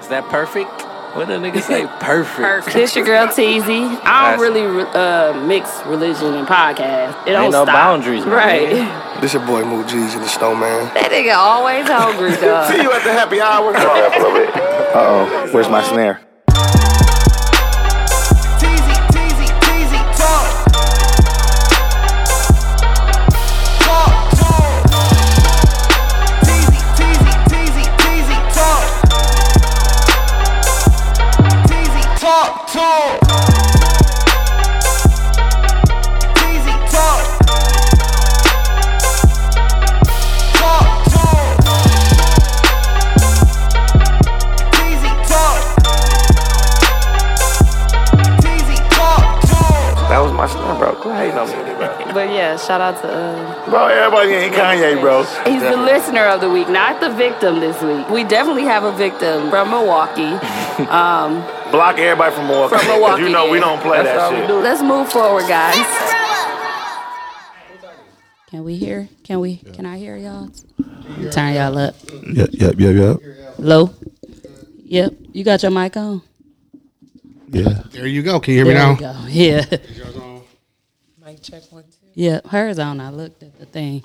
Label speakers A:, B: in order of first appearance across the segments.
A: Is that perfect? What a nigga say? Perfect.
B: Perfect.
C: This your girl Teasy. I
A: That's-
C: don't really uh, mix religion and podcast. It don't
A: Ain't no
C: stop.
A: boundaries, man.
C: Right.
D: This your boy Moot G's and the Snowman.
B: That nigga always hungry, dog.
E: See you at the happy hour.
F: Uh-oh, where's my snare?
E: Teasy, teasy, teasy, talk. Talk, talk. Teasy, teasy, teasy, teasy, talk. Teasy, talk, talk. Teasy, talk. Talk, talk. Teasy, talk. Teasy, talk, talk.
F: That was my snare, bro. Quit hating on me, bro.
C: But yeah, shout out to. Uh,
F: Bro, everybody ain't Kanye, bro.
C: he's the listener of the week, not the victim this week. We definitely have a victim from Milwaukee.
F: Block everybody from Milwaukee.
C: From
F: 'cause
C: Milwaukee,
F: you know we
C: yeah.
F: don't play
A: That's
F: that
A: all we
F: shit.
A: do.
C: Let's move forward, guys. Can we hear? Can we? Can I hear y'all? Turn y'all up.
G: Yep, yep, yep, yep.
C: Low. Yep. You got your mic on.
G: Yeah.
H: There you go. Can you hear
C: There
H: me
C: you
H: now?
C: go. Yeah.
I: Mic check one, two.
C: Yeah, hers on. I looked at the thing.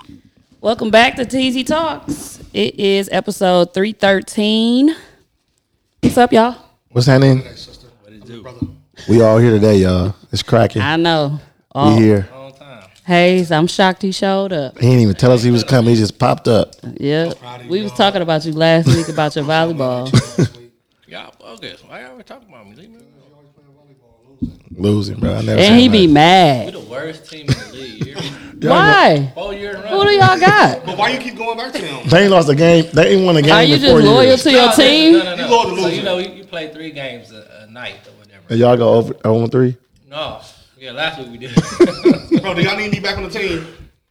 C: Welcome back to TZ Talks. It is episode 313. What's up, y'all?
G: What's happening? We all here today, y'all. It's cracking.
C: I know.
G: We
C: Oh,
G: here.
C: Hayes, I'm shocked you showed up.
G: He didn't even tell us he was coming. He just popped up.
C: Yeah. We was talking about you last week about your volleyball.
J: Y'all bogus. Why y'all talking about me? Leave me alone.
G: Losing, bro. I
C: And
G: never seen
C: he
G: that.
C: be mad.
J: The worst team in the league. You're
C: Why?
J: four years in a
C: Who
J: row.
C: do y'all got?
H: But why you keep going back to him?
G: They ain't lost a game. They ain't won a game
C: Are you
G: in
C: just
G: four
C: loyal
G: years.
C: to your
J: No,
C: team?
J: No, no, no.
H: You love to
J: So
H: lose
J: you
H: it.
J: know you, you play three games a, a night or whatever.
G: And y'all go over oh, 0 3.
J: No. Yeah, last week we did.
H: Bro, do y'all need me back on the team?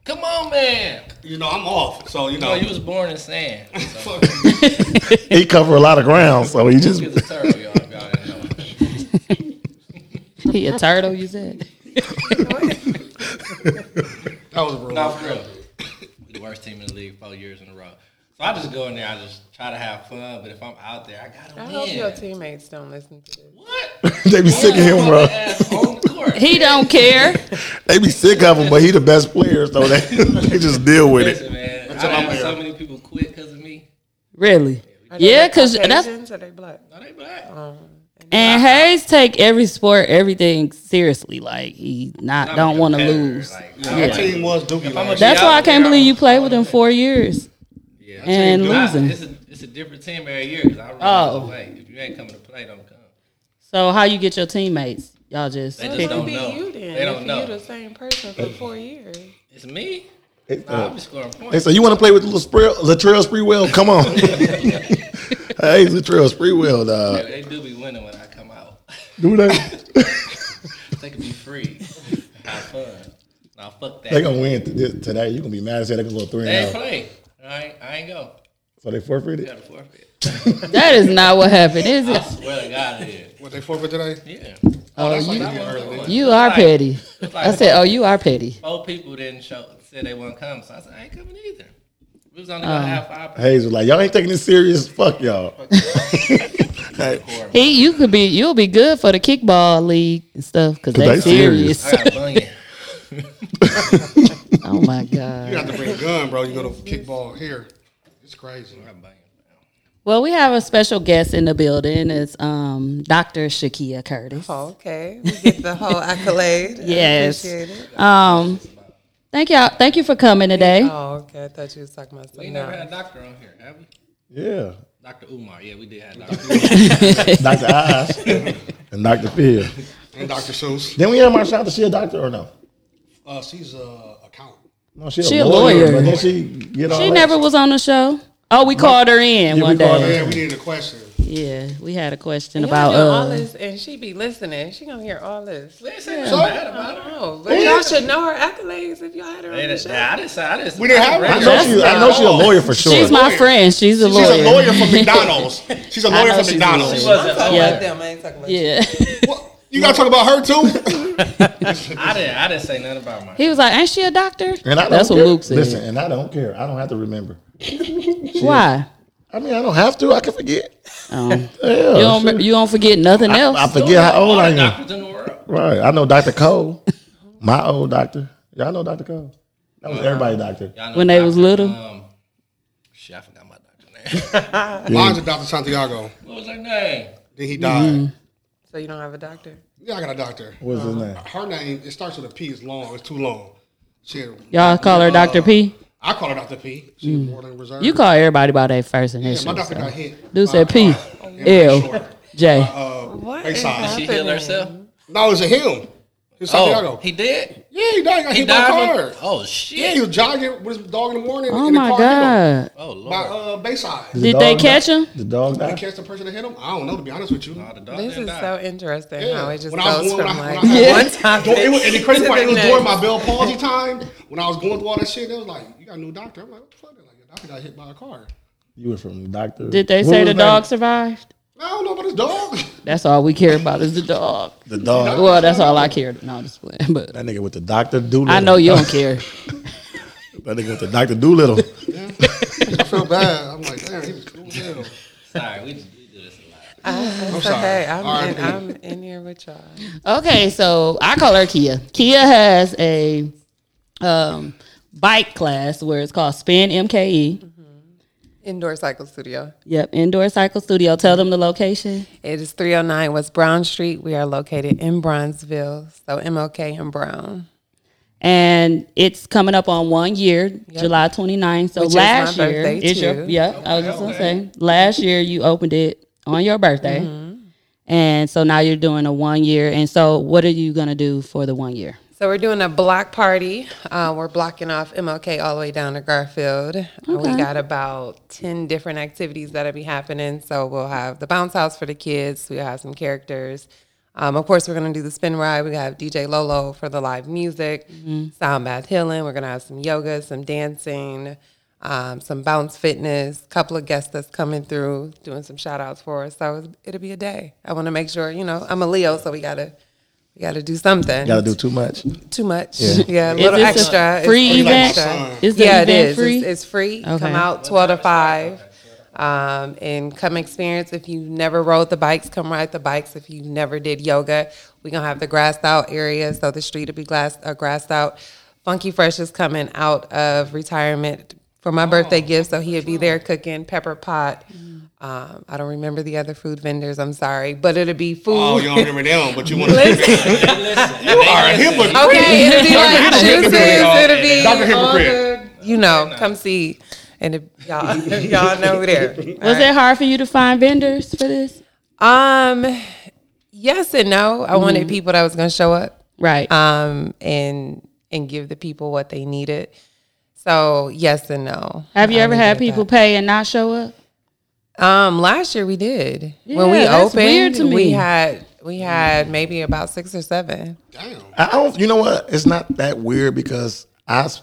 J: Come on, man.
H: You know, I'm off. So, you
J: No,
H: know.
J: you was born in sand. So
H: Fuck you.
G: He covered a lot of ground, so he just
J: it's a turtle, y'all. if y'all didn't know.
C: He a turtle, you said.
H: That was rude.
J: No, for real. We the worst team in the league four years in a row. So I just go in there. I just try to have fun. But if I'm out there, I gotta
I: I
J: win.
I: hope your teammates don't listen to this.
J: what?
G: they be sick of him, bro.
J: Ass on the court.
C: He don't care.
G: They be sick of him, but he the best player, so they, they just deal with it.
J: Listen, man. I had so many people quit because of me.
C: Really?
I: Are they
C: Yeah,
I: like
C: because that's
I: Caucasians or they black.
J: No, Oh, they black.
C: And Hayes take every sport, everything seriously. Like he not
J: I'm a
C: don't want to
J: competitor,
C: lose.
J: like,
H: Our team was dookie.
J: I'm a-
H: last year.
C: That's why I can't
J: Yeah.
C: believe you played with him four years and
J: I-
C: losing.
J: It's a, it's a different team every year because I run
C: Oh.
J: oh. away. If you ain't coming to play, don't come.
C: So how you get your teammates? Y'all just,
J: They
C: pick-
J: just
I: Who
J: don't
I: be
J: know.
I: you then?
J: They don't
I: if
J: know.
I: you the same person for four years.
J: It's me. Uh, Nah, I'm just scoring
G: They
J: points.
G: say, You want to play with Latrell, Latrell Sprewell? Come on. hey, Latrell Sprewell, dog.
J: They do be winning when I come out.
G: Do that.
J: they can be free, have fun. Now fuck that.
G: They gonna win th- this, today. You gonna be mad as hell. They gonna go three
J: They ain't
G: and oh. out.
J: play. All right, I ain't go.
G: So they forfeited.
J: Got to forfeit.
C: that is not what happened, is
J: I
C: it?
J: swear to God, it is.
H: What, they forfeit today?
J: Yeah.
H: Oh, that's like you early.
C: You are petty.
J: It's like
C: I said, oh, you are petty.
J: four people didn't show, said they wouldn't come, so I said I ain't coming either. We was only gonna
C: Oh.
J: have five. people.
G: Hayes was like, y'all ain't taking this serious. Fuck y'all.
C: He, you could be, you'll be good for the kickball league and stuff because
G: Cause
C: they
G: they
C: serious.
G: serious.
J: I got bunion.
C: oh my
H: You
C: god.
H: have to bring a gun, bro. You go to kickball here. It's crazy.
J: I got bunion.
C: Well, we have a special guest in the building. It's um Dr. Shakia Curtis.
I: Oh, okay. We get the whole accolade. I
C: Yes.
I: appreciate it.
C: Um, thank y'all. Thank you for coming today.
I: Oh, okay. I thought you was talking about
J: We
I: something
J: never had
I: else.
J: a doctor on here, have we?
G: Yeah.
J: Dr. Umar. Yeah, we did have Dr. Umar.
G: Dr. Oz and Dr. Phil.
H: And Dr. Seuss.
G: Then we have my shot to see a doctor or no?
H: Uh, she's a uh, accountant.
G: No, she,
C: She a
G: a lawyer.
C: lawyer.
G: But then she get all
C: She
G: that.
C: never was on the show. Oh, we called her in
G: Yeah,
C: one
G: we called her
C: day.
H: Yeah, we needed a question.
C: Yeah, we had a question
I: Y'all
C: about
I: know all
C: uh,
I: this, and she be listening. She gonna hear all this.
J: Listen, so, bad
I: I
J: about it.
I: don't know, but y'all should know her accolades if y'all had her on
J: They
I: the
J: didn't-
I: show.
J: nah, I didn't say I didn't.
H: We didn't have
G: I
H: one.
G: know she's I know she a lawyer for sure.
C: she's my friend. She's a
H: She's
C: lawyer.
H: a lawyer from McDonald's. She's a lawyer
C: know
H: from
C: she's a
H: McDonald's.
C: lawyer.
I: I'm talking
C: Yeah.
I: about them. I ain't talking about you.
C: Yeah.
H: What? You gotta talk about her too?
J: I didn't. I didn't say nothing about my.
C: he was like, "Ain't she a doctor?"
G: and I don't
C: That's what
G: care.
C: Luke said.
G: Listen, and I don't care. I don't have to remember.
C: Why?
K: I mean, I don't have to. I can forget.
C: Um,
K: Yeah,
C: you
G: Oh,
C: don't you don't forget nothing else.
K: I forget how old I am.
J: Doctors in the world.
K: Right. I know Dr. Cole, my old doctor. Y'all know Dr. Cole. That was everybody doctor.
J: Y'all know
C: When they was
J: doctor,
C: little.
J: Um, shit, I forgot my doctor's name.
H: Mine's a Dr. Santiago.
J: what was her name?
H: Then he died.
C: Mm-hmm.
I: So you don't have a doctor?
H: Yeah, I got a doctor.
K: What's his name?
H: Her name, it starts with a P, it's long, it's too long. She had-
C: Y'all call her
H: Uh,
C: Doctor P. Mm.
H: I call her Dr. P. She's more than reserved.
C: You call everybody by their first
H: yeah,
C: initial.
H: my doctor
C: so.
H: got hit.
C: Dude
H: by
C: said
H: a
C: P.
H: car and
C: L.
H: ran short.
C: J.
I: What
H: Hey,
I: is
H: Sai.
J: She
I: happening?
J: healed herself.
H: Uh, No, it's a him. It's Santiago.
J: Oh, he did.
H: yeah, he died. Got
J: He
H: hit by a
J: died.
H: car.
J: From, oh shit.
H: Yeah, he was jogging with his dog in the morning.
C: Oh
H: and the
C: my
H: car Hit him
C: god!
J: Oh lord.
H: by uh, Bayside. Did
C: Did
K: The
C: they
K: dog
C: catch
K: died.
C: him?
K: The dog
H: they
K: died.
H: catch the person that hit him? I don't know. To be honest with you,
J: Oh, the dog
I: This
J: didn't
I: is
J: die.
I: so interesting
H: Yeah.
I: how it just
H: When I was-
I: goes
H: when
I: from
H: I-
I: like one
H: when I- During- it was,
I: topic
H: and the crazy
I: to
H: part,
I: the
H: it was during
I: next.
H: my Bell palsy time when I was going through all that shit. They was like, "You got a new doctor." I'm like, "What the fuck?" They're like, "Your doctor got hit by a car."
K: You were from doctor.
C: Did they
K: What
C: say
K: was
C: the
K: his
C: dog
K: name?
C: survived?
H: I don't know about his dog.
C: That's all we care about is the dog.
K: The dog.
C: Well, that's all I cared. No, I'm just playing. But
K: That nigga with the doctor Doolittle.
C: I know you don't care.
K: That nigga with the doctor Doolittle.
H: I feel bad. I'm like, damn, he was cool as hell.
J: Sorry, we, we do this a lot.
H: I'm
I: So,
H: sorry.
I: hey, I'm,
H: R.I.P.
I: in, I'm in here with y'all.
C: Okay, so I call her Kia. Kia has a um, bike class where it's called Spin MKE.
I: Indoor Cycle Studio.
C: Yep, indoor cycle studio. Tell them the location.
I: It is 309 West Brown Street. We are located in Bronzeville. So MLK and Brown.
C: and it's coming up on one year, July 29th. So
I: Which is my
C: last year
I: birthday,
C: is your
I: too.
C: yeah. I was just gonna say last year you opened it on your birthday,
I: Mm-hmm.
C: and so now you're doing a one year. And so what are you gonna do for the one year?
I: So we're doing a block party. Uh, we're blocking off MLK all the way down to Garfield. Uh, We got about 10 different activities that'll be happening. So we'll have the bounce house for the kids. We'll have some characters. Um, of course, we're going to do the spin ride. We have DJ Lolo for the live music, sound bath healing. We're going to have some yoga, some dancing, um, some bounce fitness, couple of guests that's coming through doing some shout outs for us. So it'll be a day. I want to make sure, you know, I'm a Leo, so we got to. We gotta do something
K: Gotta do too much.
I: too much. Yeah, a
C: Is
I: little
C: this a
I: extra. It's
C: free
I: a little
C: event?
I: extra.
C: Is the
I: yeah,
C: event
I: it is.
C: free?
I: It's, it's free.
C: Okay.
I: Come out twelve to five, um, and come experience. If you never rode the bikes, come ride the bikes. If you never did yoga, we're gonna have the grassed out area, so the street will be glass uh, grassed out. Funky Fresh is coming out of retirement for my
C: Oh.
I: birthday gift, so he'll be there cooking pepper pot.
C: Mm.
I: Um, I don't remember the other food vendors. I'm sorry, but it'll be food.
H: Oh, you don't remember them, but you want to.
I: Listen.
H: You are a hypocrite.
I: Okay, it'll be like
H: Dr.
I: juices.
H: Hypocrite, y'all.
I: It'll be
H: Dr.
I: all
H: Hypocrite.
I: the- You know, come see, and if y'all y'all know who there.
C: Was it hard for you to find vendors for this?
I: Um, yes and no.
C: Mm-hmm.
I: I wanted people that was gonna show up.
C: Right.
I: Um, and and give the people what they needed. So yes and no.
C: Have you
I: I
C: ever
I: needed
C: had
I: that.
C: people pay and not show up?
I: Um, last year we did when we
C: Yeah, that's
I: opened.
C: weird to
I: We
C: me.
I: had we had maybe about six or seven.
H: Damn.
K: I don't. You know what? It's not that weird because I s-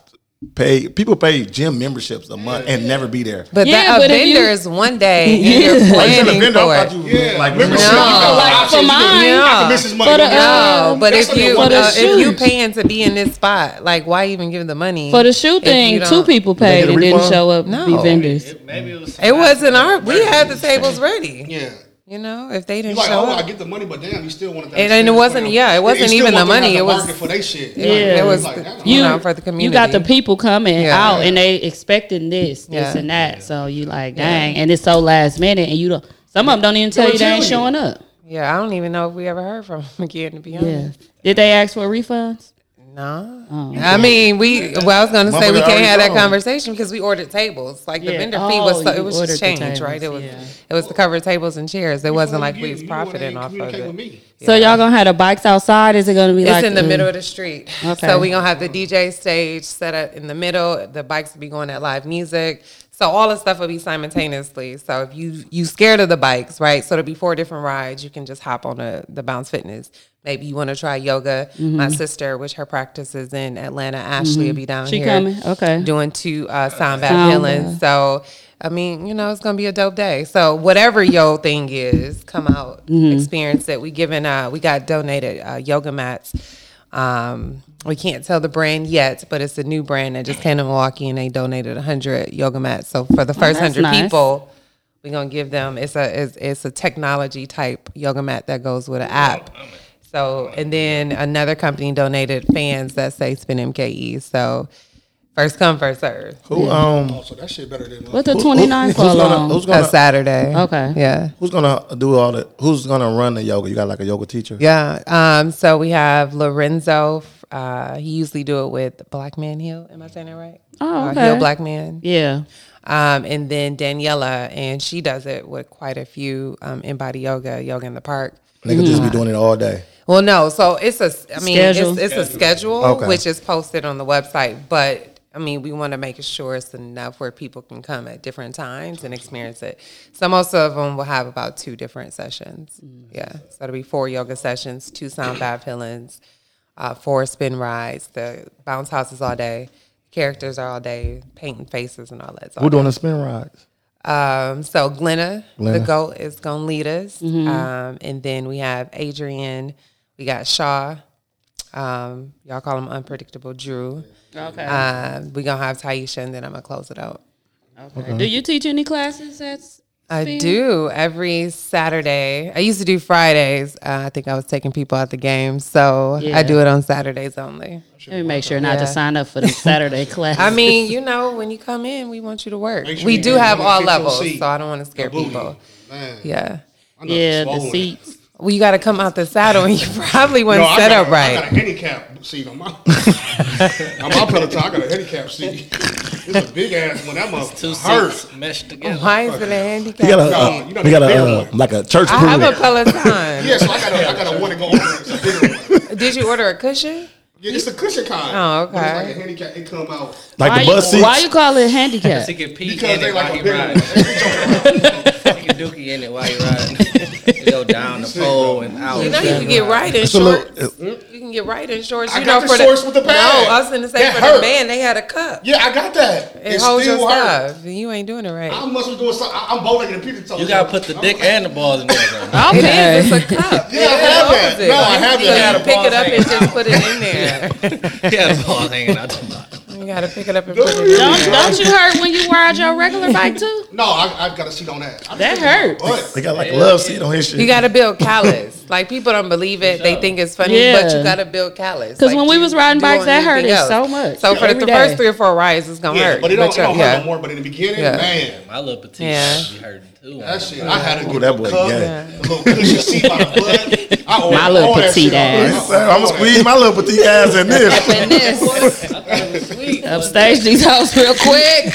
K: pay people pay gym memberships a month and never be there.
I: But
C: Yeah,
I: that
C: but
I: a
C: if you-
I: vendor is one day and you're
K: Oh, you said
I: planning
K: a vendor,
I: for
K: I
I: it.
K: thought you meant, like membership.
H: Membership, you got
I: No.
H: a lot of
C: Like for
H: options. You can-
C: mine,
H: Uh, I
I: Yeah.
H: can miss his money.
C: for the
H: You know?
C: uh,
I: No, but
H: That's
I: if
H: something
I: you
H: for the
I: uh, if you
C: shoes.
I: paying to be in this spot, like why even give the money
C: for the shoe
I: if you
C: thing,
I: don't-
C: two people
K: get
C: paid
K: a
C: and didn't
K: refund?
C: show up.
I: No.
C: Be vendors.
J: It, maybe it was.
I: It wasn't our. We had the tables ready.
H: yeah.
I: You know, if they
H: You
I: didn't
H: like,
I: show
H: oh, I
I: up,
H: get the money, but damn, you still wanted that.
I: And- and it
H: experience
I: wasn't-
H: for them.
I: yeah, it
H: You
I: wasn't
H: still
I: even
H: want
I: the
H: them to
I: money,
H: have
I: it
H: to
I: was-
H: market for they shit.
C: Yeah.
I: it was
H: Like, I don't
I: you
H: know.
I: know for the community.
C: You got the people coming
I: Yeah.
C: out and they expecting this, this
I: Yeah.
C: and that. So you like, dang, and it's so last minute, and you don't. Some of them don't even tell
H: don't
C: you they
H: tell
C: ain't
H: you.
C: showing up.
I: Yeah, I don't even know if we ever heard from him again. To be
C: Yeah.
I: honest,
C: Did they ask for refunds?
I: no.
C: Oh.
I: I mean, we. Well, I was gonna say
K: Mama
I: we
K: got
I: can't have that
K: already gone.
I: conversation because we ordered tables. Like
C: Yeah.
I: the vendor fee was,
C: Oh,
I: so,
C: you
I: it was just
C: ordered the
I: change, right? It
C: tables,
I: was,
C: yeah.
I: it was to cover tables and chairs. It wasn't like we
H: You-
I: was
H: you know what, they
I: profiting
H: ain't
I: off of
H: communicate with
I: it.
H: me.
C: So y'all gonna have the bikes outside? Is it gonna be
I: It's
C: like
I: in the
C: uh,
I: middle of the street.
C: Okay.
I: So we're gonna have the DJ stage set up in the middle. The bikes will be going at live music. So all the stuff will be simultaneously. So if you you scared of the bikes, right? So there'll be four different rides. You can just hop on the the bounce fitness. Maybe you want to try yoga.
C: Mm-hmm.
I: My sister, which her practice is in Atlanta, Ashley will be down
C: She
I: here
C: coming? Okay.
I: doing two uh, sound bath
C: Sound
I: healings. So I mean, you know, it's gonna be a dope day. So whatever your thing is, come out, experience it. We giving uh, we got donated uh, yoga mats. Um, we can't tell the brand yet, but it's a new brand that just came to Milwaukee and they donated hundred yoga mats. So for the first
C: that's
I: hundred
C: nice.
I: people, We're gonna give them it's a it's, it's a technology type yoga mat that goes with an app. So and then another company donated fans that say Spin MKE. So first come first serve.
K: Who um
H: Oh, so that shit better than.
C: What the 29
K: who's
C: call
K: gonna,
C: on?
K: who's gonna
I: a Saturday.
C: Okay.
I: Yeah.
K: who's gonna do all the who's gonna run the yoga? You got like a yoga teacher?
I: Yeah. Um, so we have Lorenzo. Uh, he usually do it with Black Man Hill. Am I saying that right?
C: Oh,
I: Uh,
C: okay.
I: Hill Black Man.
C: Yeah.
I: Um, and then Daniela, and she does it with quite a few um, in body yoga, yoga in the park.
K: They could just be doing it all day.
I: Well, no. So it's a, I mean,
C: Schedule.
I: it's, it's a schedule,
K: Okay.
I: which is posted on the website. But I mean, we want to make sure it's enough where people can come at different times and experience it. So most of them will have about two different sessions. Yeah. So it'll be four yoga sessions, two sound bath healings, uh, four spin rides, the bounce houses all day. Characters are all day, painting faces and all that. It's all
K: We're doing the spin rides.
I: um, so Glenna, the
K: Glenna.
I: goat, is gonna lead us, um, and then we have Adrian, we got Shaw, um, y'all call him unpredictable Drew.
C: Okay.
I: Um, we gonna have Taisha, and then I'm gonna close it out.
C: Do you teach any classes? That's
I: I do every Saturday. I used to do Fridays. Uh, I think I was taking people out the game, so
C: Yeah.
I: I do it on Saturdays only.
C: let me make sure not to
I: Yeah.
C: sign up for the Saturday class.
I: I mean, you know, when you come in, we want you to work.
H: Make sure
I: we
H: you
I: do
H: get-
I: have
H: you get
I: all
H: your
I: levels,
H: seat.
I: so I don't want to scare
H: booty.
I: people.
H: Man,
I: Yeah.
H: I know
C: yeah, the
H: swollen.
C: seats.
I: Well, you got to come out the saddle, and you probably
H: No,
I: wasn't
H: I
I: set up
H: got a- I got
I: right.
H: a handicap seat on my. on my Peloton, I got a handicap seat. It's a big ass one. That
J: Two
H: motherfucker hurts.
J: seats meshed together.
I: Why is it a handicap?
K: We got a,
I: seat?
H: No,
K: uh,
H: you know
K: we got
H: the
K: a
H: big
K: uh,
H: one.
K: like a church
I: I have
K: pool.
I: a Peloton.
H: Yeah, so I got a, I got a one to go over. It's a bigger one.
I: Did you order a cushion?
H: Yeah, it's a cushion kind.
I: Oh,
H: But
I: okay.
H: It's like a handicap. It come out
K: like
C: Why
K: the
C: you,
K: bus seats.
C: why you call it handicap?
J: He can pee
H: because
J: in
H: they
J: it
H: like
J: while
H: a
J: he
H: big
J: riding.
H: one. Every joint around.
J: He can dookie in it while he riding. It go down the pole and out.
I: You know you can get right in
K: It's a little-
I: shorts. Mm, you can get right in shorts.
H: I
I: You know
H: got the
I: for
H: shorts with the pad.
I: No, I was gonna say
H: That
I: for
H: hurt.
I: the man, they had a cup.
H: Yeah, I got that.
I: It holds your
H: hurt.
I: stuff. You ain't doing it right.
H: I must be doing something. I- I'm bowling in the pizza toe.
J: You gotta put the dick and the balls in there. Though.
I: it
C: Okay.
I: is. It's a cup.
H: Yeah, I have that. No, I have
I: you,
H: that. Yeah,
I: You
H: the
I: pick it up
J: balls
I: and just put it in there.
J: yeah, the balls hanging out the bottom.
I: You gotta pick it up and put it in there.
C: Don't, don't you hurt when you ride your regular bike too?
H: No, I, I got a seat on that. I
C: That hurt.
H: But
K: They got like a love seat on his shit.
I: You gotta build callus. like people don't believe it; they think it's funny, but
C: Yeah.
I: you gotta build callus.
C: 'Cause
I: Like,
C: when we
I: you
C: was riding
I: do
C: bikes,
I: on
C: that hurt
I: anything
C: us
I: else.
C: so much.
I: So for the,
C: Every
I: the
C: day.
I: first three or four rides, it's gonna
H: yeah,
I: hurt.
H: but it don't, it
I: you're-
H: don't
I: yeah.
H: hurt no more. But in the beginning,
I: Yeah.
H: man,
J: My little petite
I: Yeah.
J: yeah. be hurting too.
H: that shit. I had to
K: Ooh,
H: get
K: that boy
H: cup,
K: gay.
H: a little cushion seat by the butt. I own-
C: My little
H: all that
C: petite
H: shit on.
C: ass.
H: I- I
K: I'm gonna
H: own that.
K: squeeze my little petite ass in this.
I: And this
C: Upstage these hoes real quick.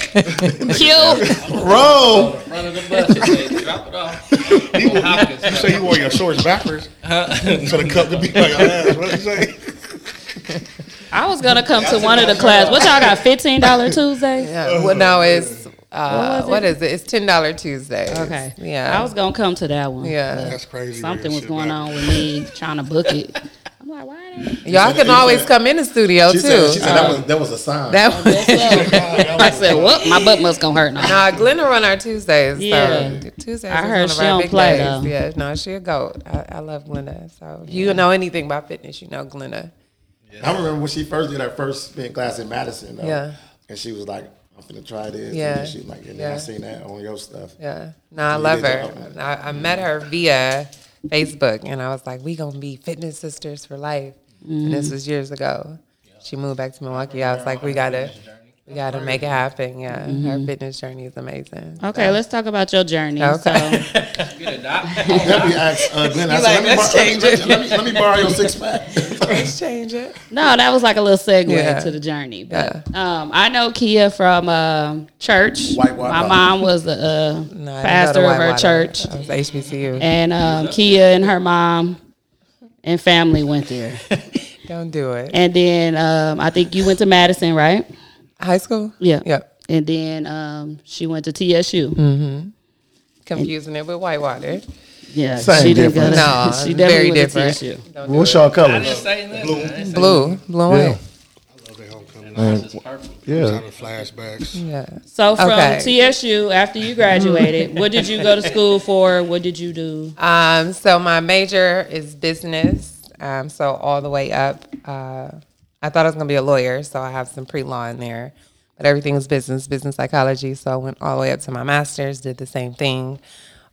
C: Cute.
K: Roll.
J: Front of the bus, and they drop it off.
H: You say you wore your shorts backwards, so the cup could be like your ass. What you say?
C: I was gonna come to one of the class. What y'all got? Fifteen dollar Tuesdays.
I: yeah. well, no, it's
C: What
I: uh,
C: was
I: what is it? It's ten dollar Tuesday.
C: Okay.
I: yeah,
C: I was gonna come to that one.
I: yeah.
H: That's crazy.
C: Something
H: man.
C: was
H: Shit
C: going
H: backwards.
C: on with me trying to book it. I'm like, why? Are they?
I: Y'all can always come in the studio
K: She
I: too.
K: said, she said
I: Uh,
K: that was that was a sign.
I: that was.
C: I said, "Whoop, my butt must gonna hurt now."
I: Nah, Glenna run our Tuesdays.
C: Yeah.
I: So Tuesdays
C: I
I: is
C: heard
I: one of
C: she
I: our
C: don't
I: big
C: play,
I: days.
C: though.
I: Yeah, no, she a goat. I, I love Glenna. So if you know anything about fitness, you know Glenna.
K: I remember when she first did her first spin class in Madison. Though,
I: Yeah.
K: And she was like, I'm gonna try this. Yeah. And
I: Yeah.
K: then she was like, and then I
I: Yeah.
K: seen that on your stuff.
I: Yeah. No, I
K: You
I: love
K: did
I: her.
K: that.
I: I, I met her via Facebook and I was like, we gonna be fitness sisters for life. And
C: Mm-hmm.
I: this was years ago. She moved back to Milwaukee. I was like, we gotta we gotta make it happen. Yeah. Her fitness journey is amazing.
C: Mm-hmm. Okay, let's talk about your journey.
I: Okay.
C: So,
J: Get a doc.
K: Let me ask uh, Glenn. I
I: You
K: said, let,
I: like,
K: me
I: let's
K: borrow,
I: change
K: let,
I: it.
K: me- let me, let me borrow your six pack.
I: Let's change it.
C: no, that was like a little segue
I: Yeah.
C: to the journey. But um, I know Kia from um church.
K: White Water.
C: My mom was the uh,
I: No, I didn't go to
C: pastor of her
I: Whitewater.
C: church,
I: I was HBCU.
C: and um, Kia and her mom and family went there.
I: Don't do it.
C: And then um, I think you went to Madison, right?
I: High school?
C: Yeah.
I: Yep.
C: And then um, she went to TSU.
I: Mm. Confusing it with Whitewater.
C: Yeah,
K: Same
C: she didn't go to,
K: difference.
I: No,
C: she definitely
I: very
C: went
I: different.
C: to TSU.
K: What's y'all
J: I
K: colors?
J: didn't say nothing. I didn't
I: Blue, blue and
K: Yeah.
I: white.
H: They homecoming.
J: say purple.
K: Yeah.
H: Out of flashbacks.
I: Yeah.
C: So from
I: Okay.
C: TSU, after you graduated, what did you go to school for? What did you do?
I: Um, so my major is business. Um, so all the way up. Uh, I thought I was gonna be a lawyer, so I have some pre law in there. But everything was business, business psychology. So I went all the way up to my master's, did the same thing,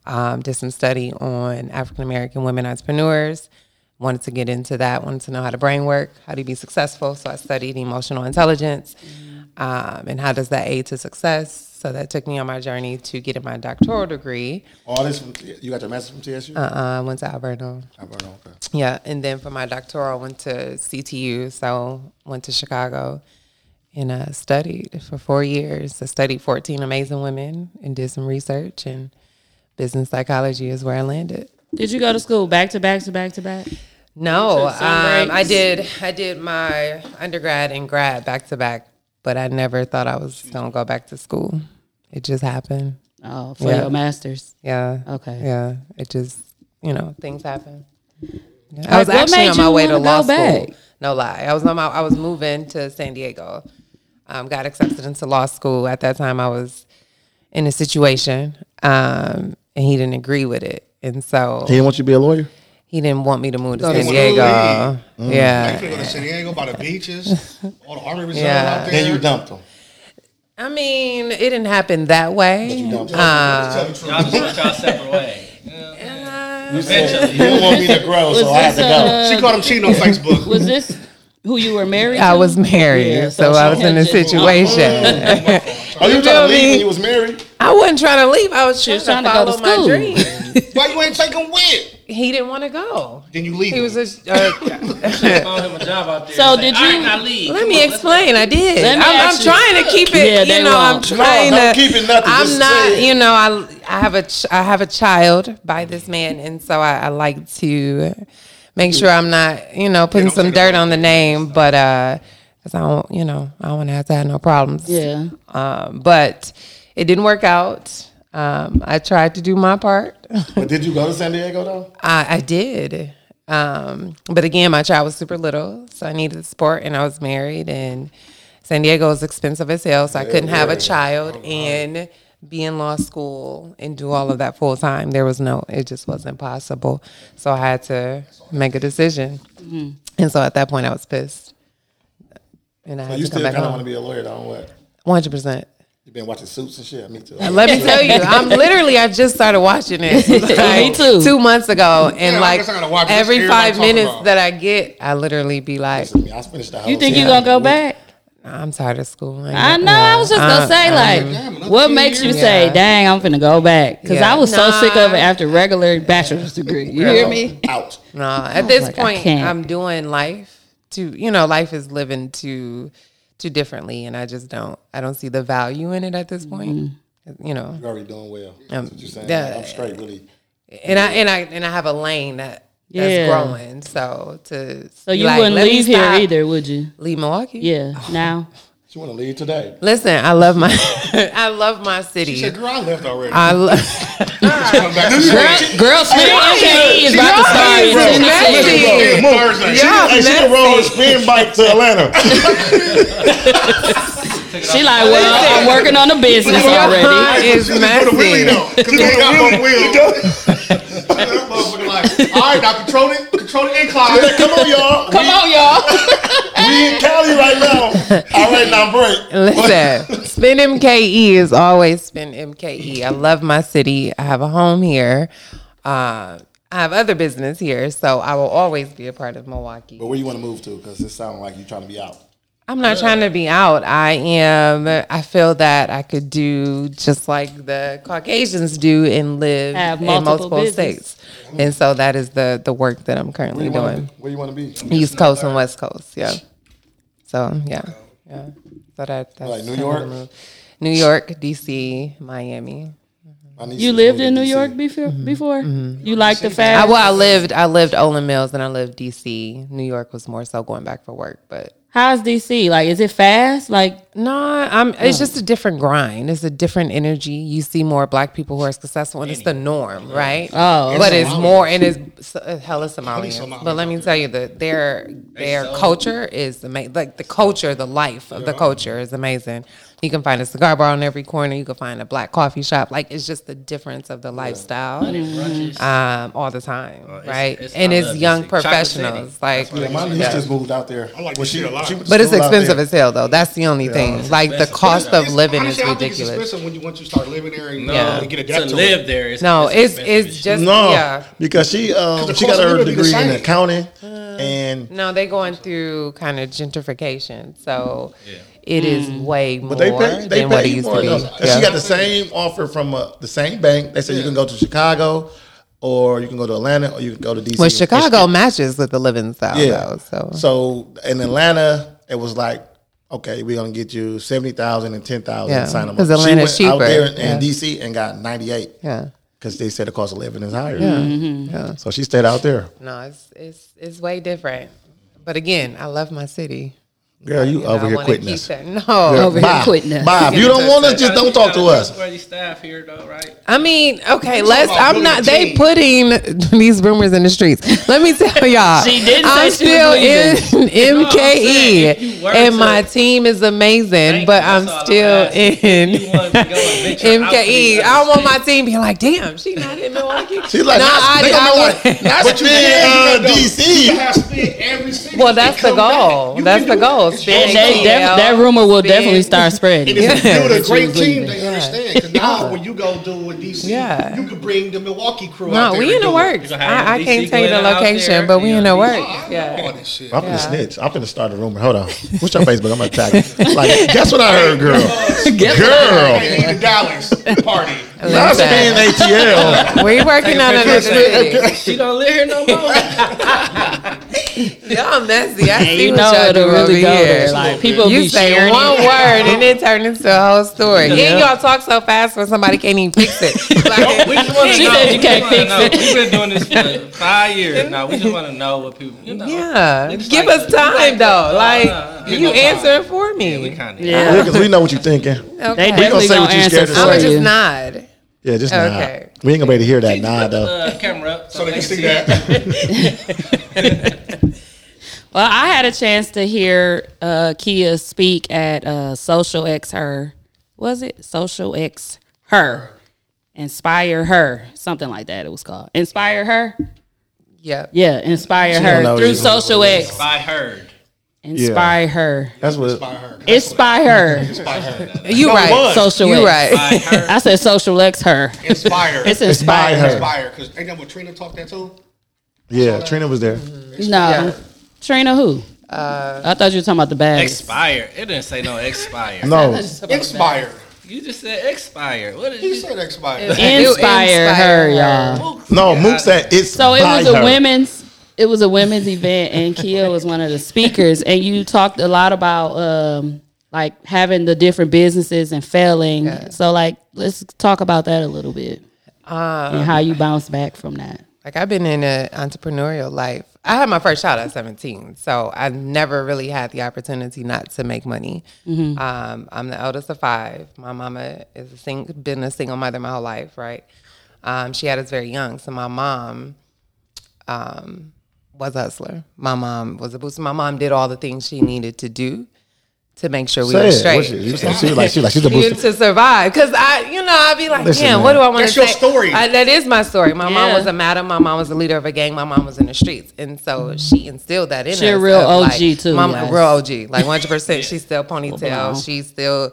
I: um, did some study on African American women entrepreneurs. Wanted to get into that, wanted to know how to brain work, how to be successful. So I studied emotional intelligence um, and how does that aid to success. So that took me on my journey to getting my doctoral degree.
H: All this, from, you got your master's from TSU?
I: Uh, I went to Alberta.
H: I brought it on, okay.
I: Yeah, and then for my doctoral, I went to CTU, so went to Chicago and uh, studied for four years. I studied 14 amazing women and did some research, and business psychology is where I landed.
C: Did you go to school back to back to back to back?
I: No,
C: took some
I: um, I
C: breaks.
I: did. I did my undergrad and grad back to back, but I never thought I was gonna go back to school. It just happened.
C: Oh, for
I: Yeah.
C: your masters.
I: Yeah.
C: Okay.
I: Yeah. It just, you know, things happen. Yeah.
C: Like,
I: I was
C: what
I: actually
C: made
I: on my
C: you
I: way to
C: wanna
I: law
C: go
I: school.
C: back?
I: No lie, I was on my. I was moving to San Diego. Um, got accepted into law school. At that time, I was in a situation, um, and he didn't agree with it, and so
K: He didn't want you to be a lawyer.
I: he didn't want me to move to
H: he
I: San
H: wanted to
I: Diego.
H: I
I: Yeah.
H: could go to San Diego by the beaches, all the army reserves
I: Yeah.
H: out there.
K: Then you dumped him.
I: I mean, it didn't happen that way.
H: Tell the truth,
I: Uh,
H: tell the truth.
J: Y'all just went y'all separate ways.
I: Uh,
K: You didn't want me to grow, so I had to go.
H: She caught him cheating on Facebook.
C: Was this who you were married?
I: I
C: to?
I: was married,
C: Yeah,
I: so,
C: she
I: I was
C: had
I: in a
C: just-
I: situation.
K: Oh, you were
I: feel
K: trying to leave
I: me?
K: when you was married?
I: I wasn't trying to leave. I was
C: She
I: trying,
C: was trying
I: to follow
C: to go to
I: my
C: school.
I: dream.
H: Why you ain't take him with?
I: he didn't want to go.
H: Then you leave.
I: He
H: him.
I: was a. Uh,
J: Found him a job out there.
C: So
J: Say,
C: did
J: "All right,
C: you-
J: now leave.
I: Let me explain. I did.
C: Let me
I: I'm, I'm
C: ask you.
I: trying to keep
C: Yeah,
I: it.
C: they
I: you know, I'm
C: wrong.
I: trying
K: No,
I: to.
K: don't keep it nothing.
I: I'm
K: Just
I: not.
K: say it.
I: You know, I I have a ch- I have a child by this man, and so I, I like to make sure I'm not you know putting some dirt on the name, but uh, because I don't you know I don't want to have to have no problems.
C: Yeah.
I: Um, but it didn't work out. Um, I tried to do my part.
K: But did you go to San Diego though?
I: I, I did. Um, but again, my child was super little, so I needed support, and I was married, and San Diego is expensive as hell, so I couldn't have a child
K: Oh,
I: and be in law school and do all of that full time. There was no, it just wasn't possible. So I had to make a decision, and so at that point, I was pissed, and I had
K: You
I: to come
K: still
I: back
K: kind of want to
I: home.
K: be a lawyer, though. What?
I: One hundred percent.
K: You been watching Suits and shit. Me too.
I: Let me tell you, I'm literally I just started watching it.
C: Me too.
I: Two months ago, and
H: Yeah, I
I: like
H: guess I gotta watch this.
I: every
H: Everybody
I: five
H: talking
I: minutes
H: about it.
I: that I get, I literally be like,
K: I mean, I finished the whole.
C: You think
K: thing.
C: you're gonna go back?
I: I'm tired of school. ain't
C: I
I: got-
C: know. I was just
I: nah,
C: gonna say,
I: uh,
C: like, what makes you say,
I: Yeah.
C: "Dang, I'm finna go back"? Because
I: Yeah.
C: I was so sick of it
I: Nah.
C: after regular bachelor's degree. You hear me?
K: out?
I: No, at this
C: like, I
I: point,
C: can't.
I: I'm doing life to you know, life is living too too differently, and I just don't. I don't see the value in it at this point.
C: Mm-hmm.
I: You know,
K: You're already doing well.
I: Um,
K: That's what you're saying.
I: yeah.
K: Like, I'm straight, really.
I: and I and I and I have a lane that.
C: Yeah.
I: That's growing, so to
C: So you
I: like,
C: wouldn't
I: let me
C: leave here
I: stop-
C: either, would you?
I: Leave Milwaukee,
C: Yeah. Now
K: She want to leave today.
I: Listen, I love my, I love my
H: She
I: city.
H: said, girl, I left already.
I: I love.
H: Come back to Thursday.
C: Girl Smith MKE is about to start in
I: Y'all
C: Tennessee.
I: messy.
H: Thursday. She
I: Y'all
K: Hey, she
I: messy.
K: can roll a spin bike to Atlanta.
C: She like, well, I'm working on a business already.
I: Y'all is
H: put a
I: messy.
H: wheelie though. Cause they got one wheel. That motherfucker like, all right, now control it, control the incline.
K: Come on, y'all.
C: Come on, y'all.
K: We in Cali right now. All right, now break.
I: Listen, spend MKE E is always spend MKE. E. I love my city. I have a home here. Uh, I have other business here, so I will always be a part of Milwaukee.
K: But where you want to move to? Because it sounds like you trying to be out.
I: I'm not trying to be out. I am. I feel that I could do just like the Caucasians do and live
C: Have
I: in
C: multiple
I: multiple
C: business.
I: states. And so that is the the work that I'm
K: Where
I: currently
K: you wanna-
I: doing,
K: Where you want to be?
I: East Coast and West Coast. Yeah. So yeah, yeah. So that that's
K: Like New
I: kinda the
K: York?
I: move. New York, DC, Miami.
K: My niece
C: You
K: is
C: lived
K: moving
C: in
K: to
C: New
K: DC.
C: York before? Before you like the
I: Mm-hmm. I,
C: fact?
I: well, I lived I lived Olin Mills and I lived DC. New York was more so going back for work, but
C: How's DC? Like, is it fast? Like,
I: No, I'm. It's just a different grind. It's a different energy. You see more black people who are successful, and it's the norm, right?
C: Oh,
I: but it's more, and it's so- uh, hella
H: Somalis
I: Somalians. But let me tell you that their their culture is amazing. Like the culture, the life of the culture is amazing. You can find a cigar bar on every corner. You can find a black coffee shop. Like it's just the difference of the lifestyle, um, all the time, right?
J: it's-
I: and
J: I
I: it's
J: love
I: young
J: DC. Chocolate City.
I: professionals, like
K: Yeah, my niece just moved out there.
H: I like
K: Well,
H: this shit a
K: went
H: lot.
K: to
I: but it's
K: school out
I: expensive
K: there.
I: as hell, though. That's the only thing. know, like the cost of living is
H: Honestly, I don't think It's
I: ridiculous.
H: expensive when you once you start living there and,
I: No.
H: uh, get
J: to
H: adapted to
J: live
H: it.
J: there. It's,
I: No, it's it's just
G: no,
I: yeah.
G: because she um
H: the
G: she
H: cost
G: got
H: of
G: her
H: living be the
G: degree in
H: same.
G: accounting,
K: Uh,
G: and
I: No, they going through kind of gentrification, so it is way more
G: Mm. but they pay they
I: than what it
G: pay
I: used
G: more.
I: to be.
G: though. And She
I: Yeah.
G: got the same offer from uh, the same bank. They said you can go to Chicago, or you can go to Atlanta, or you can go to DC.
I: Well, Chicago matches with the living style,
G: yeah.
I: though. So,
G: so in Atlanta, it was like. Okay, we're gonna get you seventy thousand and ten thousand.
I: Yeah,
G: sign them
I: 'cause
G: up.
I: Atlanta's
G: she went out
I: cheaper.
G: there in, in
I: Yeah.
G: DC and got ninety eight.
I: yeah,
G: because they said the cost of living is higher.
I: Yeah.
K: Mm-hmm.
I: Mhm. Yeah.
G: So she stayed out there.
I: no, it's it's it's way different. But again, I love my city.
G: Girl, you,
I: You know,
G: over
I: I
G: here
I: wanna
G: quitting
I: keep
G: us.
I: that- no.
G: Girl,
C: Over here
G: bye.
C: quitting us.
G: Bye. If you don't want us, just don't talk to us.
J: Where staff here though, right?
I: I mean, okay, let's.
H: about
I: I'm
H: putting
I: not.
H: a
I: They
H: team.
I: putting these rumors in the streets. Let me tell y'all.
C: She didn't
I: I'm
C: say she
I: still
C: was
J: saying,
I: in
J: if
I: MKE,
J: you were
I: and
J: to-
I: my team is amazing,
J: Thank
I: but
J: you,
I: I'm
J: that's all I'm
I: still
J: asking.
I: in
J: You wanted to go and venture out to
I: MKE.
J: these
I: I don't want
J: other
I: my team being like, damn, she not in Milwaukee.
G: She's like,
I: no,
G: nah,
I: I,
G: they gonna be
I: I,
G: like,
I: I,
G: that's been
H: Yeah,
G: uh,
H: though. You
G: DC.
H: have spin every city.
I: well,
H: and
I: that's the
H: come back.
I: goal.
H: You
I: That's
H: can
I: the
H: do
I: goal.
H: it.
I: Spin
C: And they,
I: ATL,
C: that, that rumor will
I: spin-
C: definitely start sbuilding.
H: And if you build a
I: Yeah.
H: great team,
C: Yeah.
H: they understand. Because now when you go do with DC,
I: Yeah.
H: you can bring the Milwaukee crew out
I: No,
H: there
I: we
H: and
I: in the
H: do it.
I: works.
J: You're gonna have
I: I, I
J: DC
I: can't tell you the
J: Glenn out
I: location,
J: there.
I: but we in the
J: Yeah.
I: works.
H: I know
I: Yeah.
H: all this shit.
G: I'm finna snitch. I'm finna start a rumor. Hold on. What's your Facebook? I'm gonna tag you. Like, guess what I heard, girl? girl,
H: Hey, the Dallas party.
G: not spin ATL.
I: We working on another city.
J: She don't live here no more.
I: Y'all messy. I
C: And
I: see
C: you
I: what
C: know
I: y'all do
C: it'll really
I: over
C: go
I: here.
C: there. Like people
I: you
C: be
I: say
C: sharing
I: one
C: it.
I: word and it turns into a whole story. And
C: Yeah.
I: y'all talk so fast when somebody can't even fix it. Like,
J: We just wanna
C: She
J: know-
C: said you
J: we
C: can't
J: wanna
C: fix
J: know.
C: it.
J: We've been doing this for five years now. We just want to know what people, you know.
I: yeah,
J: It's
I: give
J: like-
I: us time
J: like-
I: though. Like
J: Uh, give
I: you
J: us time.
I: answer it for
J: We
I: me.
J: kind of.
C: Yeah.
G: Yeah, 'cause we know what you're thinking.
C: They
I: Okay.
C: definitely
G: say
C: gonna,
G: what you
C: answer
G: scared to
C: for
I: I'm
G: say.
I: gonna
C: you.
I: just nod.
G: Yeah, just okay.
I: Okay.
G: We ain't gonna be able to hear that nah
J: Put the
G: though.
J: uh, camera up so,
H: So they can see that.
C: Well, I had a chance to hear uh, Kia speak at uh, Social X Her. Was it Social X Her? Inspire Her, something like that. It was called Inspire Her.
I: Yep.
C: Yeah, Inspire
G: know
C: Her through
G: either.
C: Social X.
J: I heard.
C: Inspire Her.
G: That's what.
C: Inspire Her.
I: You right.
C: Social
I: You
C: X.
I: right.
J: I heard.
C: I said Social X Her.
H: Inspire.
C: It's Inspire
G: Inspire
C: Her.
G: Her.
H: Inspire. Because ain't that what Trina talked that too?
G: Yeah, Trina was there.
C: No.
I: Yeah. Uh,
C: Trina who? I thought you were talking about the bag.
J: Expire. It didn't say no expire.
G: No,
H: Inspire.
J: You just said expire. What did
H: He
J: you
H: said
J: say?
H: expire.
C: Inspire
I: Inspire
C: her,
I: her.
C: y'all.
G: no. Mook said it's
C: So it was
G: by
C: a
G: her.
C: women's it was a women's event and Kia was one of the speakers and you talked a lot about um like having the different businesses and failing. So like let's talk about that a little bit.
I: Um,
C: and how you bounce back from that.
I: Like I've been in an entrepreneurial life. I had my first child at 17, so I never really had the opportunity not to make money. Um, I'm the eldest of five. My mama is a sing- been a single mother my whole life, right? Um, she had us very young, so my mom um, was a hustler. My mom was a booster. My mom did all the things she needed to do to make sure we
G: Say
I: were
G: it. What
I: straight.
G: She, you said she was like she was like she's a
I: You
G: booster.
I: to survive. Cause I, you know, I'd be like,
G: Listen,
I: damn, what do
G: man.
I: I want to
H: That's
I: say?
H: your story.
I: I- that is my story. My mom
C: Yeah.
I: was a madam. My mom was a leader of a gang. My mom was in the streets, and so she instilled that in
C: She a
I: us.
C: real
I: of, like,
C: OG too,
I: Mom,
C: guys.
I: real OG, like one hundred percent. She's still
C: Wow.
I: ponytail. She's still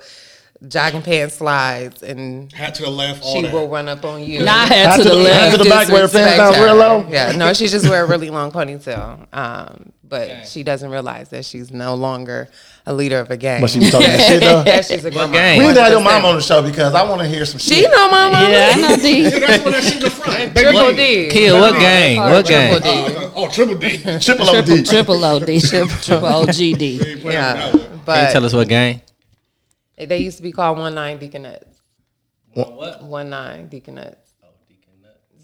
I: jogging pants slides, and
H: Hat to the left. All
I: she
H: that.
I: will run up on you.
C: Not head to
G: to
C: the
G: the
C: left.
G: left. to the back where her pants
I: Disrespect
G: down real
I: her.
G: low?
I: Yeah, no, she just wear a really long ponytail. Um, but she doesn't realize that she's no longer a leader of a gang.
G: But she was talking that shit though.
I: yeah, she's a grandma.
J: gang?
G: We need to have your mom on the show because I want to hear some
I: She
G: shit.
I: know my mama.
C: Yeah, I know D.
H: That's what that shit in the front.
I: Triple D.
J: Kill what gang? What
I: Triple
J: gang?
I: D.
H: Oh, triple D.
G: Triple O D.
C: Triple O D, triple, triple O G D.
I: Yeah,
J: Can you
I: but
J: tell us what gang?
I: they used to be called One Nine Deaconettes.
J: what?
I: One Nine Deaconettes. Oh,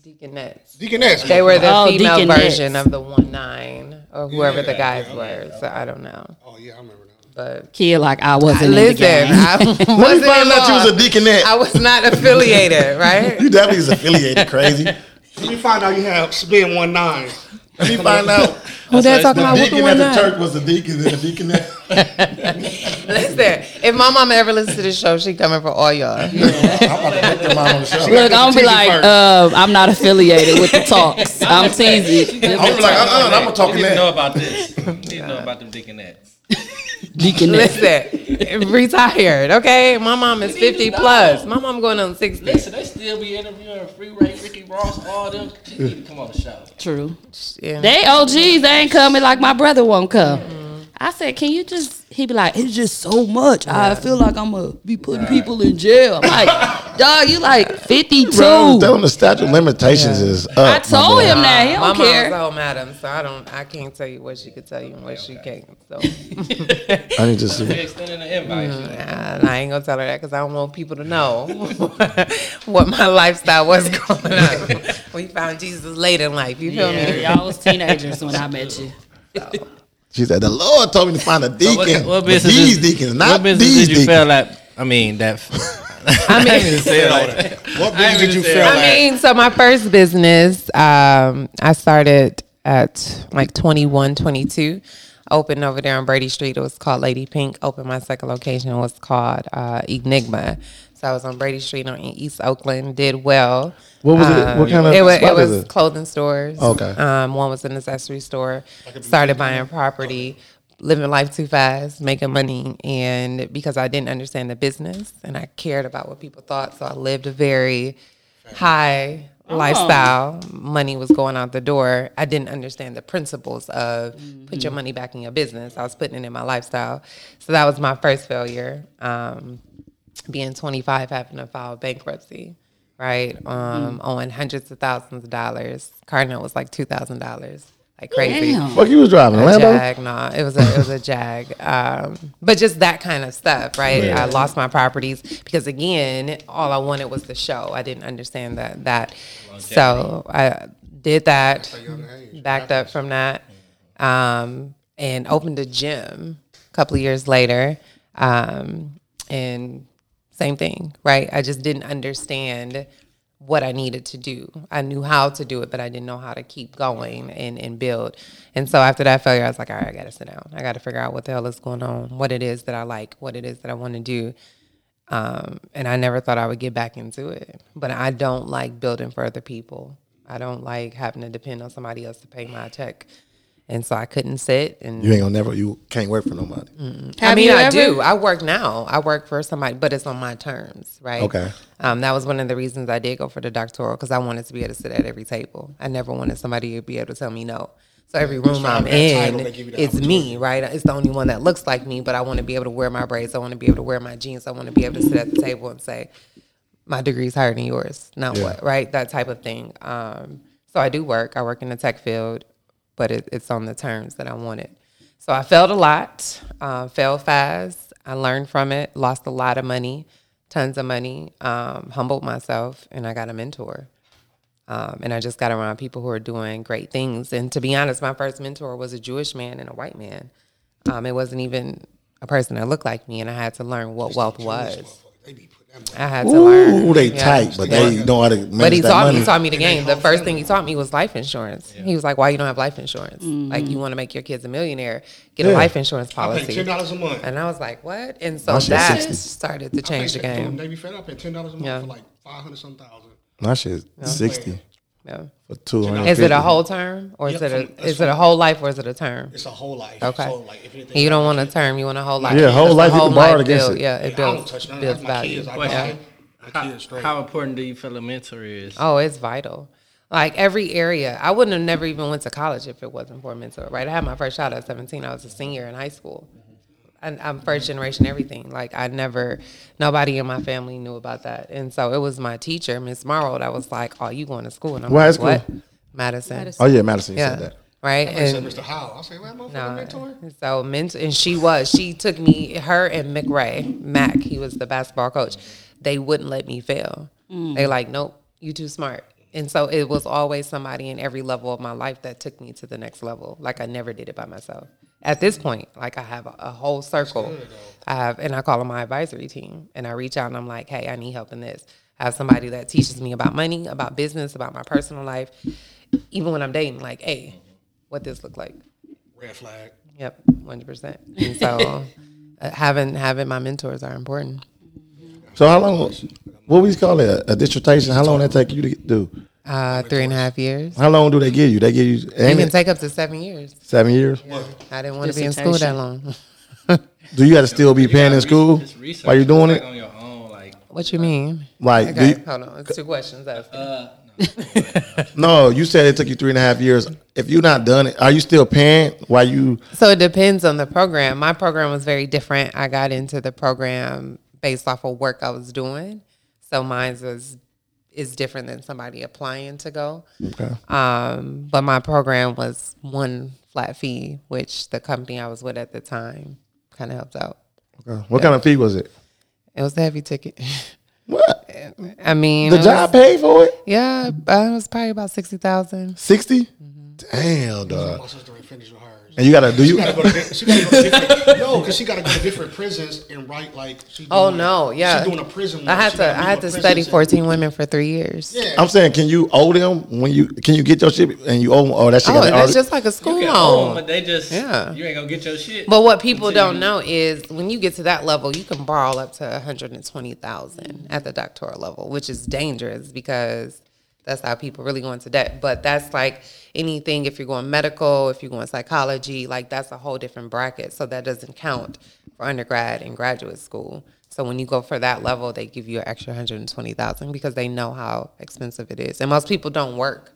I: Deaconettes.
H: Deaconess.
I: They were the
C: Oh,
I: female
C: Deaconettes.
I: version of the One Nine or whoever the
H: Yeah,
I: guys were. So I don't know,
H: Oh yeah, I remember that.
I: but
C: Kia like I wasn't in the
I: listen,
C: game.
I: I wasn't
G: Let me find out you was a
I: involved. I
G: deaconette.
I: was not affiliated, right?
G: You definitely is affiliated, crazy.
H: Let me find out you have spin one nine.
G: Let me find out.
I: Who they
G: The
I: talking about? Whooping
G: deacon at
I: One
G: the
I: Nine?
G: church was the deacon and the deaconette.
I: Listen, if my mama ever listens to this show, she coming for all y'all.
G: I'm about to put your mom on the show.
C: Look, I'm gonna be
H: Teasy
C: like,
H: first.
C: uh, I'm not affiliated with the talks. I'm teasy.
G: I'm gonna be like, uh-uh, I'm gonna
J: You
G: talking
J: need to
G: that.
J: know about this. You need to know about them deaconettes.
C: Deaconess.
I: Listen, retired. Okay, my mom is
J: We need to
I: fifty
J: know.
I: plus. My mom going on sixty.
J: Listen, they still be interviewing Free Ray, Ricky Ross, all them. She need to come on the show.
C: True.
I: Yeah.
C: They OGs, they ain't coming like my brother won't come. I said, can you just? He be like, it's just so much. I feel like I'm gonna be putting people in jail. I'm like, dog, you like 52.
K: Bro, tell him the statute of limitations
I: Yeah.
K: is up.
C: I
K: my
C: told
K: boy.
C: him that. He
I: my
C: don't care.
I: mom's old madam, so I don't. I can't tell you what she could tell you and what she can't. So
K: I need to see.
J: They extending the invite.
I: and I ain't gonna tell her that because I don't want people to know what my lifestyle was going on. we found Jesus late in life. You feel me?
C: Yeah, y'all was teenagers when I met you.
K: She said, "The Lord told me to find a deacon.
J: What, what
K: But
J: business?
K: these
J: is-
K: deacons, not
J: what business
K: these
J: did you
K: deacons."
J: feel like? I mean that. I mean, say it like that.
K: What
J: I
K: business did
J: ain't gonna
K: you
J: say
K: feel
J: it.
K: like?
I: I mean, so my first business, um, I started at like 21, 22. Opened over there on Brady Street. It was called Lady Pink. Opened my second location was called uh, Enigma. So I was on Brady Street on in East Oakland. Did well. Um,
K: What was it? What kind of
I: it was,
K: spot
I: it
K: was
I: was
K: it?
I: clothing stores.
K: Okay.
I: Um, one was an accessory store. Started buying property, living life too fast, making money, and because I didn't understand the business and I cared about what people thought, so I lived a very high lifestyle. Money was going out the door. I didn't understand the principles of put your money back in your business. I was putting it in my lifestyle, so that was my first failure. Um, being 25 having to file bankruptcy right um owing hundreds of thousands of dollars car note was like $2000 like crazy
C: Damn.
K: Fuck, you was driving
I: a
K: Lambo.
I: jag no it was a it was a jag um but just that kind of stuff right i lost my properties because again all i wanted was the show i didn't understand that that so i did that backed up from that um and opened a gym a couple of years later um and same thing, right? I just didn't understand what I needed to do. I knew how to do it, but I didn't know how to keep going and, and build. And so after that failure, I was like, all right, I gotta sit down. I gotta figure out what the hell is going on, what it is that I like, what it is that I wanna do. Um, and I never thought I would get back into it. But I don't like building for other people. I don't like having to depend on somebody else to pay my check. And so I couldn't sit and
K: You ain't gonna never. You can't work for nobody.
I: I
C: Have
I: mean,
C: you
I: I
C: ever-
I: do. I work now. I work for somebody, but it's on my terms, right?
K: Okay.
I: Um, that was one of the reasons I did go for the doctoral because I wanted to be able to sit at every table. I never wanted somebody to be able to tell me no. So every room I'm
H: that title,
I: in,
H: they give you that
I: it's me, right? It's the only one that looks like me, but I want to be able to wear my braids. I want to be able to wear my jeans. I want to be able to sit at the table and say, my degree's higher than yours. Now what, right? That type of thing. Um, so I do work. I work in the tech field, but it, it's on the terms that I wanted. So I failed a lot, uh, failed fast. I learned from it, lost a lot of money, tons of money, um, humbled myself, and I got a mentor. Um, and I just got around people who are doing great things. And to be honest, my first mentor was a Jewish man and a white man. Um, it wasn't even a person that looked like me, and I had to learn what wealth was. I had to learn.
K: Ooh, they
I: Yeah.
K: tight, but they know how to manage
I: But he
K: that
I: taught
K: money.
I: me, he taught me the game. The first thing he taught me was life insurance. He was like, "Why you don't have life insurance? Like you want to make your kids a millionaire, get a
K: Yeah.
I: life insurance
H: Mm. I pay
I: policy."
H: ten dollars a month.
I: And I was like, "What?" And so
K: My shit's
I: that
K: 60.
I: started to
H: I pay
I: change the
H: ten- from
I: game.
H: Navy Fed, I pay ten dollars a month
I: Yeah.
H: for like five hundred some thousand.
K: My shit, sixty
I: Yeah.
K: for two hundred.
I: Is it a whole term, or is
H: Yeah,
I: it
H: from-
I: a
H: that's
I: is it a
H: from-
I: whole life, or is it a term?
H: It's a whole life.
I: Okay.
H: So like if anything,
I: You don't want a term. You want a whole life.
K: Yeah, whole
I: Because the
K: life, you can borrow
I: life
K: against
I: build-
K: it.
I: Yeah,
H: I
I: it
H: don't
I: builds
H: touch none of
I: builds
H: that. My
I: value.
H: kids, I
J: Question.
H: buy my
J: How,
H: kids straight.
J: how important do you feel a mentor is?
I: Oh, it's vital. Like every area, I wouldn't have never even went to college if it wasn't for a mentor, right? I had my first child at 17. I was a senior in high school. And I'm first generation everything. Like I never, nobody in my family knew about that. And so it was my teacher, Miss Marrow, that was like, oh, you going to school. And I'm
K: What high
I: like,
K: school?
I: what? Madison.
K: Oh yeah, Madison, you
I: Yeah.
K: said that.
I: Right.
H: I said,
I: And-
H: Mr. Howe. I said, well, motherfucker,
I: Nah.
H: mentor.
I: So mentor, and she was. She took me, her and McRae, Mac. He was the basketball coach. They wouldn't let me fail. They like, nope, you too smart. And so it was always somebody in every level of my life that took me to the next level. Like I never did it by myself. At this point, like I have a, a whole circle. I have, and I call them my advisory team. And I reach out and I'm like, hey, I need help in this. I have somebody that teaches me about money, about business, about my personal life. Even when I'm dating, like, hey, what this look like?
H: Red flag.
I: Yep, hundred percent. And so, uh, having having my mentors are important.
K: So how long? What we call it? A dissertation? How long that take you to do?
I: Uh, three and a half years.
K: How long do they give you? They give you
I: You
K: ain't
I: can
K: it
I: take up to seven years.
K: seven years.
I: I didn't want to be in school that
C: Dissertation.
I: long.
G: do you got to still be paying in school
J: It's research.
G: while you're doing
J: It's
G: it?
J: like on your own, like
I: What you mean?
G: Like, do
I: okay,
G: you-
I: hold on. It's two questions. Left.
G: No, you said it took you three and a half years. If you're not done it, are you still paying while you?
I: So it depends on the program. My program was very different. I got into the program based off of work I was doing. So mine was is different than somebody applying to go.
G: Okay.
I: Um, but my program was one flat fee, which the company I was with at the time kind of helped out.
G: okay. uh, What kind of fee was it?
I: It was a heavy ticket.
G: What
I: I mean,
G: the
I: it was-
G: job paid for it?
I: Yeah, uh, it was probably about sixty thousand.
G: 60
I: Mm-hmm.
G: Damn, dog.
H: My sister ain't finished with hers.
G: And you gotta do you?
H: She gotta go to, di- she gotta go to different, no, because she gotta go to different prisons and write like. She
I: Oh
H: doing-
I: no, yeah.
H: She doing a prison.
I: I
H: one.
I: had
H: She
I: to
H: gotta
I: I
H: do
I: had
H: a
I: to
H: prison
I: study
H: sen-
I: fourteen women for three years.
H: Yeah.
G: I'm saying, can you owe them when you? Can you get your shit and you owe? Them? Oh, that shit.
I: Oh,
G: got
I: and
G: already-
I: that's just like a school
J: you can own,
I: loan.
J: but they just
I: Yeah.
J: you ain't gonna get your shit.
I: But what people
J: until
I: don't
J: you-
I: know is when you get to that level, you can borrow up to 120,000 at the doctoral level, which is dangerous because that's how people really go into debt. But that's like anything if you're going medical, if you're going psychology, like that's a whole different bracket. So that doesn't count for undergrad and graduate school. So when you go for that level, they give you an extra 120,000 because they know how expensive it is. And most people don't work.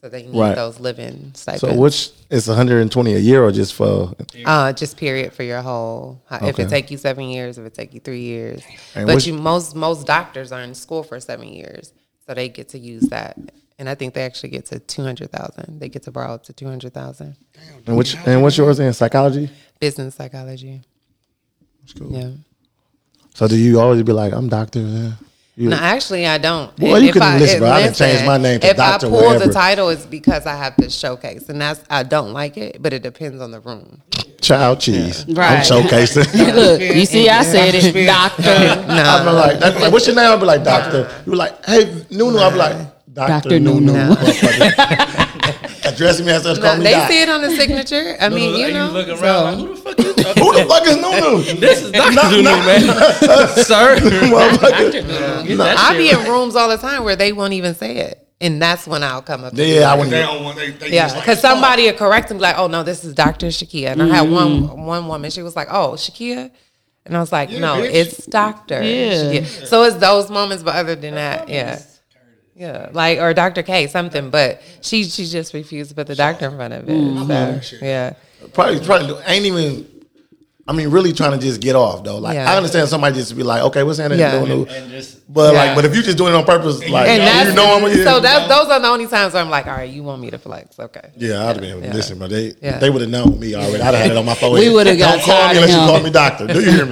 I: So they need
G: Right.
I: those living stipends.
G: so which is 120 a year or just for?
I: Uh, just period for your whole. how- If
G: Okay.
I: it take you seven years, if it take you three years,
G: And
I: but
G: what's-
I: you most most doctors are in school for seven years, so they get to use that. And I think they actually get to two hundred thousand. They get to borrow up to two hundred thousand.
G: And which and what's yours in psychology?
I: Business psychology. Yeah.
G: So do you always be like, I'm doctor? Yeah. You-
I: No, actually, I don't.
G: Boy, you couldn't listen, bro. I done changed my name to
I: if
G: Dr.
I: I pull
G: whatever.
I: the title, it's because I have to showcase, and that's I don't like it, but it depends on the room.
G: Child cheese.
C: Right.
G: I'm showcasing.
C: Look, you see, I said it, doctor.
G: I'd be like, that's like, what's your name? I'd be like, doctor. You were like, hey, Nunu. I'd be like, doctor,
C: Dr.
G: Nunu.
C: Nunu.
G: motherfucker. Addressing me as such, call
I: No,
G: me
I: they
G: doc.
I: see it on the signature. I mean, you
J: you
I: know,
J: look around
I: so-
J: like who the fuck you talking
G: Who the fuck is Nunu?
J: This is Dr. Doodle, man. Sir. Dr. Doodle. Get that
I: I
J: shit
I: be
J: right.
I: in rooms all the time where they won't even say it, and that's when I'll come up.
G: Yeah, I
H: They
G: wouldn't.
H: don't want. They, they
I: yeah,
H: just like,
I: because somebody will correct them, like, "Oh no, this is Doctor Shakia." And I had
G: Mm-hmm.
I: one one woman, she was like, "Oh, Shakia," and I was like, "No,
H: bitch.
I: it's Doctor."
C: Yeah.
I: Shakia." So it's those moments, but other than that, yeah. Yeah, like or Dr. K something, but she she just refused to put the doctor in front of it.
G: Mm-hmm.
I: So, yeah,
G: Probably, probably ain't even. I mean, really trying to just get off though. Like,
I: Yeah.
G: I understand somebody just be like, okay, what's that?
I: Yeah.
G: Nunu?
J: And just
G: But
I: Yeah.
G: like, but if you just doing it on purpose, like,
I: and that's
G: you know, I'm gonna-
I: so that's those are the only times where I'm like, all right, you want me to flex, okay?
G: Yeah, I'd have been
I: Yeah.
G: listen, but they
I: Yeah.
G: they would have known me already. I'd have had it on my phone.
C: We would've got
G: Don't call
C: tired
G: me
C: of
G: unless you
C: him.
G: call me doctor. Do you hear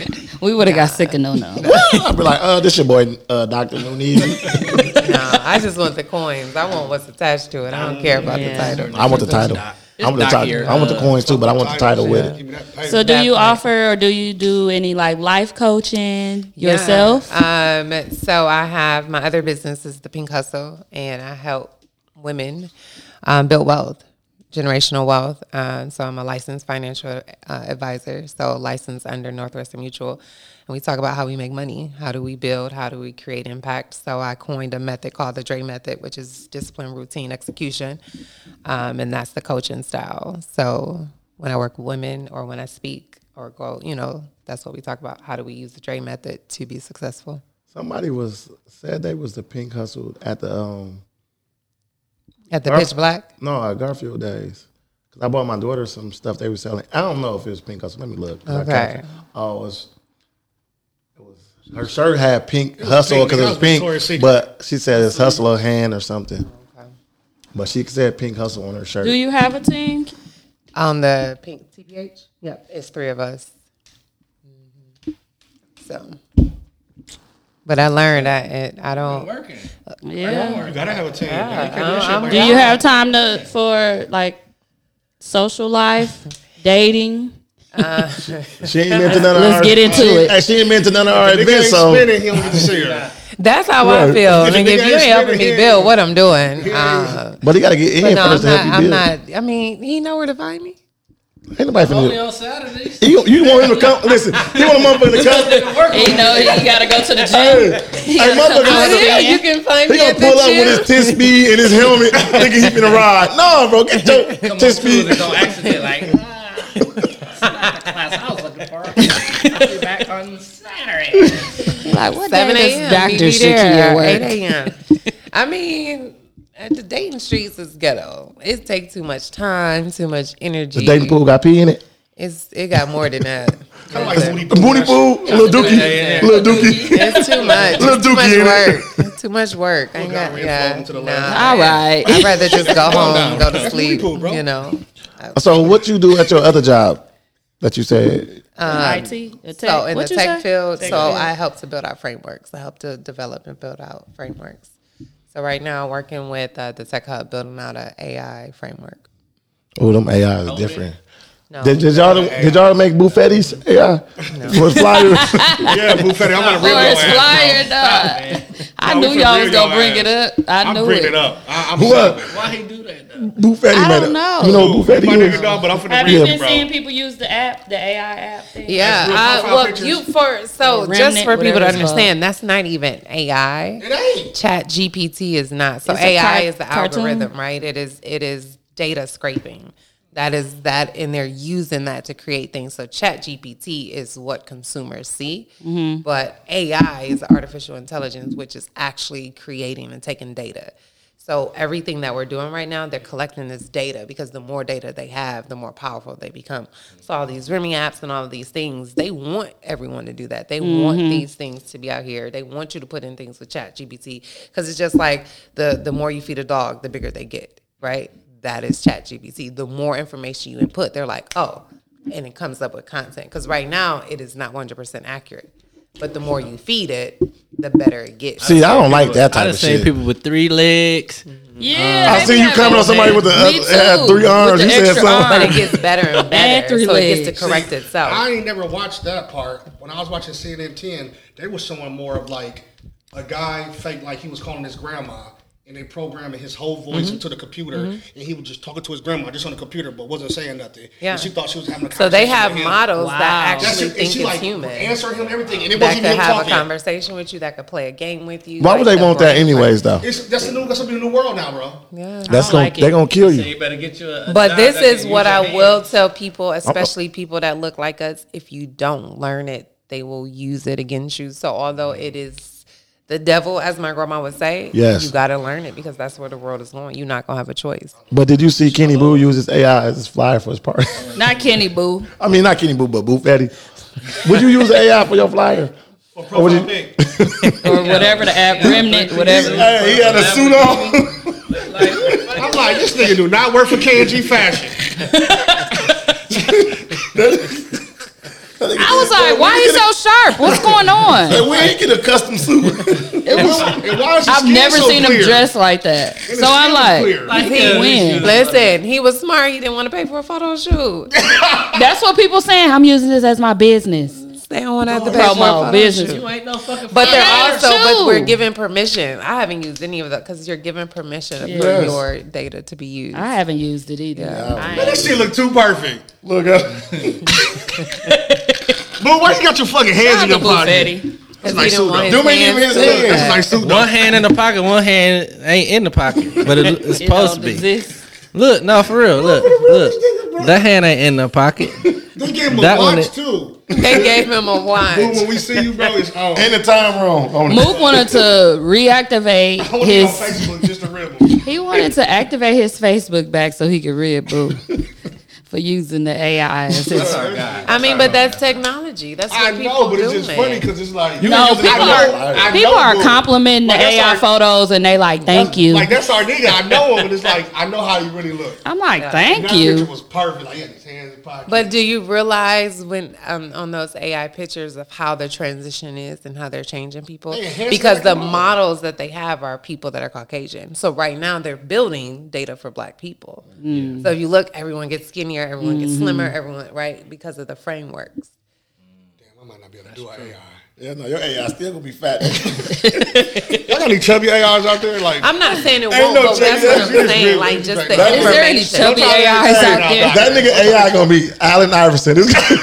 G: me?
C: We would have got sick of no no.
G: I'd be like, uh, this your boy, uh, Doctor Mooney.
I: no, I just want the coins. I want what's attached to it. I don't care about
C: Yeah.
I: the title.
G: I want the title. I want the
J: It's
G: title.
J: Doctor,
G: I want the coins too, but I want the title with
H: Give
G: it.
H: me that paper.
C: So do you
I: Definitely.
C: offer or do you do any like life coaching yourself?
I: Um, so I have my other business is the Pink Hustle, and I help women um, build wealth, generational wealth. Um, so I'm a licensed financial uh, advisor, so licensed under Northwestern Mutual, and we talk about how we make money, how do we build, how do we create impact. So I coined a method called the Dre method, which is discipline, routine, execution, um, and that's the coaching style. So when I work with women or when I speak or go, you know, that's what we talk about. How do we use the Dre method to be successful?
G: Somebody was said they was the pink hustle at the um
I: At the
G: Huh?
I: pitch black?
G: no at Garfield days. Cause I bought my daughter some stuff they were selling. I don't know if it was pink hustle. Let me look. 'cause I
I: Okay.
G: can't- Oh, it was. it was- Her shirt had pink hustle because it was
H: That was Victoria's
G: pink,
H: Secret.
G: but she said it's hustle her hand or something. But she said pink hustle on her shirt.
C: do you have a team?
I: On the pink TBH? Yep. It's three of us. Mm-hmm. So. But I learned I it, I don't
J: working.
C: Yeah. Uh,
H: You gotta have a team. man. You can't do
I: Yeah,
H: that shit
I: I'm-
H: by
C: Do you have time to for like social life, dating?
G: She ain't meant to none of
C: Let's
G: our.
C: get into
G: she,
C: it.
G: hey, She ain't meant to none of our
H: Nigga ain't
G: events. So
H: spinning, he don't get to see her.
I: That's how I
G: Right.
I: feel.
H: If you
I: Like, if
H: nigga
I: you
H: ain't
I: ain't helping
H: spinning
I: me
H: head-
I: build what I'm doing, uh,
G: But he got to get in
I: but no, I'm
G: first
I: not.
G: to help you
I: I'm
G: build.
I: not. I mean, he know where to find me.
G: Ain't nobody
H: Oh.
J: Only
G: finna.
J: on Saturdays.
G: You, you want him to come? Listen, you want a motherfucker to come?
J: Nigga working.
C: You know, you gotta go to the
G: Hey,
C: gym.
G: hey, motherfucker,
I: Yeah, you can find
G: he
I: me
G: gonna
I: at the
G: pull up with
I: gym.
G: his ten speed and his helmet, thinking he finna ride. No, bro, get your
J: Come
G: ten
J: on,
G: speed.
J: Tuesdays on accident, like. ah.
L: I'll be back on Saturday.
I: like
L: what
I: seven
L: day does
I: a.m.
L: doctor
I: we be
L: shit you
I: there,
L: at work?
I: Eight a.m. I mean, at the dating streets is ghetto. It takes too much time, too much energy.
K: The dating pool got pee in it.
I: It's it got more than that.
H: Kind of like
K: Booty pool, little dookie, little dookie.
I: It's too much.
K: Little
I: It's too much
K: dookie in
I: work. It's Too much work. I ain't got yeah. Nah.
K: All right.
I: I'd rather just go
K: Calm
I: home,
K: down.
I: go to
K: That's
I: sleep.
K: pretty cool, bro.
I: You know.
K: So what you do at your other job that you said?
I: Um,
C: IT? The tech-
I: So in
C: what
I: the
C: you
I: tech
C: say?
I: field,
C: Tech
I: so
C: field.
I: I help to build out frameworks. I help to develop and build out frameworks. So right now, I'm working with uh, the Tech Hub building out an AI framework.
K: Oh, them AI is different.
I: No.
K: Did, did y'all did y'all make buffettis? Yeah, was flyers.
H: yeah, buffetti. I'm not a real
C: Well, it's
H: ass.
C: flyer, dog. I knew y'all was gonna bring it up. I
H: am
C: knew
H: bringing
C: it.
H: it up. I, I'm
K: Who up?
H: Why he do that?
K: Buffetti.
C: I
K: made
C: don't
K: a-
C: know.
K: You know what buffetti
H: My
K: is?
H: nigga, dog, but I'm finna
C: Have
K: Yeah.
C: you been seeing people use the app, the AI app thing?
I: Yeah, I, well, you for so
C: Remnant,
I: just for people
C: whatever it's
I: to
C: called.
I: understand, that's not even AI. It ain't. Chat GPT is not. So
C: It's a
I: AI
C: car-
I: is the
C: cartoon?
I: algorithm, right? It is it is data scraping. That is that, and they're using that to create things. So Chat GPT is what consumers see,
C: Mhm.
I: but AI is artificial intelligence, which is actually creating and taking data. So everything that we're doing right now, they're collecting this data because the more data they have, the more powerful they become. So all these Remy apps and all of these things, they want everyone to do that. They want
L: Mhm.
I: these things to be out here. They want you to put in things with Chat GPT because it's just like the the more you feed a dog, the bigger they get, right? That is Chat GPT. The more information you input, they're like, oh, and it comes up with content. Because right now, it is not 100% accurate. But the more you feed it, the better it gets.
K: See, I don't like that type
A: I done
K: of
A: seen
K: shit.
A: people with three legs.
C: Yeah,
K: Uh, I
A: they
K: seen
A: be
K: you coming on somebody with the
A: Me
K: other, had
A: too.
K: three arms.
A: With
K: You
A: the
K: said
A: extra
K: something.
I: But it gets better and better, so
K: three
I: it gets
K: legs.
I: to correct itself.
H: I ain't never watched that part. When I was watching CNN 10, they were showing more of like a guy fake like he was calling his grandma. And they programming his whole voice
I: Mhm.
H: into the computer,
I: Mhm.
H: and he was just talking to his grandma just on the computer, but wasn't saying nothing.
I: Yeah.
H: And she thought she was having a
I: So they
H: conversation
I: have
H: with him.
I: models that
H: That's
I: actually
H: it. And
I: think
H: she,
I: it's
H: like,
I: human.
H: Answer him everything, and it
I: that
H: wasn't
I: could
H: even
I: have
H: talking.
I: a conversation with you, that could play a game with you.
K: Why would they
I: the
K: want that
I: brain-
K: anyways, though?
H: It's, that's the new. That's the new world now, bro.
I: Yeah,
K: That's gonna they gonna kill you.
J: better get you a.
I: But
J: job
I: this
J: that can
I: is
J: use
I: what
J: your
I: I
J: hands.
I: will tell people, especially people that look like us. If you don't learn it, they will use it against you. So although it is the devil, as my grandma would say,
K: Yes.
I: you got to learn it because that's where the world is going. You're not gonna have a choice.
K: But did you see Kenny Boo use his AI as his flyer for his party?
C: Not Kenny Boo.
K: I mean, not Kenny Boo, but Buffetti. Would you use AI for your flyer? Or would you-
C: or whatever the app, Remnant, whatever.
K: Hey, he had a suit on.
H: I'm like, this nigga do not work for KG Fashion.
C: I was like, why you so sharp? What's going
K: Hey,
C: on?
K: we ain't get a custom suit.
C: It was- I've never seen him dressed like that. So I'm like, he wins.
I: Listen, he was smart. He didn't want to pay for a photo shoot.
C: That's what people saying. I'm using this as my business.
I: They don't want to have to pay for a
C: promo
I: photo
C: business.
I: shoot.
J: ain't no fucking.
I: But they're also, but we're
C: Shoot.
I: given permission. I haven't used any of that because you're given permission for
C: Yes.
I: your data to be used.
C: I haven't used it either.
H: Man, that shit look too perfect. Look up. Boo, why you got your fucking hands in your pocket? That's a nice suit, though.
K: Do me give him his
H: That's a
K: hand.
H: nice suit, though.
A: One hand in the pocket, one hand ain't in the pocket, but it, it's
H: It
A: supposed to
H: don't
A: be. Look, no, for real. Look, look. That hand ain't in the pocket.
H: They gave him
A: That
H: a
A: one
H: watch
A: it-
H: too.
I: They gave him a watch.
H: Boo, when we see you, bro, it's on.
K: In the time room.
C: Mook wanted to reactivate
H: Put it on
C: his.
H: Facebook just to rib
C: He wanted to activate his Facebook back so he could read Boo for using the AI as his.
I: I mean, but that's technology. That's what
H: I
I: people
H: know, but
I: do.
H: it's just funny because it's like
C: no, people
H: I know- I
C: are, people
H: know
C: are
H: Boo.
C: complimenting the
H: Like, that's
C: AI
H: our-
C: photos and they like, thank you.
H: Like that's our nigga. I know him, but it's like I know how you really look.
C: I'm like,
H: And
C: thank
H: that
C: you.
H: Picture was perfect. Like he had his hands in his pocket.
I: But do you realize when um, on those AI pictures of how the transition is and how they're changing people?
H: They enhance
I: Because
H: it
I: the
H: like a model.
I: models that they have are people that are Caucasian. So right now they're building data for Black people.
C: Mm.
I: So if you look, everyone gets skinnier, everyone gets
H: Mhm.
C: Mm-hmm.
I: slimmer, everyone right because of the frameworks.
K: Yeah, no, your AI still gonna be fat.
H: Y'all got any chubby AIs out there? Like
I: I'm not saying it
H: Ain't
I: won't,
H: no
I: but that's
H: chubby
I: what I'm
H: AIs.
I: saying. Like just the
K: That-
I: information.
K: That nigga AI gonna be Allen Iverson. This guy-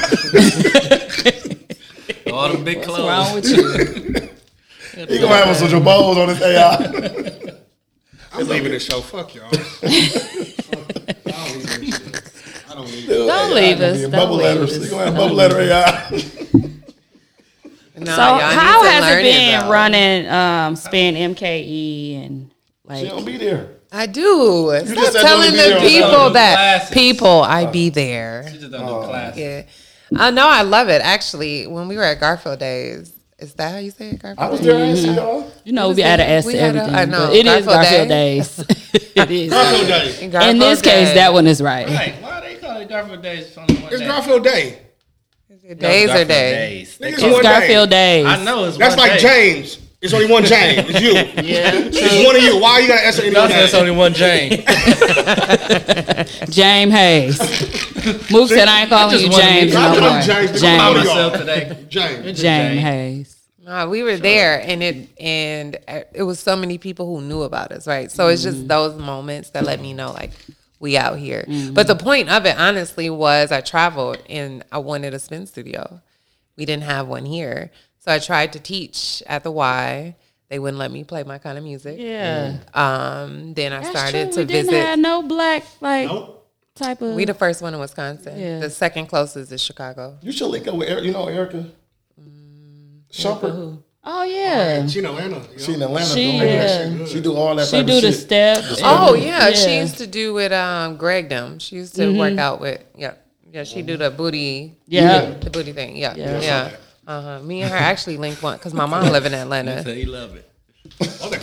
J: All the big clothes.
K: wrong with he gonna have us with your balls on his AI.
H: I'm leaving the show. Fuck y'all.
C: Don't leave us. Don't leave us.
K: Bubble letters. He gonna have bubble letter AI.
I: No,
C: so
I: y'all need
C: how
I: to
C: has
I: learn
C: it
I: it,
C: been
I: though.
C: running um spin MKE E and like
I: don't
K: be there.
I: I do.
C: You
I: Stop
C: just said
I: telling
C: don't be
I: the
C: there on
I: people
C: Saturday.
I: that
C: Classes.
I: people I
C: Oh.
I: be there.
J: She just don't do classes.
I: Yeah. I know I love it. Actually, when we were at Garfield Days, is that how you say it? Garfield
C: I was there, I
I: Days?
C: see
I: Mhm.
C: y'all. You know,
I: What
C: we
I: is
C: add
I: that?
C: an S
I: We
C: to
I: had a-
C: everything.
I: I know.
C: but It is Garfield
I: Day.
C: days. it is.
I: Mm-hmm. Garfield Days.
C: In this
I: Garfield
C: case,
I: Day.
C: that one is right.
J: Right. Why they call it Garfield Days? Only one
H: It's
J: day.
H: Garfield Day.
I: Days or
J: Garfield
I: days?
J: They
H: It's
J: call it-
H: one
C: Garfield
H: day.
C: days.
J: I know it's
H: That's
J: one
H: like
J: day.
H: James. It's only one James. It's you.
J: Yeah.
H: It's one of you. Why you gotta answer any
J: That's- that's only
A: one James.
C: James Hayes. Mook said I ain't calling you James no more. James.
J: today.
H: James.
C: James Hayes.
I: Nah, we were there, and it and uh, it was so many people who knew about us, right? So it's
C: Mm-hmm.
I: just those moments that let me know, like we out here.
C: Mm-hmm.
I: But the point of it, honestly, was I traveled and I wanted a spin studio. We didn't have one here, so I tried to teach at the Y. They wouldn't let me play my kind of music.
C: Yeah.
I: Um. Then I started
C: we
I: to
C: didn't
I: visit.
C: have no black like type of.
I: we the first one in Wisconsin.
C: Yeah.
I: The second closest is Chicago.
K: You should link up with Erica. You know Erica. Shumpert.
C: oh yeah.
H: She in Atlanta.
K: She in Atlanta.
C: She,
K: doing
C: yeah.
K: that shit. she do all that.
C: She
K: type of
C: do the
K: shit.
C: step.
K: The
I: Oh
K: step.
I: yeah. she
C: Yeah.
I: used to do with um Greg them. She used to work
C: Mhm.
I: out with yeah yeah. She do the booty
C: Yeah.
I: the booty thing yeah
C: Yeah.
I: yeah. Uh huh. Me and her actually linked one because my mom live in Atlanta.
J: He love it.
H: Which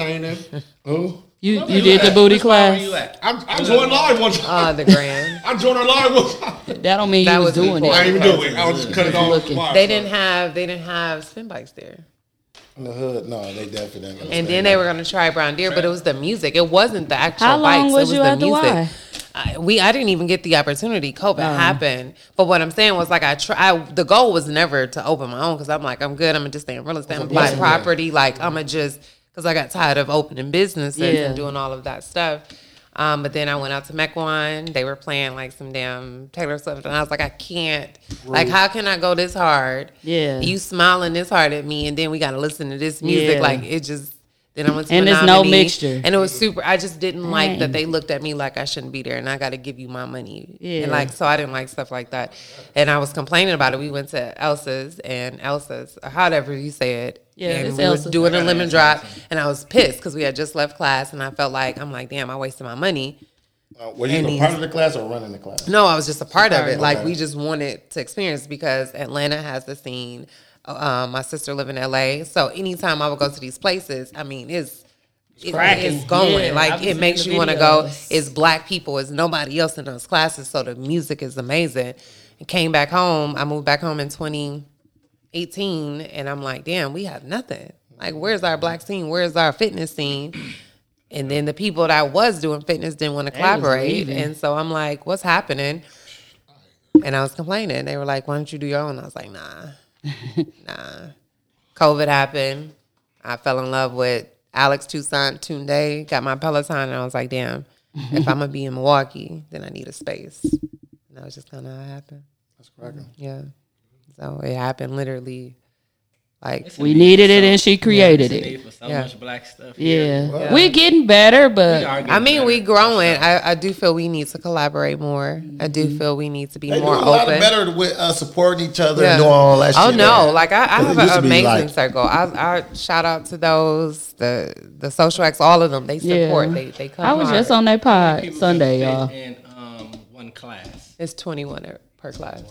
H: I ain't in.
K: Who?
C: You
H: you did the booty class? I, I joined live one time.
I: Ah, the grand.
H: I joined her live one time.
C: That don't mean you was, doing it.
H: I didn't even do it. I was just cutting off. the wire.
I: They didn't have they didn't have spin bikes there,
K: In the hood, no, they definitely. Ain't gonna stay
I: and then
K: there.
I: they were gonna try Brown Deer, but it was the music. It wasn't the actual
C: How long
I: bikes.
C: was
I: it
C: you
I: was the
C: at the
I: music.
C: Y?
I: I, we I didn't even get the opportunity. COVID
C: Oh.
I: happened, but what I'm saying was like I try. I, the goal was never to open my own because I'm like I'm good. I'm gonna just stay in real estate. I'm gonna buy
C: blessing, yeah.
I: property. Like I'm gonna just because I got tired of opening businesses
C: Yeah.
I: and doing all of that stuff. Um, but then I went out to Mequon. They were playing like some damn Taylor Swift, and I was like, I can't. Like,
C: Rude.
I: how can I go this hard?
C: Yeah.
I: you smiling this hard at me, and then we got to listen to this music.
C: Yeah.
I: Like it just. Then I went to
C: And there's no
I: Menominee,
C: mixture.
I: and it was super. I just didn't like
C: Dang.
I: that they looked at me like I shouldn't be there, and I got to give you my money.
C: Yeah.
I: And like, so I didn't like stuff like that, and I was complaining about it. We went to Elsa's and Elsa's, or however you say it.
C: Yeah,
I: and
C: it's
I: we were
C: Elsa's.
I: doing a lemon drop, and I was pissed because we had just left class, and I felt like I'm like, damn, I wasted my money.
K: Uh, were you
I: And
K: a
I: these-
K: part of the class or running the class?
I: No, I was just a part of
K: Okay.
I: it. Like we just wanted to experience because Atlanta has the scene. Uh, my sister live in LA, so anytime I would go to these places, I mean, it's it-
C: cracking.
I: it's going
C: Yeah, I've
I: like
C: seen
I: it makes
C: the
I: you want to go.
C: videos.
I: It's black people. It's nobody else in those classes, so the music is amazing. I came back home. I moved back home in 2018, and I'm like, damn, we have nothing. Like, where's our black scene? Where's our fitness scene? And then the people that I was doing fitness didn't want to
C: They was
I: collaborate,
C: leaving.
I: and so I'm like, what's happening? And I was complaining. They were like, why don't you do your own? I was like, nah, nah. COVID happened. I fell in love with Alex Toussaint Tunde, got my Peloton, and I was like, damn, if I'm going to be in Milwaukee, then I need a space. And that was just kind of how it happened. That's
K: cracking.
I: Yeah. So it happened literally like.
C: We needed it and she created it.
I: Yeah.
J: black stuff.
C: Yeah. We're getting better, but
I: I mean, we growing. I, I do feel we need to collaborate more. I do feel we need to be
K: They
I: more
K: do a lot
I: open.
K: better with uh, supporting each other
I: Yeah.
K: and doing all that.
I: Oh
K: shit.
I: no! Like I, I
K: 'Cause it
I: have
K: used to
I: an
K: be
I: amazing
K: like-
I: circle. I, I shout out to those the the social acts, all of them. They support. They they come.
C: I was
I: hard.
C: just on that pod Sunday, y'all.
J: In um, one class. Oh,
I: It's twenty one per class.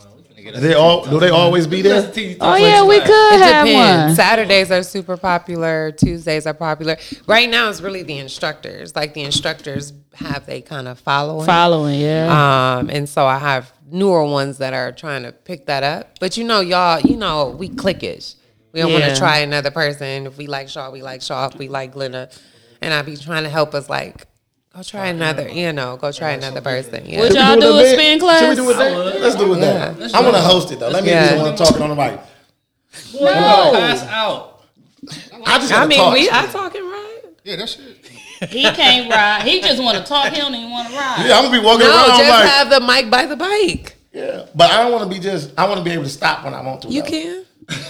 K: They all do. They always be there.
C: Oh, yeah, we could
I: It
C: have
I: depends.
C: one.
I: Saturdays are super popular. Tuesdays are popular. Right now, it's really the instructors. Like the instructors have they kind of following.
C: Following, yeah.
I: Um, and so I have newer ones that are trying to pick that up. But you know, y'all, you know, we clickish. We don't want
C: Yeah.
I: to try another person. If we like Shaw, we like Shaw. If we like Glenna, and I be trying to help us like. Go try another, you know. Go try another person. Yeah.
C: Would Oh, y'all do a spin class?
K: Should we do it
C: I
K: there?
C: would.
K: Let's do it
I: Yeah.
K: there. I want to host it though. Let me
I: Yeah.
K: be the one talking on the mic.
C: No.
J: Pass out.
K: I just.
I: I
K: gotta
I: mean,
K: talk.
I: we. I talking right.
H: Yeah, that's it.
C: He can't ride. He just want to talk. He don't even want to ride.
K: Yeah, I'm gonna be walking
I: No,
K: around
I: just
K: like,
I: have the mic by the bike.
K: Yeah, but I don't want to be just. I want to be able to stop when I want to.
I: You
K: though.
I: can.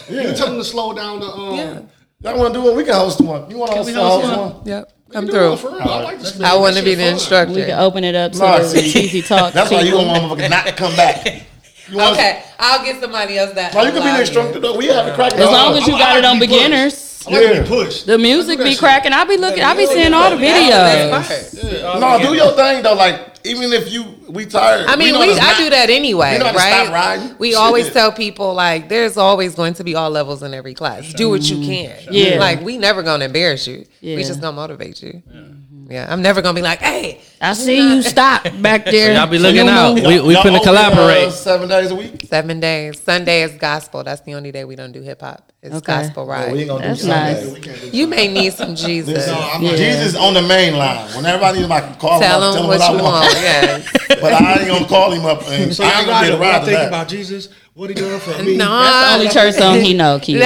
K: Yeah.
H: You tell them to slow down the um.
K: Y'all want to do one? We can host one. You want to
H: Can
K: host,
H: we
K: host
H: host
K: one?
C: Oh,
H: one?
I: Yep.
H: do
I: Come
H: it
I: through.
H: for real. I like this
I: I
H: man.
I: want to
H: This
I: be
H: shit
I: the
H: fun.
I: instructor.
C: We can open it up to
K: Nah,
C: the
K: see.
C: cheesy talk.
K: That's why you
C: people.
K: don't want to not come back.
G: want-
I: okay, I'll get somebody else that.
G: Bro, you can be
I: allow
G: the instructor though. We have a crack.
C: As long
K: Oh,
C: as you got it on beginners. The music be cracking. I be looking. I be seeing all the videos.
G: No, do your thing though. Like even if you we tired.
I: I mean,
G: know
I: we,
G: that's
I: I
G: not-
I: do that anyway,
G: we know how to
I: right?
G: stop riding.
I: We
G: Shit.
I: always tell people like, there's always going to be all levels in every class. Do what you can.
C: Mm-hmm. Yeah.
I: like we never gonna embarrass you.
C: Yeah.
I: We just gonna motivate you. Mm-hmm. Yeah. I'm never gonna be like, hey,
C: I see you stop back there.
A: Y'all be looking out. We we
G: Y'all
A: finna
G: open, uh,
A: collaborate.
G: seven days a week.
I: seven days. Sunday is gospel. That's the only day we don't do hip hop. It's
C: Okay.
I: gospel
G: Oh, we
I: right.
G: ain't gonna
C: That's
G: do Sunday.
C: nice.
I: You may need some Jesus.
G: No, I'm
C: Yeah.
G: Jesus on the main line. Whenever I need him, I can call
I: Tell
G: him. up,
I: them what
G: I
I: you want. Yeah.
G: But I ain't gonna call him up. And
H: So
G: I
H: y'all
G: ain't gonna
H: ride
G: get a
H: up.
G: ride
H: Y'all
G: to
H: think
G: that.
H: about Jesus. What he done for me?
I: No,
C: That's the only church song he know, Keith.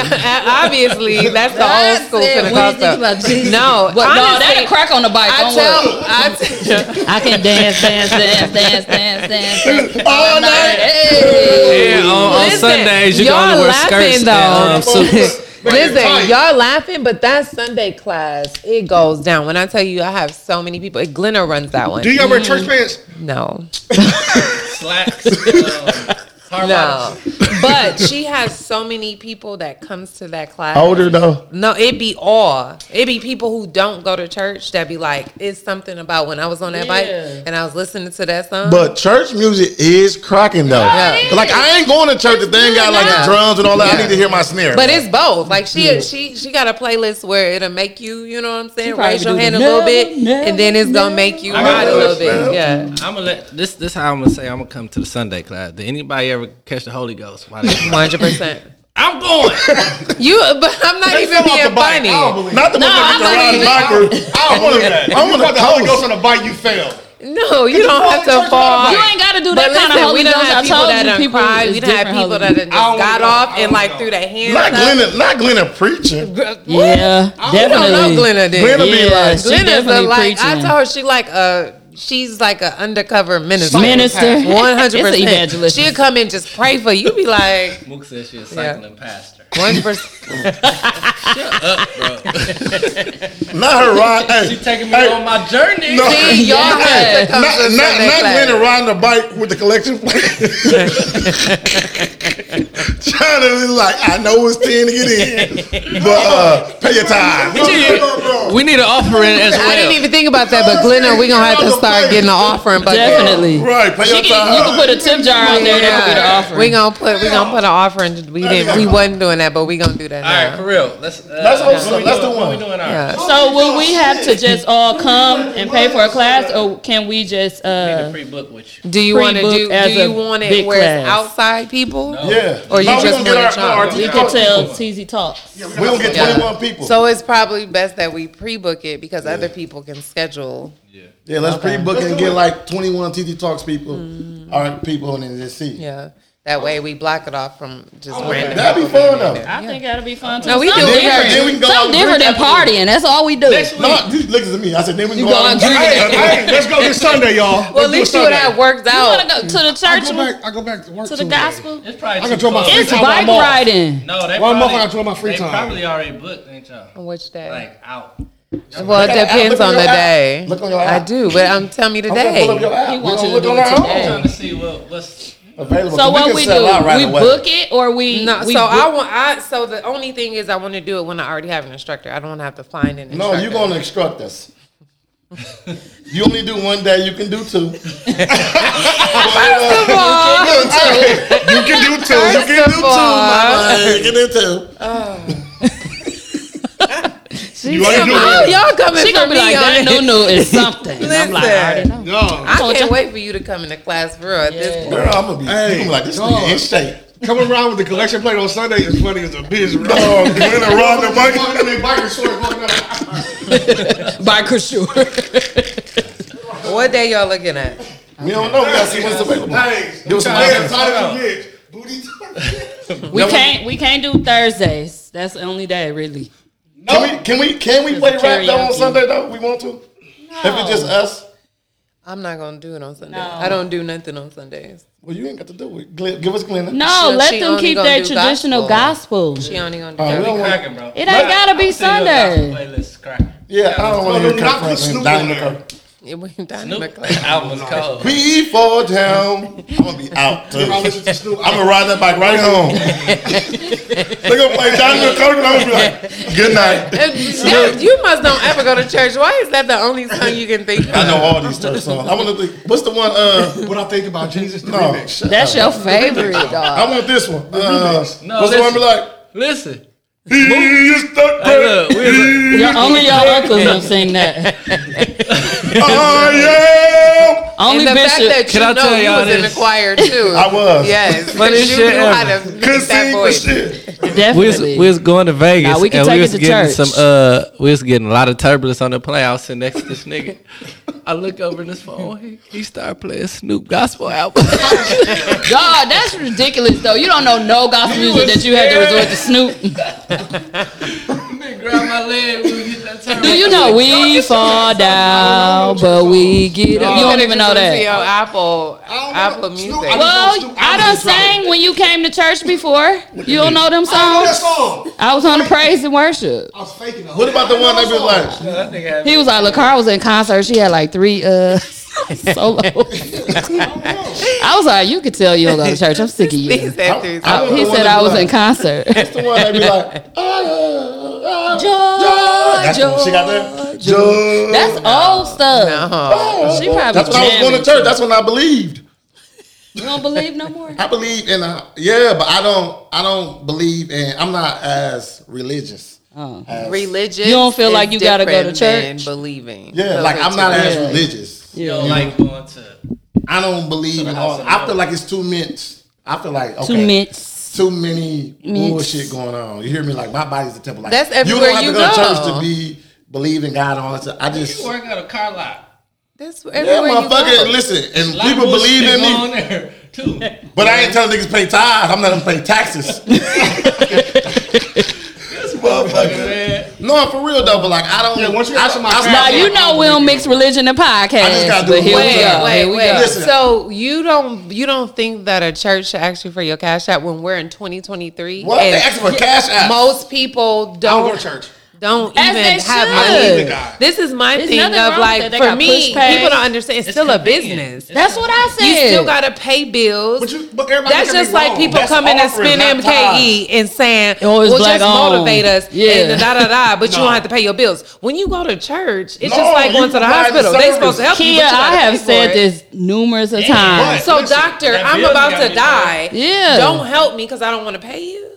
I: Obviously, that's the old school Pentecostal. No,
C: But no,
I: honestly,
C: that'll crack on the bike.
I: I
C: Don't worry.
I: tell, I tell,
C: I can dance, dance, dance, dance, dance, dance, dance. eh,
G: All night.
A: Yeah, Oh, on, on
I: Listen,
A: Sundays you
I: y'all
A: can only wear
I: laughing,
A: skirts and um,
I: though.
A: suits.
I: Listen, y'all laughing, but that Sunday class, it goes down. When I tell you, I have so many people. Glenna runs that one.
H: Do y'all wear
I: Mm.
H: church pants?
I: No,
J: Slacks. um,
I: no. but she has so many people that comes to that class.
G: Older though.
I: No, it be all. It be people who don't go to church that be like, it's something about when I was on that bike
C: Yeah.
I: and I was listening to that song.
G: But church music is cracking though.
I: Yeah.
G: Like I ain't going to church if they ain't got like
I: Yeah.
G: the drums and all that. I
I: Yeah.
G: need to hear my snare.
I: But it's both. Like she she she got a playlist where it'll make you, you know what I'm saying,
C: probably
I: raise your
C: do the
I: hand a little
C: never,
I: bit,
C: never,
I: and then it's gonna make you
J: I got
I: ride a
J: it.
I: little bit. Yeah.
J: I'm gonna let this. This how I'm gonna say. I'm gonna come to the Sunday class. Did anybody ever catch the Holy Ghost? Why they-
I: One hundred percent.
J: I'm going.
I: You, but I'm not even being funny.
G: not the one that can ride backward.
H: I don't want to.
G: I
H: I
G: wanna
H: want the Holy
G: coast.
H: Ghost on a bike. You fail.
I: No, you don't
H: fall
I: have
H: in church
I: to fall.
H: with
C: You ain't got to do that
I: But
C: kind of
I: listen, we
C: holy
I: done
C: ghost.
I: had
C: I told you
I: people that done
C: people
I: cried.
C: is
I: We done had
C: different
I: people
C: holy
I: that done
H: I don't
I: just got
H: know.
I: off
H: I
I: and
H: don't
I: like
H: know.
I: threw their hands
G: Not
I: up.
G: Glenna, not Glenna preaching.
C: Yeah,
I: You don't know
C: definitely.
I: Glenna did.
G: Glenna be
C: Yeah,
G: like,
C: she
I: Glenn is a,
C: definitely
I: like I
C: preaching.
I: told her she like a she's like an undercover minister.
C: Minister.
I: one
C: It's an
I: hundred percent.
C: evangelist.
I: She'll come and just pray for you. Be like
J: Mook says she's a cycling pastor.
I: one percent.
G: not her ride. Hey,
J: She taking me
G: hey,
J: on my journey.
G: No.
I: See, y'all have
G: Not,
I: to come
G: not,
I: to
G: not
I: Sunday class.
G: Glenna riding a bike with the collection plate. Trying to be like, I know it's 10 to get in, but uh, pay your time.
A: We need an offering as
I: I didn't
A: well.
I: even think about that, but Glenna, we're gonna have to start getting an offering bucket.
C: Definitely.
G: Right, pay your
C: She can, you
G: time.
C: can put a tip jar out there. That could be the offering.
I: We gonna put we gonna put an offering. We didn't we wasn't doing that, but we gonna do that
J: All right, for
I: now.
J: real. Let's. Uh,
G: That's what I'm
J: what we
G: saying. That's
J: doing-
G: the
J: what
G: one.
J: we doing. All right.
I: Yeah.
C: So will we have to just all come and pay for a class, or can we just uh,
J: Free book with you.
I: Do you want to
C: Pre-book
I: do? Do
C: as
I: you
C: a
I: want it
C: big
I: where it's
C: class.
I: outside people?
G: Yeah.
I: Or you
G: No, we
I: just
G: gonna get
I: want
G: our-
I: our
G: our
I: team
C: we
G: team
C: can
G: coach.
C: tell TZ Talks?
G: We gonna get
I: Yeah.
G: 21 people.
I: So it's probably best that we pre-book it because other people can schedule.
G: yeah, let's pre-book and get like 21 TT Talks people,
C: Mm.
G: all right, people, and then just see.
I: Yeah, that way we block it off from just
G: Oh,
I: random.
G: That'd be
I: people
G: fun
I: being in
G: though.
I: there.
C: I think that'll be fun too.
I: No, we
C: Something
I: do it
C: different.
I: every-
G: Then we can go out
C: Something
G: and
C: different than
G: drink afterwards.
C: partying. That's all we do.
G: No, just listen to me. I said, then we can go,
C: go
G: out
C: out and
G: and drink.
C: drink.
H: Hey, hey, let's go this Sunday, y'all.
I: Well,
H: Let's
I: at
H: do
I: least
H: a
I: you
H: Sunday.
I: that worked
C: You want
I: out.
C: to go to the
H: I
C: church
H: go back. I go back to work.
C: to the
H: Tuesday.
C: gospel?
J: It's probably.
H: I
J: too
H: can throw my
J: close.
H: free
C: It's
H: time while
C: bike
H: I'm off.
C: riding.
J: No, they
H: One
J: probably.
H: motherfucker told my free
J: they
H: time.
J: probably already booked, ain't
C: Oh,
J: y'all?
I: Which day?
J: Like out.
I: Well, it
G: Look at-
I: depends
G: look at
I: on the
G: your app.
I: day.
G: Look on your
I: I
G: app.
I: do, but I'm telling me the
G: I'm gonna pull up your
I: day.
G: app.
C: He
G: We're
C: wants
G: gonna
C: you
G: look
C: to
G: on
C: do it
G: our
C: today.
G: own.
J: Trying to see what what's.
G: Available.
C: So
G: 'cause
C: what
G: can
C: we do?
G: sell out right
C: We
G: away.
C: book it, or we
I: No,
C: we
I: so
C: book-
I: I want. I so the only thing is I want to do it when I already have an instructor. I don't want to have to find an
G: No,
I: instructor.
G: you're gonna instruct us. you only do one day. You can do two.
I: First of all,
G: You can do two. You can do two. mama. You can do two.
I: you all coming
C: She
I: for
C: gonna be
I: me
C: like,
I: on
C: that
I: it.
C: new new is something. And I'm like, I already
I: Listen.
C: know.
H: No,
I: I
C: told
I: can't
C: you.
I: wait for you to come into class, bro. At this point,
G: Girl, I'm gonna be. you gonna be like this
H: dog.
G: nigga in shape.
H: coming around with the collection plate on Sunday is funny as a bitch, bro.
G: Oh, Glenna Ron the
H: Walking
G: bike.
H: in their biker shorts, walking out.
C: By Krishu.
I: what day y'all looking at?
G: We don't know. We gotta see what's available.
H: Hey,
G: Do some
H: I'm
G: options.
H: tired of you, bitch. Booty.
C: we can't we can't do Thursdays. That's the only day really.
G: Can we? Can we? Can we play rap though on
C: Karaoke.
G: Sunday though? We want to. If it's just us,
I: I'm not gonna do it on Sunday.
C: No.
I: I don't do nothing on Sundays.
G: well, you ain't got to do it. Glenn- Give us Glenna.
C: No,
I: she
C: let them
I: only
C: keep
I: gonna
C: their
I: do
C: traditional gospel.
I: She only gonna do
G: Uh, we
I: that.
G: don't want-
J: Cracking, bro.
C: It ain't gotta be
J: I'm seeing your
C: Sunday.
J: gospel Playlist cracking.
G: Yeah, I don't want to hear
H: Not
G: Kirk
H: put Snoop
G: Franklin.
H: on
G: Donnie
H: there.
G: McClurkin.
I: It went down in the
J: Snoop,
I: club.
J: that album was cold.
G: P fall down. I'm gonna be out too.
I: I'll listen to
G: I'm gonna ride that bike right home. They're gonna play Johnny McClurkin. I'm gonna be like, good night.
I: That- you must don't ever go to church. Why is that the only song you can think of?
G: I know all these church songs. I want to think. What's the one? Uh,
H: what I think about Jesus? The
G: no, shut
C: That's
G: up.
C: your favorite, dog.
G: I want this one. Uh,
A: No,
G: what's the one? Be
A: listen.
G: like,
A: listen.
G: He is the
A: Hey, look,
G: great.
A: we
C: Your- only your uncles don't sing that.
G: I
C: am. Only
I: and the
C: Bishop.
I: fact that you
A: Can I
I: know
A: tell
I: you
A: y'all
I: was in the
A: this?
I: choir too.
G: I was.
I: Yes,
A: Funny
I: because you
A: shit
I: knew how to mimic that voice.
A: We was,
C: Definitely.
A: we was going to Vegas
C: Nah, we can
A: and we
C: take it
A: was
C: to
A: getting
C: church.
A: some uh we was getting a lot of turbulence on the plane. I was sitting next to this nigga. I look over in his phone. He, he started playing Snoop gospel album.
C: God, that's ridiculous though. You don't know no gospel music that you had to resort to Snoop.
J: Grab my leg. We hit that turn.
C: Do you know we fall down, but we get up? You don't even know
I: Listen to Your
C: that.
I: Apple, Apple Music.
C: Well, I done sang when you came to church before. You don't know them
H: I know that
C: songs?
H: song.
C: I was on the praise and worship.
H: I was faking it.
G: What about the one that be like?
J: That nigga had
C: He was like, LaCar was in concert. She had like three uh solos. I was like, you could tell you don't go to church. I'm sick of
I: he
C: you.
I: said three
C: I-
I: songs.
C: he said I was in concert.
G: What's the one that be like? "Ah, ah,
C: Joy,
G: That's the one she got there. Joy.
C: That's old stuff.
I: No.
C: She probably
G: That's when I was
C: jamming.
G: going to church. That's when I believed.
C: You don't believe no more.
G: I believe in a, yeah, but I don't. I don't believe in. I'm not as religious.
C: Oh.
G: as-
I: Religion.
C: You don't feel
I: is
C: like you gotta go to
I: different than
C: church?
I: Believing.
G: yeah, like I'm not as
C: Yeah.
G: religious.
J: You don't like going to.
G: I don't believe in all. I feel like it's too much. I feel like okay,
C: Two minutes.
G: too many
C: Mix.
G: bullshit going on. You hear me? Like my body's a temple. Like
I: That's
G: You don't
I: everywhere
G: have
I: you
G: to go, to
I: go.
G: church to be believe in God and all that stuff. I just
J: You work at a car lot.
I: That's
G: yeah,
I: everywhere you
G: motherfucker.
I: go.
G: Listen, and
J: Lot of
G: people believe
J: bullshit
G: in
J: go
G: me.
J: on there, too.
G: But I ain't telling niggas pay tithes. I'm not them pay taxes. Motherfucker. No, for real though. But like, I don't.
H: Yeah, once you
G: I,
H: got to my
G: I-
H: crowd,
C: Now you know we don't mix religion and podcasts.
G: gotta do
C: but
G: it
C: here
G: one
C: we
G: time.
C: go.
I: Wait,
C: Here we
I: wait,
C: go.
I: wait.
G: Listen.
I: So you don't you don't think that a church should ask you for your cash app when we're in 2023?
G: What? They ask for cash app.
I: Most people
H: I don't go
I: don't
H: to church.
I: don't
C: As
I: even
C: they
I: have
C: should.
I: money.
H: Believe in God.
I: This is my
C: There's
I: thing
C: nothing
I: of
C: wrong
I: like
C: with that. They
I: for
C: got
I: me,
C: push pay.
I: people don't understand. It's, still a
J: convenient.
I: business.
C: That's what I said.
I: You still gotta pay bills.
H: But you, but everybody.
I: That's
H: look at me
I: just like
H: wrong.
I: people
G: That's
I: coming and
G: offering,
I: spin
G: not tithes.
I: MKE E and saying,
C: Oh, it's
I: "Well,
C: black
I: just
C: owned."
I: motivate us."
C: Yeah.
I: and da da da. But you
G: No.
I: don't have to pay your bills when you go to church. It's
G: No,
I: just like going
G: you
I: to
G: provide
I: the
G: the
I: hospital. they
G: service.
I: supposed to help you.
C: Kia,
I: but you
C: I
I: gotta
C: have
I: pay for
C: said
I: it.
C: this numerous of times.
I: So,
H: Listen,
I: doctor,
J: that
I: I'm
J: bill
I: about
J: gotta
I: to
J: be
I: die.
C: Yeah.
I: Don't help me because I don't want to pay you.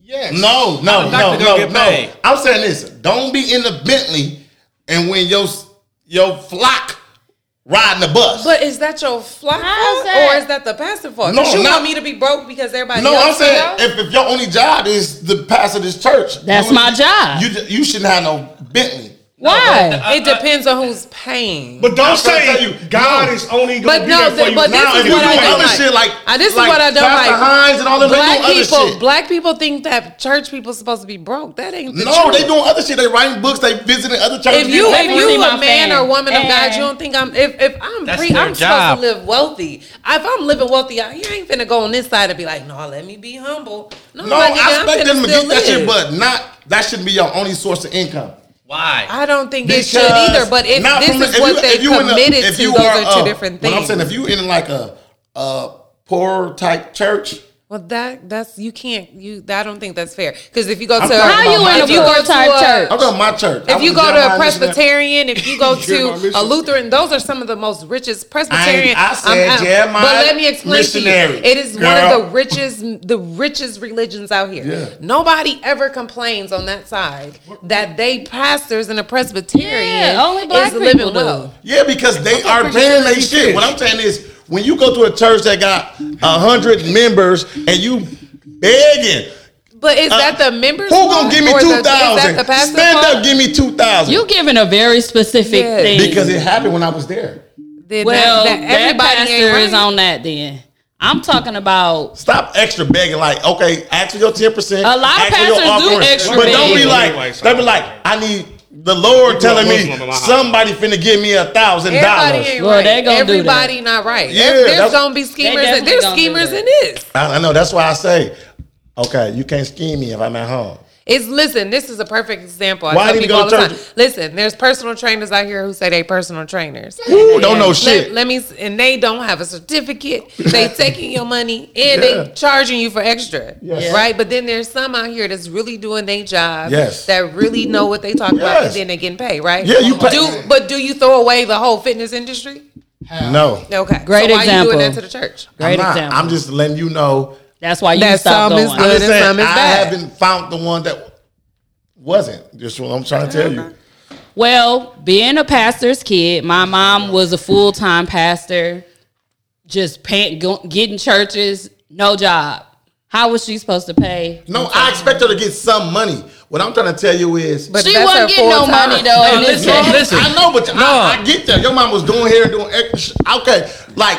H: Yes.
G: No, no,
J: I'm not
G: no,
J: gonna
G: no,
J: get
G: no.
J: paid.
G: I'm saying this. Don't be in the Bentley and when your your flock riding the bus.
I: But is that your flock
C: How's
I: fault
C: that?
I: or is that the pastor fault?
G: No,
I: No, you
G: not-
I: want me to be broke because everybody.
G: no, I'm
I: else
G: saying
I: is broke?
G: if, if your only job is the pastor of this church,
C: That's
G: you-
C: my job.
G: You you shouldn't have no Bentley.
C: Why?
I: it depends on who's paying.
H: But
G: I'm trying
H: don't
G: to
H: say
G: tell you,
H: God
G: no.
H: is only
I: But
H: going to be
I: no,
H: there for
I: th-
H: you.
I: but this
G: Now,
I: is
G: if you
I: what I
G: doing
I: don't
G: other
I: like.
G: shit like
I: Uh, this is
G: like
I: what I don't
G: Pastor
I: like.
G: Hines and all them,
I: black
G: they doing
I: people,
G: other shit.
I: black people think that church people supposed to be broke. That ain't the
G: no,
I: truth.
G: they doing other shit. They writing books. They visiting other churches.
I: If you
C: Let
I: if
C: me see
I: you
C: my
I: a man
C: fan.
I: or woman of God,
C: And-
I: you don't think I'm if if I'm
J: That's
I: pre,
J: their
I: I'm
J: job.
I: supposed to live wealthy. If I'm living wealthy out here, I ain't finna go on this side and be like, no, let me be humble. No,
G: no,
I: my nigga,
G: I
I: I'm
G: expect
I: finna
G: them to
I: still
G: get that shit,
I: live.
G: but not that shouldn't be your only source of income.
J: Why?
I: I don't think it should
G: Because-
I: either. But if
G: not
I: this
G: from the-
I: is
G: if
I: what
G: you-
I: they
G: if you in the-
I: committed
G: if
I: to,
G: you
I: those
G: are,
I: are, two
G: uh,
I: different
G: But
I: things.
G: I'm saying if you in like a, a poor type church,
I: Well, that that's you can't you. I don't think that's fair because if you go to
G: I'm talking How about you my in a
I: if you go
C: poor
I: to
C: type church?
G: I'm talking about my church.
I: If
G: I'm
I: you go
G: just
I: to a
G: my listening-
I: Presbyterian, if you go
H: Jeremiah
I: to a
H: missionary.
I: Lutheran, those are some of the most richest Presbyterian.
G: I said
I: I'm out.
G: Jeremiah
I: but let me explain to you.
G: missionary,
I: It is one
G: girl.
I: of the richest, the richest religions out here.
G: Yeah.
I: Nobody ever complains on that side that they pastors and a Presbyterian
C: Yeah, only black
I: is living
C: people do.
I: well.
G: Yeah, because they are paying their shit. What I'm saying is, when you go to a church that got a hundred members and you begging,
I: But is
G: uh,
I: that the members?
G: Who gonna
I: fault
G: give me
I: or the-
G: two
I: is that the
G: thousand?
I: pastor's
G: Stand
I: fault?
G: up, give me two thousand.
C: You giving a very specific
I: Yes.
C: thing.
G: because it happened when I was there.
I: Then
C: well,
I: that-
C: that,
I: that everybody ain't
C: pastor is
I: right.
C: on that. Then I'm talking about.
G: Stop extra begging. Like, okay, ask for your ten percent.
C: A lot of pastors do extra
G: but don't be
C: begging.
G: like, they be like, I need the Lord telling me somebody finna give me a thousand
I: Everybody
G: dollars.
I: ain't
C: Well,
I: right.
C: they gonna do that.
I: Everybody not right.
G: Yeah,
I: there's
G: that's-
I: gonna be schemers. And,
C: definitely
I: there's
C: gonna do
I: schemers
C: that.
I: in this.
G: I, I know. That's why I say, okay, you can't scheme me if I'm at home.
I: It's listen. This is a perfect example. I
G: Why
I: tell
G: did he
I: people
G: go
I: all
G: to
I: the time.
G: church?
I: Listen, there's personal trainers out here who say they personal trainers.
G: Ooh, don't know
I: Let-
G: Oh, shit.
I: Let, me, s- and they don't have a certificate. They taking your money and
G: Yeah.
I: they charging you for extra,
G: Yes.
I: right? But then there's some out here that's really doing their job.
G: Yes.
I: That really know what they talk about,
G: Yes.
I: and then they getting paid, right?
G: Yeah, you pay-
I: Do, but do you throw away the whole fitness industry?
G: No.
I: Okay.
G: Great
I: so why you
G: example.
I: doing that to the church?
G: I'm not. I'm just letting you know.
C: That's why
I: you That stopped some is going. good
G: I'm just
I: and
G: saying,
I: some is
G: I
I: bad.
G: haven't found the one that wasn't. Just what I'm trying to tell you.
C: Well, being a pastor's kid, my mom was a full time pastor, just paying, go, getting churches, no job. How was she supposed to pay?
G: No, I expect her to get some money. What I'm trying to tell you is,
C: But She that's wasn't her getting no full-time. money, though, in this case.
G: I know, but I, I get that. Your mom was doing hair, doing extra. Shit. Okay, like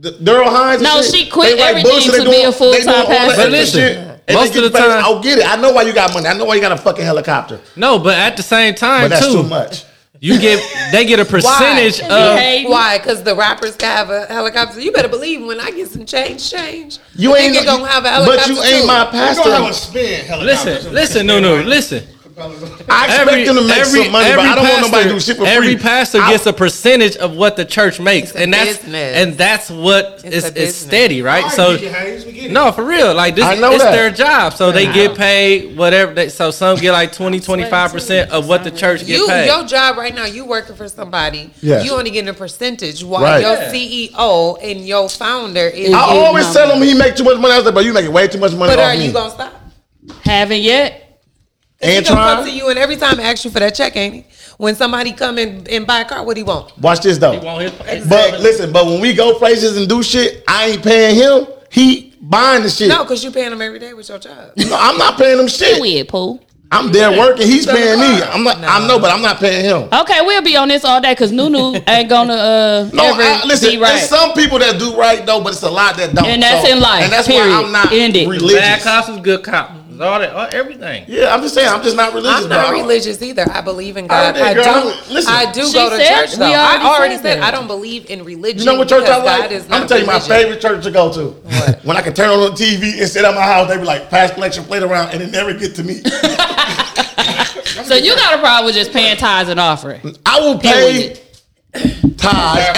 G: the Daryl Hines. and
C: No,
G: shit,
C: she quit
G: they write
C: everything
G: books and they
C: to be
G: doing-
C: a full-time
G: they doing all that
C: pastor.
G: extra
A: But listen,
G: shit, and they
A: most of
G: get
A: the
G: paid.
A: time-
G: I'll get it. I know why you got money. I know why you got a fucking helicopter.
A: No, but at the same time,
G: But that's
A: too,
G: too much.
A: You get they get a percentage
J: uh,
I: Why?
A: of.
I: Why? Because the rappers can have a helicopter. You better believe when I get some change, change.
G: You
I: the
G: ain't
I: nigga
G: no-
I: gonna have a
G: but
I: helicopter.
G: you ain't
I: too.
G: my pastor. You gonna have a
A: Listen, listen, no, no, listen.
G: I expect them to make some money, but I don't want nobody to do shit for
A: every
G: free.
A: pastor
G: I-
A: gets a percentage of what the church makes, and that's
I: business.
A: and that's what
I: It's
A: is
I: a
A: is
I: business.
A: steady, right? So no, for real, like this,
G: I know
A: it's
G: that.
A: their job, so they get paid whatever. They, so some get like 20, 25 percent of what the church get
I: You,
A: paid.
I: your job right now, you working for somebody.
A: Yes.
I: You only getting a percentage while
G: Right.
I: your
G: Yeah.
I: CEO and your founder is.
G: I
I: getting
G: always
I: money.
G: tell him he make too much money. I said, but you making way too much money
I: But
G: off
I: are
G: me.
I: you gonna stop?
C: Haven't yet.
I: He
G: And
I: gonna come
G: trying.
I: to you and every time ask you for that check, ain't he? When somebody come in and buy a car, what he want?
G: Watch this though. But listen, but when we go places and do shit, I ain't paying him. He buying the shit.
I: No, because you paying them every day with your job.
G: No, I'm not paying him shit.
C: Weird, Pooh.
G: I'm there working. He's paying me. I'm not. I know, but I'm not paying him.
C: Okay, we'll be on this all day because Nunu ain't gonna uh,
G: No,
C: ever
G: I, listen.
C: be right.
G: There's some people that do right though, but it's a lot that don't.
C: And that's in life,
G: And that's
C: period.
G: why I'm not
C: End it.
G: religious.
A: Bad cops is good cops. It's All that, all, everything.
G: Yeah, I'm just saying. I'm just not religious.
I: I'm not
G: bro.
I: religious either. I believe in
G: I
I: God.
G: did,
I: I,
G: girl.
I: don't.
G: Listen.
I: I do
G: She
I: go to
G: said-
I: church
G: we
I: though.
G: already
I: I already
G: said
I: said
G: that.
I: I don't believe in religion.
G: You know what church I
I: because
G: like?
I: God is
G: I'm gonna
I: not
G: tell you my
I: religion.
G: favorite church to go to. When I can turn on the TV and sit at my house, they be like, "Pass collection plate around," and it never get to me.
C: so you got a problem with just paying tithes and offering?
G: I will pay tithes. And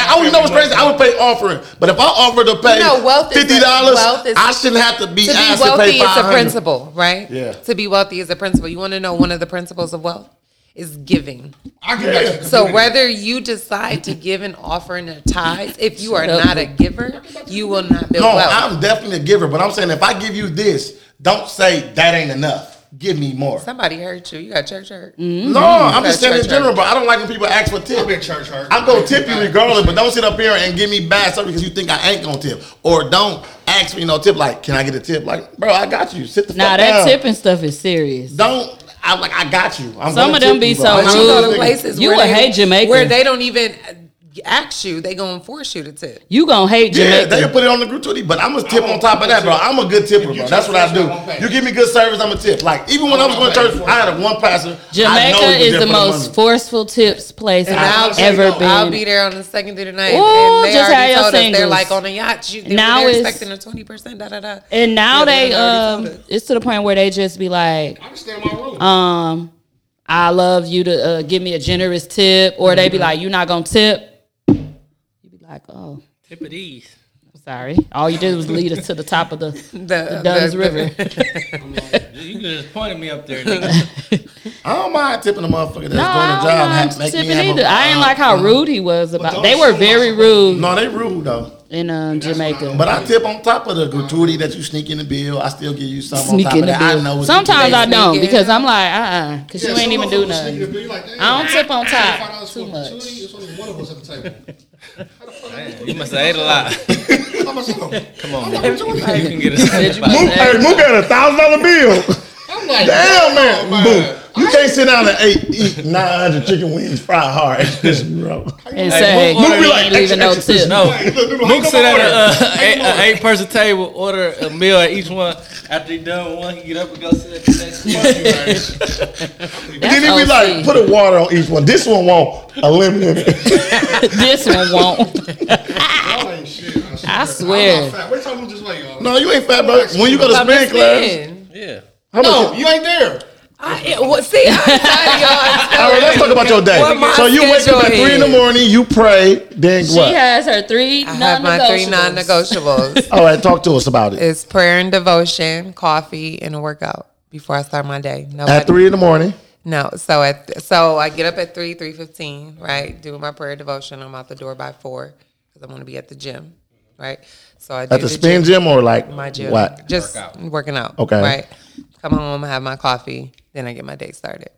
G: I would know what's crazy. I would pay offering, but if I offer to pay
I: You know, wealth is a-
G: fifty dollars,
I: wealth is-
G: I shouldn't have to be
I: To be
G: asked to pay
I: wealthy
G: five
I: is a
G: hundred.
I: principle, right?
G: Yeah.
I: To be wealthy is a principle. You want to know one of the principles of wealth is giving.
H: I get back to the
I: So
H: community.
I: whether you decide to give an offering or tithes, if you are
G: Shut up.
I: not a giver, you will not build
G: No,
I: wealth.
G: I'm definitely a giver, but I'm saying if I give you this, don't say that ain't enough. Give me more.
I: Somebody hurt you. You got church hurt.
C: Mm-hmm.
G: No, I'm just
I: You
G: saying in
I: got Mm-hmm. church
G: general,
I: hurt.
G: bro. I don't like when people ask for tip. I'm
H: church hurt.
G: I'm gonna tip you regardless, but don't sit up here and give me bad stuff because you think I ain't gonna tip, or don't ask me no tip. Like, can I get a tip? Like, bro, I got you. Sit the
C: Nah,
G: fuck
C: that
G: down.
C: tipping stuff is serious.
G: Don't. I'm like, I got you. I'm
C: Some
G: gonna
C: of them
G: tip
C: be
G: you, bro.
C: so
G: I'm
C: rude.
G: not
I: But you go
G: nigga.
I: to places
C: You
I: where
C: would
I: they,
C: hate Jamaica.
I: where they don't even uh, ask you. They gonna force you to tip.
C: You gonna hate
G: Yeah,
C: Jamaica?
G: they can put it on the gratuity, but I'm gonna tip on top of that, bro. I'm a good tipper, bro. That's what I do. You give me good service, I'm a tip. Like even when I was going to church, I had a one pastor. I know he
C: Jamaica
G: was
C: is
G: there
C: the
G: for
C: most
G: money.
C: forceful tips place
I: And I'll
C: I've
I: say
C: ever
I: no,
C: been.
I: I'll be there on the second through the night.
C: Ooh,
I: and they
C: just have
I: already
C: your
I: told us they're
C: singles.
I: like on a yacht. You, they
C: Now
I: now
C: it's-
I: expecting a twenty percent. Da da da.
C: And now
I: Yeah,
C: they
I: already
C: um, it's to the point where they just be like,
H: room.
C: um, I love you to uh, give me a generous tip, or they be
G: Mm-hmm.
A: Mhm.
C: like, you're not gonna tip. You be like, oh,
A: Tip of these.
C: I'm sorry. All you did was lead us to the top of the the,
I: the
C: Dunn's
I: the-
C: River.
A: You could just pointed me up there. nigga.
G: I don't mind tipping a motherfucker that's
C: No, Oh, I
G: doing
C: don't
G: the job.
C: mind
G: ha- make me
C: tipping
G: have a-
C: either. I ain't
G: uh,
C: like how rude he was about. They were very rude.
G: No, they rude though.
C: in um, Jamaica.
G: But I tip on top of the gratuity that you sneak in the bill. I still give you some
C: Sneak
G: on top
C: in
G: of
C: the
G: that. I
C: bill.
G: know. what you
C: Sometimes
G: do.
C: I don't because I'm like, uh, uh because you ain't even do nothing. I don't tip on top.
H: Too much. It's only one of us at the table.
A: You must have ate a lot.
H: How about some?
A: Come on, man. You can get a snack box.
G: Mook, hey, Mook got a thousand dollar bill.
H: I'm like,
G: Damn Oh, man, boom. You can't sit down and eat, eat nine hundred chicken wings fried hard. Excuse me, bro.
C: And say,
A: Mook ordered-
C: you ain't leaving no
G: extra,
C: tip.
A: No, Mook
G: no
A: sit
G: more
A: at
G: order.
A: a, uh, eight, a eight person table, order a meal at each one. After he done one, he get up and go sit at the next one.
G: And then he be like, put a water on each one. This one won't eliminate.
C: this one won't. I
H: I'm not
C: swear.
H: fat. Wait till I lose this weight, y'all.
G: no, you ain't fat, bro. When you go to
I: But Miss
G: spin class,
I: Lynn,
A: Yeah.
G: how much?
H: No, you ain't there.
I: I, it, well, see, I'm tired, y'all. I'm
G: All right, let's talk about your day.
I: What my
G: So you wake up at
I: schedule
G: three in the
I: is.
G: morning, you pray, then
I: She
G: what?
C: has her three
I: I have my three non-negotiables.
G: All right, talk to us about it.
I: it's prayer and devotion, coffee, and a workout before I start my day. No,
G: at three in the morning.
I: No, so at so I get up at three, three fifteen, right? Do my prayer devotion. I'm out the door by four because I'm going to be at the gym, right? So I do
G: the spin gym or, like,
I: my gym,
G: what?
I: just working out.
G: Okay.
I: right. Come home, have my coffee, then I get my day started.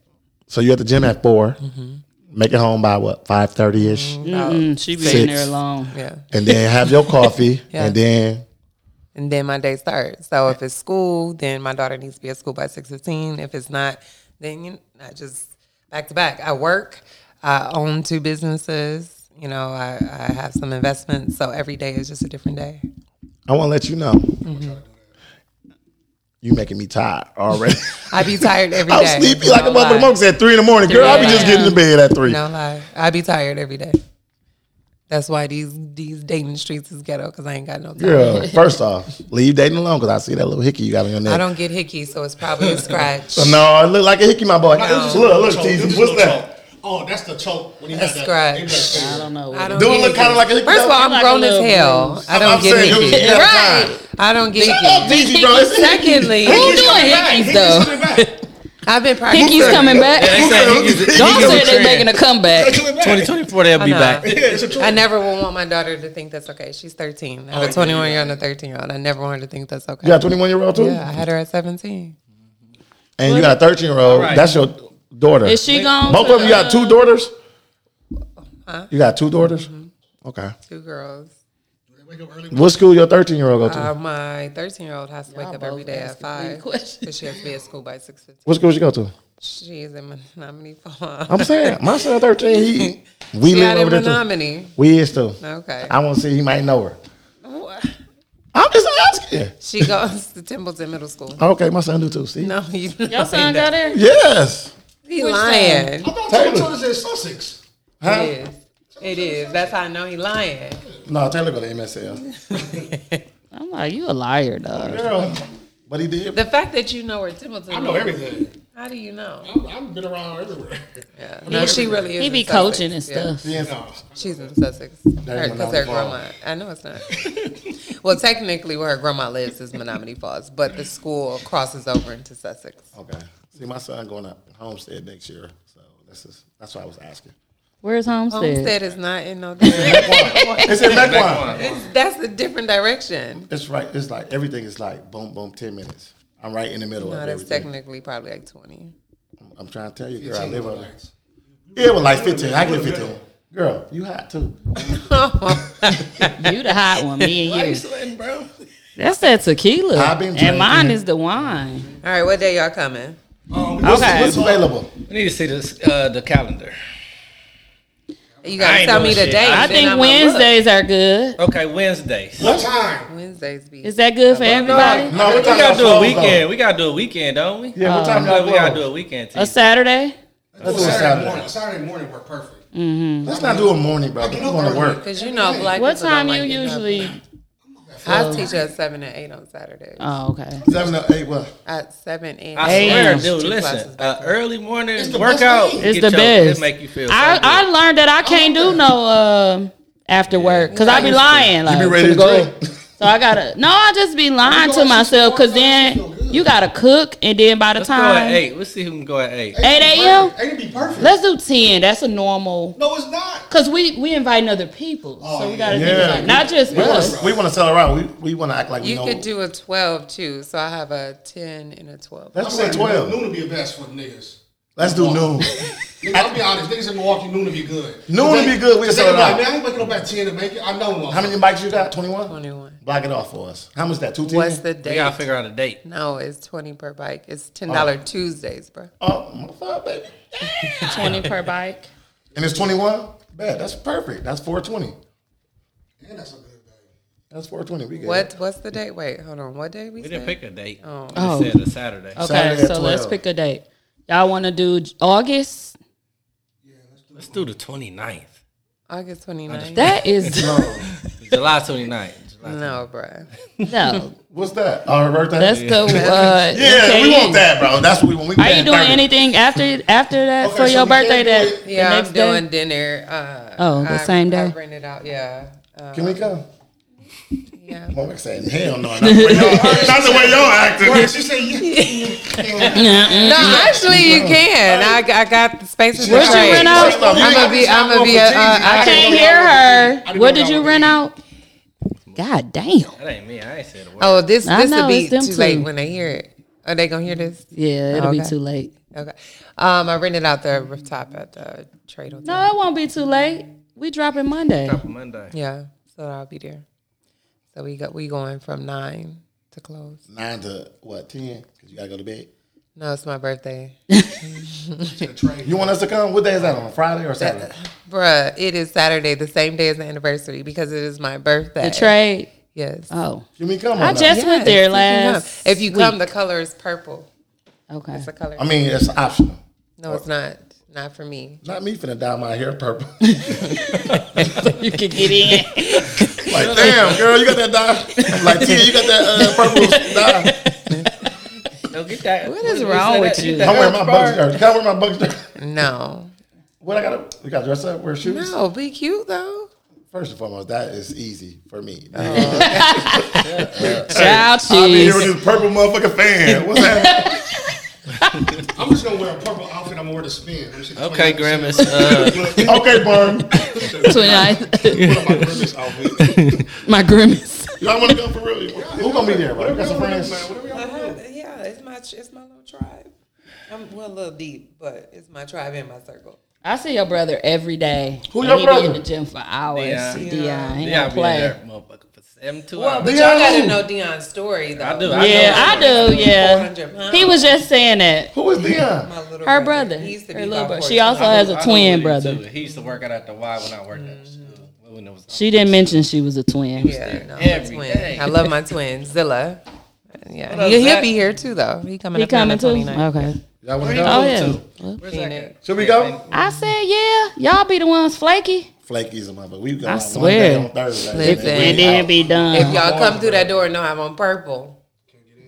G: So you at the gym at 4
I: Mm-hmm.
G: Make it home by what five thirty ish.
C: Mm,
I: Mm-mm, she be in there alone. Yeah.
G: And then have your coffee,
I: Yeah.
G: and then
I: and then my day starts. So if it's school, then my daughter needs to be at school by six fifteen. If it's not, then you I just back to back. I work. I own two businesses. You know, I, I have some investments. So every day is just a different day.
G: I want to let you know
I: Mm-hmm.
G: you making me tired already.
I: I be tired every day.
G: I'm sleepy like a
I: No
G: motherfucker.
I: lie.
G: Monks at three in the morning. Girl, I be
I: Three
G: just getting to
I: a.m.
G: bed at three.
I: No lie, I be tired every day. That's why these these dating streets is ghetto because I ain't got no time.
G: Girl, first off, leave dating alone because I see that little hickey you got on your neck.
I: I don't get hickey, so it's probably a scratch.
G: no, it look like a hickey, my boy.
I: No.
G: Look, look, TZ, what's that?
H: Oh, that's the choke. When he
I: A
H: got that-
I: scratch.
H: he got that-
I: I don't know.
H: Do it look kinda like a hickey,
I: First of
H: though?
I: all, I'm
H: Like a
I: grown as
H: little
I: hell.
H: bruise.
I: I don't
H: I'm
I: get
H: saying,
I: hickey.
H: you get
I: Right. I don't get
H: Shut up,
I: hickey.
H: DG, bro. It's a hickey.
I: Secondly,
H: Who Hickey's doing coming back. hickeys, Hickey's though? coming
I: I've been practicing.
C: Hickey's coming back. Don't say
I: they're
C: they're making a comeback.
M: 2024, they'll be back.
I: I never will want my daughter to think that's okay. She's 13. I
G: Oh,
I: have
G: yeah,
I: a 21 year
G: yeah.
I: old and a 13 year old. I never want her to think that's okay.
G: You got a 21 year old too?
I: Yeah, I had her at 17.
G: And you got a 13 year old.
I: All right.
G: That's your daughter.
I: Is she gone
G: Both
I: to
G: of them, you got
I: the-
G: two daughters?
I: Huh? Mm-hmm.
G: You got two daughters? Okay.
I: Two girls.
G: What school your 13 year old go to?
I: Uh, my 13 year old has to wake up every day at 5 because she has to be at school by 6
G: What school she go to?
I: She's in Menominee Falls.
G: I'm saying, my son 13, he, we
I: She
G: live
I: out
G: over
I: in
G: there
I: Menominee.
G: too. We is too.
I: Okay.
G: I want to see, he might know her. I'm just asking.
I: She goes to Templeton Middle School.
G: Okay, my son do too. See?
I: No, you
C: Your son got there?
G: Yes.
I: He
H: Which
I: lying.
H: time? I thought Taylor told us in Sussex.
G: Huh?
I: It is. It is. That's how I know he lying.
G: No, Taylor go to MSL.
C: I'm like, you a liar, dog.
G: Girl. But he did.
I: The fact that you know where Templeton
H: I know
I: is,
H: everything.
I: How do you know?
H: I've been around everywhere. Yeah.
I: No, she really is.
C: He
I: in
C: be
I: Sussex.
C: coaching and stuff.
I: Yeah.
C: Yeah.
I: She's in Sussex.
C: That ain't
I: Because
C: Menominee Falls.
I: her grandma. I know it's not. well, technically, where her grandma lives is Menominee Falls, but the school crosses over into Sussex.
G: Okay. See, my son going up homestead next year. So this is, that's why I was asking.
C: Where's Homestead?
I: Homestead is not in no.
G: It's in Mequon.
I: It's- That's a different direction.
G: It's right. It's like everything is like boom, boom, ten minutes. I'm right in the middle
I: No,
G: of
I: that's
G: everything.
I: technically probably like twenty.
G: I'm trying to tell you, girl. I live over there. Yeah, well, like fifteen. I get fifteen. Girl, you hot too.
C: you the hot one, me
I: Why
C: and
I: you
C: you.
I: sweating, bro?
C: That's that tequila.
I: I've been
C: and mine
I: drinking.
C: is the wine.
I: All right, what day y'all coming?
C: what's- Okay. what's
G: available?
J: We need to see this uh, the calendar.
I: You
J: I
I: gotta
J: ain't
I: tell
J: doing
I: me the
J: shit.
I: day.
J: I
I: then
J: think
I: I'ma
C: Wednesdays are good.
J: Okay, Wednesdays.
G: What
H: time?
I: Wednesdays be.
C: Is that good for everybody?
J: No, we gotta do a weekend. Uh, We gotta do a weekend, don't we?
C: Yeah, what time
J: I feel
C: y'all
J: We gotta
C: close?
J: do a weekend.
C: A Saturday?
G: Let's do it Saturday.
H: Morning. Saturday morning work perfect.
C: Mm-hmm.
G: Let's not do a morning, bro. We want to work.
I: Cause you know black
C: What
I: people don't
C: time
I: like
C: you
I: getting up.
C: usually?
I: I teach at seven and eight on Saturdays.
C: Oh, okay.
G: Seven to eight. What?
I: At seven and
J: I
I: eight.
J: swear,
C: Damn.
J: dude.
C: Two
J: Listen,
C: classes
J: uh, early morning
C: the best
J: workout.
C: thing. It's the
J: get your-
C: best.
J: It make you feel.
C: I, I learned that I can't do no um after work because I be lying. Like,
G: you
J: Uh,
G: be ready to
C: go.
G: drink?
C: So I gotta no, I just be lying to myself because then you gotta cook and then by the
J: Let's go at
C: time
J: eight. Let's see who can go at eight.
C: 8 a.m.
H: Eight would be perfect.
C: Let's do 10. That's a normal.
H: No, it's not.
C: Cause we we inviting other people, so we gotta think
G: Yeah.
C: about not just
G: we
C: us.
G: Wanna, we want to sell around. We we want to act like we
I: You
G: know.
I: could do a twelve too. So I have a ten and a twelve.
G: Let's do a 12.
H: Noon would be the best for the niggas.
G: Let's do noon.
H: Nigga, I'll be honest. Niggas in Milwaukee, noon would be good.
G: Noon would be good, we can
H: They
G: sell it
H: like,
G: out.
H: Man, I ain't waking up at 10 to make it. I know one.
G: How many bikes you got? Twenty one.
I: Twenty one.
G: Block it off for us. How much is that? Two ten.
I: What's the date?
J: figure out a date.
I: No, it's twenty per bike. It's ten dollar Tuesdays, bro.
G: Oh, my fuck, baby.
C: Twenty per bike.
G: And it's twenty one. Bad. That's perfect. That's four twenty.
H: that's a good
G: That's four twenty. We good.
I: What? What's the date? Wait, hold on. What day we?
J: We didn't pick a date.
I: Oh.
J: Oh. said a Saturday.
C: Okay,
J: Saturday at
C: so let's
J: 12.
C: pick a date. Y'all want to do J- August?
J: Let's do the 29th.
I: August 29th.
C: That is
J: July 29th.
I: No, bruh.
C: No.
G: What's that? Oh, revert that.
C: Let's go, uh,
G: yeah, we
C: okay.
G: want that, bro. That's what we want. We
C: Are you
G: paying
C: doing
G: 30.
C: anything after after that
I: Okay,
C: for
I: so
C: your
I: we
C: birthday?
I: can't do
C: That
I: it-
C: the
I: yeah,
C: next
I: I'm
C: day?
I: doing dinner. Uh,
C: Oh, the
I: I-
C: same
I: I
C: day?
I: rent it out. Yeah. Um,
G: Can we go?
I: Yeah.
G: Well, we're saying hell no. Not the way y'all, not the way y'all acting.
H: Word, she said, yeah.
C: Mm-hmm.
I: No, actually, you can. I, I got the space in
C: What
I: the
C: you
I: trade.
C: rent out?
I: I'm gonna be. I'm gonna be. a- Uh,
C: I can't hear her. What did you rent out? God damn.
J: That ain't me. I ain't said a word.
I: Oh, this
C: I
I: this
C: know,
I: will be
C: it's them
I: too late
C: two.
I: when they hear it. Are they gonna hear this?
C: Yeah, it'll be
I: Okay.
C: too late.
I: Okay. Um, I rented out the rooftop at the trade hotel.
C: No, it won't be too late. We dropping Monday.
J: Monday.
I: Yeah, so I'll be there. So we got we going from nine to close.
G: Nine to what? Ten? Because you gotta go to bed.
I: No, it's my birthday.
G: You want us to come? What day is that on? Friday or Saturday?
C: Uh,
I: Bruh, it is Saturday, the same day as the anniversary because it is my birthday.
C: The trade.
I: Yes.
C: Oh.
G: You mean come on?
C: I
G: now.
C: just went there
I: you can
C: last
I: come. If you come,
C: week.
I: the color is purple.
C: Okay.
I: It's a color.
G: I mean, it's optional.
I: No, it's not. Not for me.
G: Not me finna dye my hair purple.
C: you can get in.
G: like, damn, girl, you got that dye. I'm like, Tia, you got that uh, purple dye.
J: Don't get that. What
I: is wrong with you?
G: I'm wearing my Bucks jersey. Can I wear my Bucks jersey?
I: No.
G: What I gotta? We gotta dress up, wear shoes.
I: No, be cute though.
G: First and foremost, that is easy for me.
C: Child
G: I'm here
C: cheese.
G: with this purple motherfucking fan. What's happening?
H: I'm just gonna wear a purple outfit. I'm gonna wear to spin. I'm just-
J: Okay, Grimace. Uh,
G: okay, Burn.
H: Grimace outfit.
C: My grimace.
G: Y'all want to go for real? Who gonna be there, bro? You got some friends?
I: Uh-huh, yeah, it's my it's my little tribe. I'm well a little deep, but it's my tribe and my circle.
C: I see your brother every day.
G: Who
C: And
G: your
C: he
G: brother?
C: Be in the gym for hours.
J: Yeah.
C: Dion, he don't
J: yeah, I'll be in
C: play.
J: there, motherfucker, for seven two
I: Well,
J: hours.
I: but
G: Deion
I: y'all gotta
G: who?
I: know Dion's story though.
J: I do. I
C: Yeah,
J: know.
C: I do.
I: hundred
C: Yeah,
I: pounds.
C: he was just saying that.
G: Who is Dion?
I: My little
C: Her brother,
I: He used to
C: her
I: be
C: little
I: about
C: brother.
I: 14.
C: She also has a
J: I
C: twin
J: know what he
C: brother.
J: do. He used to work out at the Y when I worked at the school. When it was
C: She didn't mention she was a twin.
I: Yeah, no, my
J: Every
I: twin.
J: day.
I: I love my twin, Zilla.
J: What
I: Yeah,
J: up,
I: he, he'll
J: Zach?
I: be here too, though. He coming.
C: He
I: up here on the
C: coming too?
I: 29th.
C: Okay.
G: Y'all want to
J: Where
G: go?
C: Oh, yeah.
J: you going to? Where's that
I: Phoenix.
J: at?
G: Should we go?
C: I said, yeah, y'all be the ones flaky.
G: Flaky's a motherfucker. We go.
C: I
G: out
C: swear.
G: One day on Thursday.
I: Listen.
G: We
C: And then
G: out.
C: be
I: If
C: done.
I: y'all come through that door, no, I'm on purple.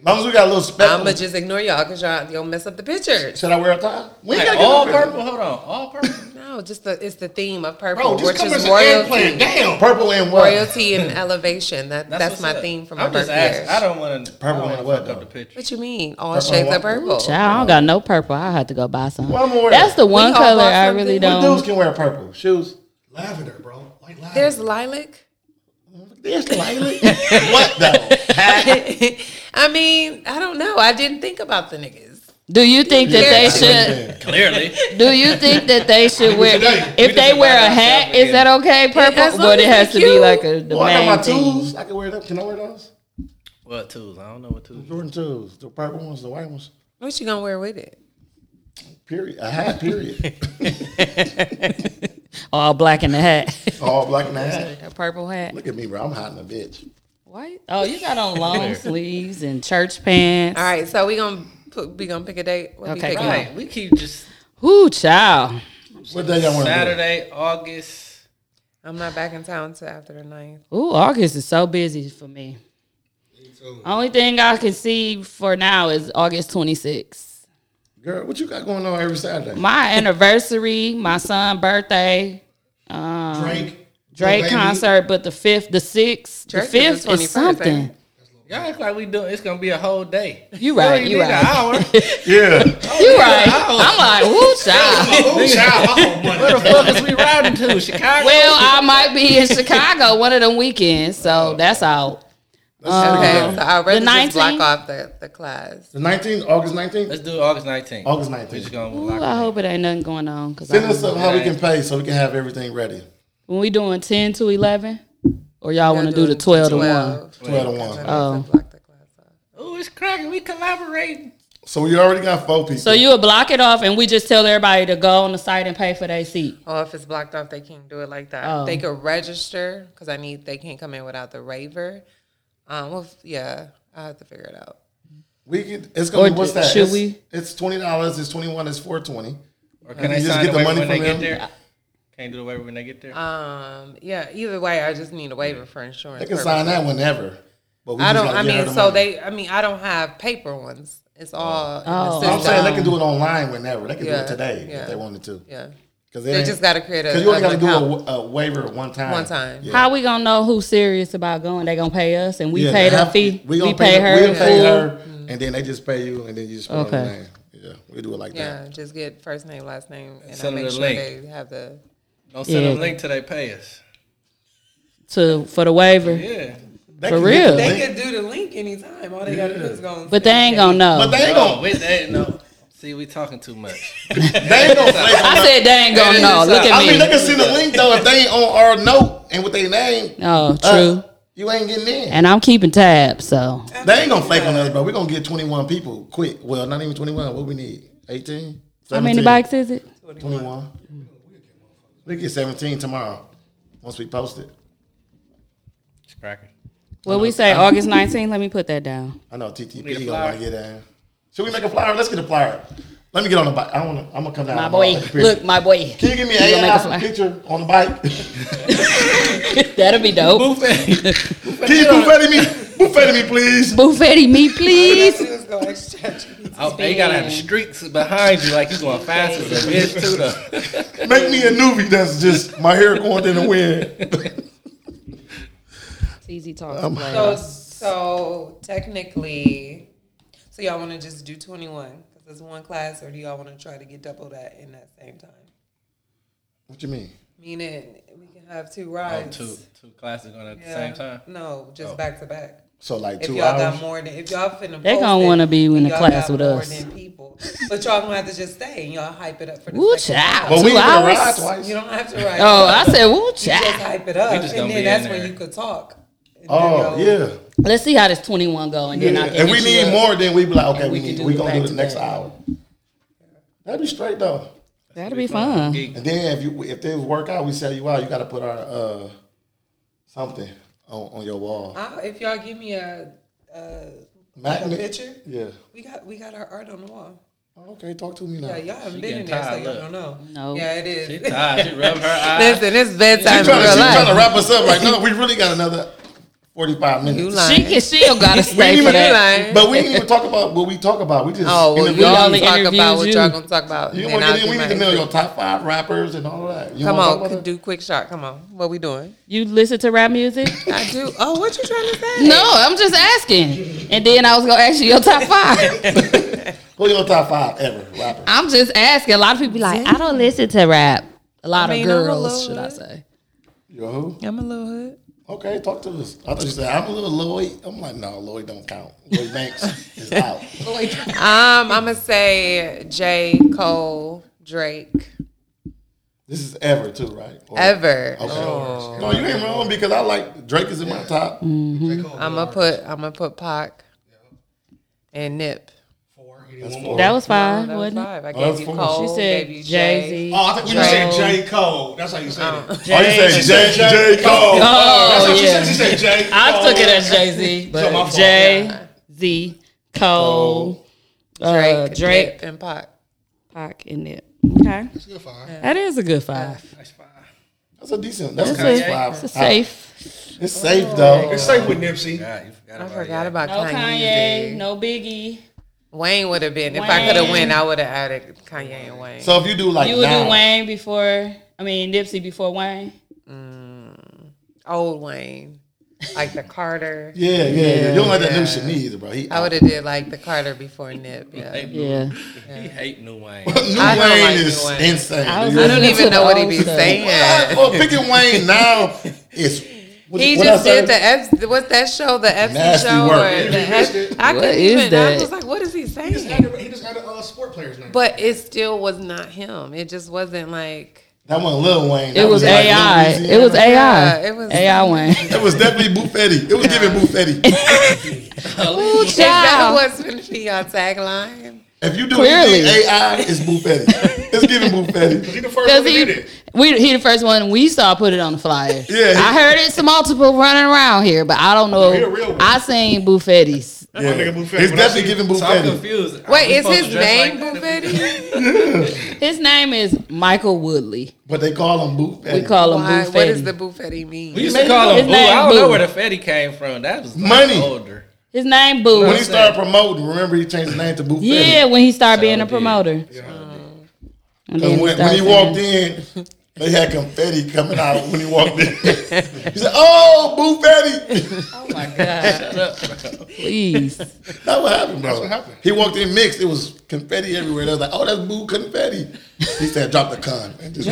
G: As long as we got a little
I: I'ma
G: speck.
I: just ignore y'all because y'all y'all mess up the picture.
G: Should I wear a tie? We ain't
J: Like,
G: gotta get
J: all
G: no purple.
J: purple. Hold on. All purple.
I: No, just the it's the theme of
H: Bro,
I: purple,
H: just
I: which
H: come as
I: Oh, is
H: an eggplant.
I: royalty,
H: Damn.
G: Purple and what?
I: royalty and elevation. That that's,
J: what's
I: my
J: up.
I: theme for my
J: I'm just
I: birthday.
J: asking. I don't want to.
G: Purple
J: Purple. I
G: and
J: don't
G: what,
J: want to fuck up
G: though?
J: the picture.
I: What you mean? All
G: Purple
I: shades
G: and
I: of
G: white.
I: purple.
C: Child, I don't got no purple. I have to go buy some.
G: Well, I'm gonna wear
C: That's
G: that.
C: the one
I: all
C: color
I: bought
C: I
I: something.
C: really
I: We
G: What dudes
C: don't.
G: can wear purple shoes?
H: Lavender, bro. Like lavender.
I: There's lilac.
G: There's lilac. what though?
I: I mean, I don't know. I didn't think about the niggas.
C: Do you think that they should?
J: Clearly.
C: Do you think that they should wear?
H: today.
J: We
C: If they
J: just
C: wear a
J: invited
C: hat,
J: ourselves
C: is that okay?
I: as
C: Purple,
I: long
C: but
I: as
C: it has to
I: they
C: be
I: cute.
C: like a the
G: Well, I got my
C: main thing.
G: tools. I can wear them. Can I wear those?
J: What tools? I don't know what tools.
G: Jordan tools. The purple ones. The white ones.
I: What you gonna wear with it?
G: Period. A hat. Period.
C: All black in the hat,
G: All black and a hat.
C: a purple hat.
G: Look at me, bro. I'm hot in a bitch.
C: What? Oh, you got on long sleeves and church pants.
I: All right, so we gonna put, we gonna pick a date. What we
C: Okay,
I: picking?
C: come
J: Right. We keep just
C: Who child?
G: What day y'all want to do?
J: Saturday, August.
I: I'm not back in town till after the ninth.
C: Ooh, August is so busy for me. Only thing I can see for now is August 26th.
G: Girl, what you got going on every Saturday?
C: My anniversary, my son's birthday, um,
H: Drake.
C: Drake
H: Baby.
C: concert, but the fifth, the sixth, the
I: Drake is the
C: fifth is,
I: 21st, ain't
C: something.
J: Y'all act like we do. It's gonna be a whole day.
C: You right,
J: We
C: you
J: need an
C: right,
J: hour.
G: yeah.
C: you right. I'm like, whoo, child.
H: Oh, child, oh, money.
J: Where the fuck is we riding to? Chicago.
C: Well, I might be in Chicago one of them weekends,
H: Oh,
C: so that's out. Um, Oh.
I: Okay, so I'd rather
C: the
I: just block
C: 19th?
I: off the, the class.
G: The 19th, August 19th?
J: Let's do August 19th.
G: August
J: We just
G: 19th.
J: gonna
C: Ooh,
J: lock
C: I
J: it.
C: hope it ain't nothing going on because
G: Send us up how we can pay so we can have everything ready.
C: when we doing ten to eleven, or y'all want to do the
I: doing
C: twelve to one.
I: 12.
G: 12 to 1.
I: I'm gonna
C: Oh.
I: block the class off.
J: Ooh, it's cracking. We collaborating.
G: So you already got four people.
C: So you would block it off, and we just tell everybody to go on the site and pay for their seat.
I: Oh, if it's blocked off, they can't do it like that.
C: Oh.
I: They could register because I need. They can't come in without the waiver. Um, well, yeah, I have to figure it out.
G: we can, it's going
C: Or
G: to be, what's that?
C: should
G: it's,
C: we?
G: It's $20, it's 21 it's 420
J: Or can
G: You
J: I
G: just
J: sign
G: get the
J: away
G: money
J: when they
G: from
J: get
G: them?
J: there? Can't do the waiver when they get there.
C: Uh,
I: Um, yeah. Either way, I just need a waiver for insurance.
G: They can sign that
I: purposes.
G: whenever. But we
I: I
G: just
I: don't.
G: gotta
I: I
G: get her
I: mean,
G: the
I: so
G: money.
I: they. I mean, I don't have paper ones. It's all.
C: Oh.
I: in the
G: I'm saying they can do it
I: system.
G: online whenever. They can do
I: um, Yeah,
G: it today
I: yeah,
G: if they wanted to.
I: Yeah.
G: 'Cause
I: They
G: ain't-
I: just gotta create a-
G: 'cause you only
I: a
G: got to do
I: account.
G: a, a waiver one time.
I: One time.
G: Yeah.
C: How we gonna know who's serious about going? They gonna pay us, and we
G: Yeah,
C: pay
G: they
C: the
G: have-
C: fee.
G: We
C: We,
G: gonna
C: pay,
G: pay,
C: her.
G: We pay
C: in full.
G: her, and then they just pay you, and then you just pay
C: Okay.
G: okay. name. Yeah, we do it like that.
I: Yeah, just get first name, last name, and I
J: Send them
I: make
J: the
I: sure
J: link.
I: they have the.
J: Don't send them
C: Yeah.
J: a link till they pay us.
C: to for the waiver.
J: Yeah.
C: for real.
L: They could do the link anytime. All they gotta do is go. and
C: But they
L: say,
C: ain't gonna know. But they ain't
J: No,
C: gonna-
J: we- they ain't know. See, we talking too much. they
G: ain't gonna play
C: I said they ain't gonna know. Look at
G: I
C: me.
G: mean, they can send a link though if they ain't on our note and with their name.
C: Oh,
G: uh,
C: true.
G: you ain't getting in.
C: and I'm keeping tabs, so
G: They ain't gonna flake on us, bro. We're gonna get 21 people quick. Well, not even 21. What we need? 18?
C: How many
G: 17?
C: bikes is it?
G: 21. We get 17 tomorrow once we post it.
J: It's cracking.
C: Well, we say August 19th. Let me put that down.
G: I know TTP
J: Need a
G: gonna want
J: flyer.
G: to get in. Should we make a flyer? Let's get a flyer. Let me get on the bike. I want to. I'm gonna come down.
C: My
G: I'm
C: boy,
G: gonna take a
C: look,
G: picture.
C: my boy.
G: Oh, Can you give me
C: We
G: an
C: gonna make
G: AI
C: flyer.
G: picture on the bike?
C: That'll be dope.
G: Can you buffet me? Buffet me, please.
C: Buffetti me, please.
J: Oh, they gotta have the streaks behind you, like you going fast as a bitch too. Though.
G: Make me a newbie that's just my hair going in the wind.
C: It's easy talk.
G: I'm-
I: So, so technically, so y'all want to just do twenty one because it's one class, or do y'all want to try to get double that in that same time?
G: What you mean?
I: Meaning we can have two
J: Oh,
I: rides.
J: two two classes going at the
I: Yeah.
J: same time.
I: No, just
J: Oh.
I: back to back.
G: So, like,
I: if
G: two
I: y'all
G: hours?
I: got more than if y'all finna
C: They
I: post
C: gonna
I: it,
C: wanna be in
I: and
C: the
I: y'all
C: class
I: got
C: with
I: more
C: us.
I: than people, but y'all gonna have to just stay and y'all hype it up for the
C: Woo,
I: second
C: child.
I: half.
C: But we Two ain't finna hours? ride
G: twice.
I: You don't have to ride.
C: Oh, I
I: twice.
C: said, woo,
I: You
C: child.
I: Just hype it up,
J: We
I: and
J: just
I: then
J: gonna be
I: that's
J: in
I: when
J: there.
I: you could talk. And then
G: Oh
I: y'all-
G: yeah.
C: Let's see how this 21 go, and then I
G: Yeah.
C: can
G: And we
C: hit you
G: need
C: up.
G: more. Then we be like, okay,
C: And
G: we
C: we can
G: need.
C: do
G: We
C: it
G: gonna do
C: back
G: the
C: to
G: next
C: back.
G: hour. That'd be straight though.
C: That'll be fun.
G: And then if you if they work out, we sell you out. You got to put our uh something on, on your wall.
I: I, if y'all give me a, a, like a
G: Magnet?
I: picture,
G: Yeah.
I: we got we got our art on the wall.
G: Okay, talk to me now.
I: Yeah, y'all haven't
J: She
I: been in
J: getting
I: there, so
J: tired,
I: y'all
J: look.
I: don't know.
C: No.
I: Yeah, it is.
J: She tired. She rubbed her eyes.
I: Listen, it's bedtime
G: She's
I: in
G: trying,
I: real life.
G: to wrap us up. Like, no, we really got another forty five minutes.
I: You lying.
C: She can. She'll gotta
G: We ain't
C: stay for
G: even-
C: that.
I: lying.
G: But we didn't even talk about what we talk about. We just
I: Oh, well,
G: interview
I: y'all
C: only
I: talk about what
C: interviewed
I: y'all
C: you.
I: gonna talk about.
G: You
I: and
G: want
I: I'll
G: to
I: give
G: we
I: my
G: need to know your
I: input.
G: top five rappers and all that. You
I: Come
G: wanna talk
I: on,
G: about
I: c-
G: that?
I: do quick shot. Come on, what we doing?
C: You listen to rap music?
I: I do. Oh, what you trying to say?
C: No, I'm just asking. And then I was gonna ask you your top five.
G: Who your top five ever rapper?
C: I'm just asking. A lot of people be like, I don't listen to rap. A lot
I: I mean,
C: of
I: I'm a
C: girls,
I: little
C: should I
I: bit.
C: say?
G: Yo, who?
I: I'm a little hood.
G: Okay, talk to us. I thought you said I'm a little Lloyd. I'm like, no, Lloyd don't count. Lloyd Banks is out.
I: Um, I'm gonna say J. Cole, Drake,
G: This is ever too, right? Or-
I: ever.
G: Okay.
I: Oh.
G: No, you ain't wrong because I like Drake is in my top.
I: Mm. I'm gonna put I'm gonna put Pac and Nip.
G: That's four.
C: That was
I: Oh,
C: five,
I: that was
C: wasn't it?
I: five. I
G: Oh, that
I: gave you
G: was four.
I: Cole.
C: She said
I: gave you
C: Jay Z.
H: Oh, I think we just said J. Cole. That's how you say it.
G: Oh, you said J, J. Cole.
H: That's
C: Oh
H: what she said. She
C: yeah,
H: said J. Cole.
C: I took it as Jay Z,
H: So my
C: but
H: fault.
C: Jay Z Cole,
I: Drake,
C: uh, Drake,
I: Nip, and Pac.
C: Pac, and Nip. Okay,
H: Good five.
C: that is a good five.
G: That's a decent. That's,
C: That's
G: a nice
C: a-
G: five.
C: It's a safe.
G: I- it's safe though.
H: It's safe with Nipsey.
J: God, you forgot
I: I
J: about
I: forgot about
C: Oh, No
I: Kanye.
C: Kanye, no Biggie.
I: Wayne would have been. If I could have
C: Wayne.
I: win, I would have added Kanye and Wayne.
G: So if you do like
C: You would
G: now,
C: do Wayne before. I mean Nipsey before Wayne.
I: Old Wayne, like the Carter.
G: yeah, yeah, yeah, You don't like that new
I: Yeah.
G: shit either, bro. He,
I: I would have did like the Carter before Nip. Yeah.
C: Yeah,
J: He hate New Wayne.
G: new
I: I don't
G: Wayne
I: like New
G: is
I: Wayne.
G: insane.
C: I was
G: dude.
I: I don't
C: Listen
I: even
C: to
I: know
C: the
I: what he
C: old
I: be
C: stuff.
I: saying.
G: Well, picking Wayne now is. what-
I: He
G: what
I: just
G: I said?
I: did the F. What's that show? The FC
G: Nasty
I: show?
G: work.
I: Or the F- I
C: What
I: couldn't
C: is
I: even. I
C: that?
I: was like, what is he
H: He just
I: saying?
H: added, he just added uh, sport player's name.
I: But it still was not him. It just wasn't like.
G: That wasn't Lil Wayne.
C: it
G: That
C: was
G: like Lil
C: AI.
G: Uzi.
C: It was AI.
I: Yeah, it was-
C: AI Wayne.
G: It was definitely Buffetti. It was giving Buffetti.
I: Is that what's going to be our tagline?
G: If you do
C: Clearly.
G: anything AI, it's Buffetti. it's giving Buffetti. Because he the
C: Because he, we, he the first one we saw put it on the flyer.
G: Yeah.
C: I heard it's a multiple running around here, but I don't know.
G: He a real one.
C: I seen Buffetti's.
G: Yeah. It's definitely giving Buffetti.
J: So I'm confused. Are
I: Wait,
J: we
I: is
J: supposed
I: his
J: to dress
I: name
J: like
I: Buffetti?
C: His name is Michael Woodley.
G: But they call him Buffetti.
C: We call him
I: Why?
C: Buffetti.
I: What does the Buffetti mean?
J: We used to call
C: His
J: him Boo.
C: name
J: I don't know
C: Boo.
J: where the Fetty came from. That was like
G: Money.
J: older.
C: His name Boo.
G: When he started promoting, remember he changed his name to Buffetti.
C: yeah, when he started being a promoter. And then
G: And when, when
C: started
G: he
C: saying-
G: walked in, they had confetti coming out when he walked in. he said, "Oh, Buffetti!" Oh my
C: God. Please.
G: That's what happened, bro. He walked in mixed. It was confetti everywhere. They was like, "Oh, that's boo confetti." He said, "Drop the con." And just-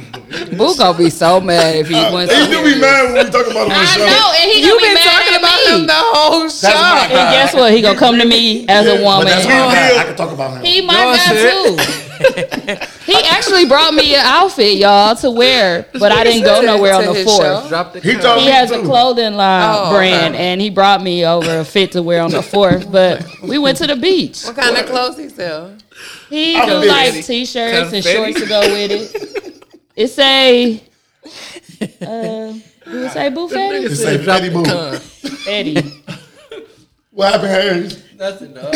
C: Boo gonna be so mad if he went.
G: Uh, he do be mad when we talk about him on the show.
C: know, and he
I: You've
C: gonna be
I: been
C: mad
I: talking
C: at
I: about
C: me.
I: him the whole show.
C: And guess what? He gonna come to me as a
G: But
C: woman.
G: that's my guy. I can talk about him.
C: He my guy too. he actually brought me an outfit, y'all, to wear, but I didn't go nowhere on the fourth.
G: He told
C: He
G: me
C: has a
G: too.
C: clothing line
I: Oh, okay.
C: brand, and he brought me over a fit to wear on the fourth. But we went to the beach.
I: What kind of clothes he sell?
C: He
I: I'm
C: do
I: busy.
C: like t-shirts and
I: Confetti.
C: shorts to go with it. It say, uh, do it say buffet?
G: It say Fetty Boo.
C: Eddie.
G: What happened, Harris?
J: Nothing, dog.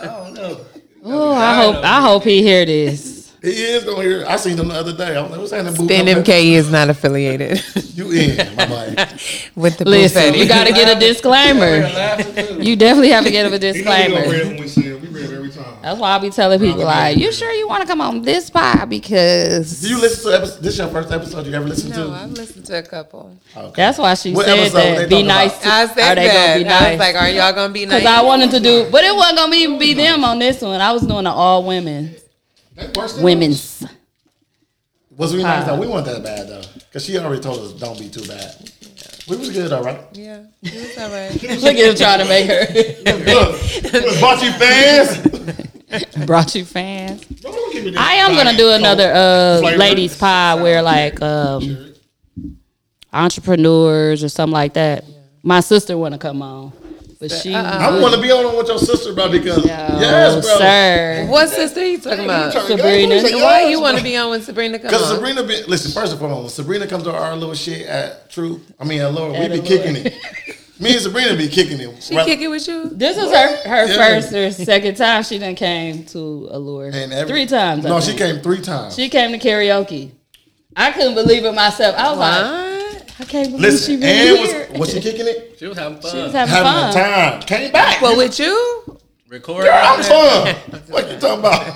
J: I don't know.
C: Oh, I hope I hope he hear this.
G: He is gonna hear. it. I seen him the other day. I was like, "What's happening, Boo?"
I: Then MKE is not affiliated.
G: You in my
I: With the
C: Listen,
I: Buffetti.
C: you got to get a disclaimer. You definitely have to get a disclaimer.
H: we see him. We read every time.
C: That's why I be telling people like, you sure you want to come on this pod because
G: Do you listen to episode? This your first episode you ever listened
I: No,
G: to?
I: I've listened to a couple.
C: that's why she
G: What
C: said
G: episode they
C: that. Be
G: talking
C: nice.
G: about?
C: To,
I: I
C: are
I: said
C: they
I: that.
C: gonna be
I: I
C: nice?
I: was like, are y'all gonna be nice?
C: Because I wanted to do, but it wasn't gonna even be them on this one. I was doing an all women, women's. Uh-huh.
G: Was we nice
C: Huh.
G: though? We weren't that bad though, because she already told us don't be too bad. We was good, all right.
I: Yeah, it was all right.
C: Look at him trying to make her.
G: Bought you fans.
C: Brought you fans. I am gonna do another uh,
G: Flavor.
C: ladies pod where like um, entrepreneurs or something like that. My sister wanna come on, but she
G: I want to be on with your sister, bro, because yes, bro.
C: sir.
I: What sister you talking about?
C: Sabrina.
I: And Why you want to be on when Sabrina comes
G: Because
I: on?
G: Sabrina, be, listen. First and foremost, when Sabrina comes to our little shit at Truth. I mean, at Laura,
C: At
G: we be
C: Allure.
G: kicking it. Me and Sabrina be kicking it.
I: she
G: Right-
I: kick it with you?
C: This was her, her
G: Yeah.
C: first or second time she done came to Allure.
G: and every-
C: three times. I
G: No, she
C: think.
G: came three times.
C: She came to karaoke. I couldn't believe it myself. I was like, I can't believe she
G: Listen,
C: really
G: and
C: here.
G: was, was she kicking it?
J: She was having fun.
C: She was having,
G: Having
C: fun.
G: a time. Came back.
I: Well, with you?
J: Recording.
G: Girl, I'm fun. What you talking about?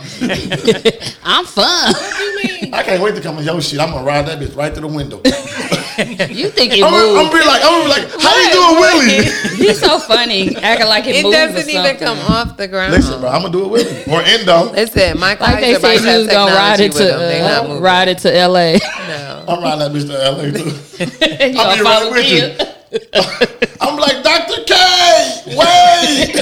C: I'm fun.
G: I can't wait to come on your shit. I'm gonna ride that bitch right to the window.
C: You think
G: I'm
C: it
G: gonna, I'm
C: moved?
G: gonna be like, I'm gonna be like, how you doing, Willie?
C: He's so funny, acting like it,
I: It
C: moves or
I: doesn't even
C: something.
I: come off the ground.
G: Listen, bro, I'm gonna do it with him or Endo.
I: Listen, my
C: Like they
I: clients are
C: said, you was gonna ride it to
I: They not
C: uh,
I: moving.
C: ride it to L.A.
I: No.
G: I'm riding that bitch to LA too.
C: You gonna
G: I'll be right
C: follow
G: with
C: Kia.
G: you. I'm like, Dr. K, wait,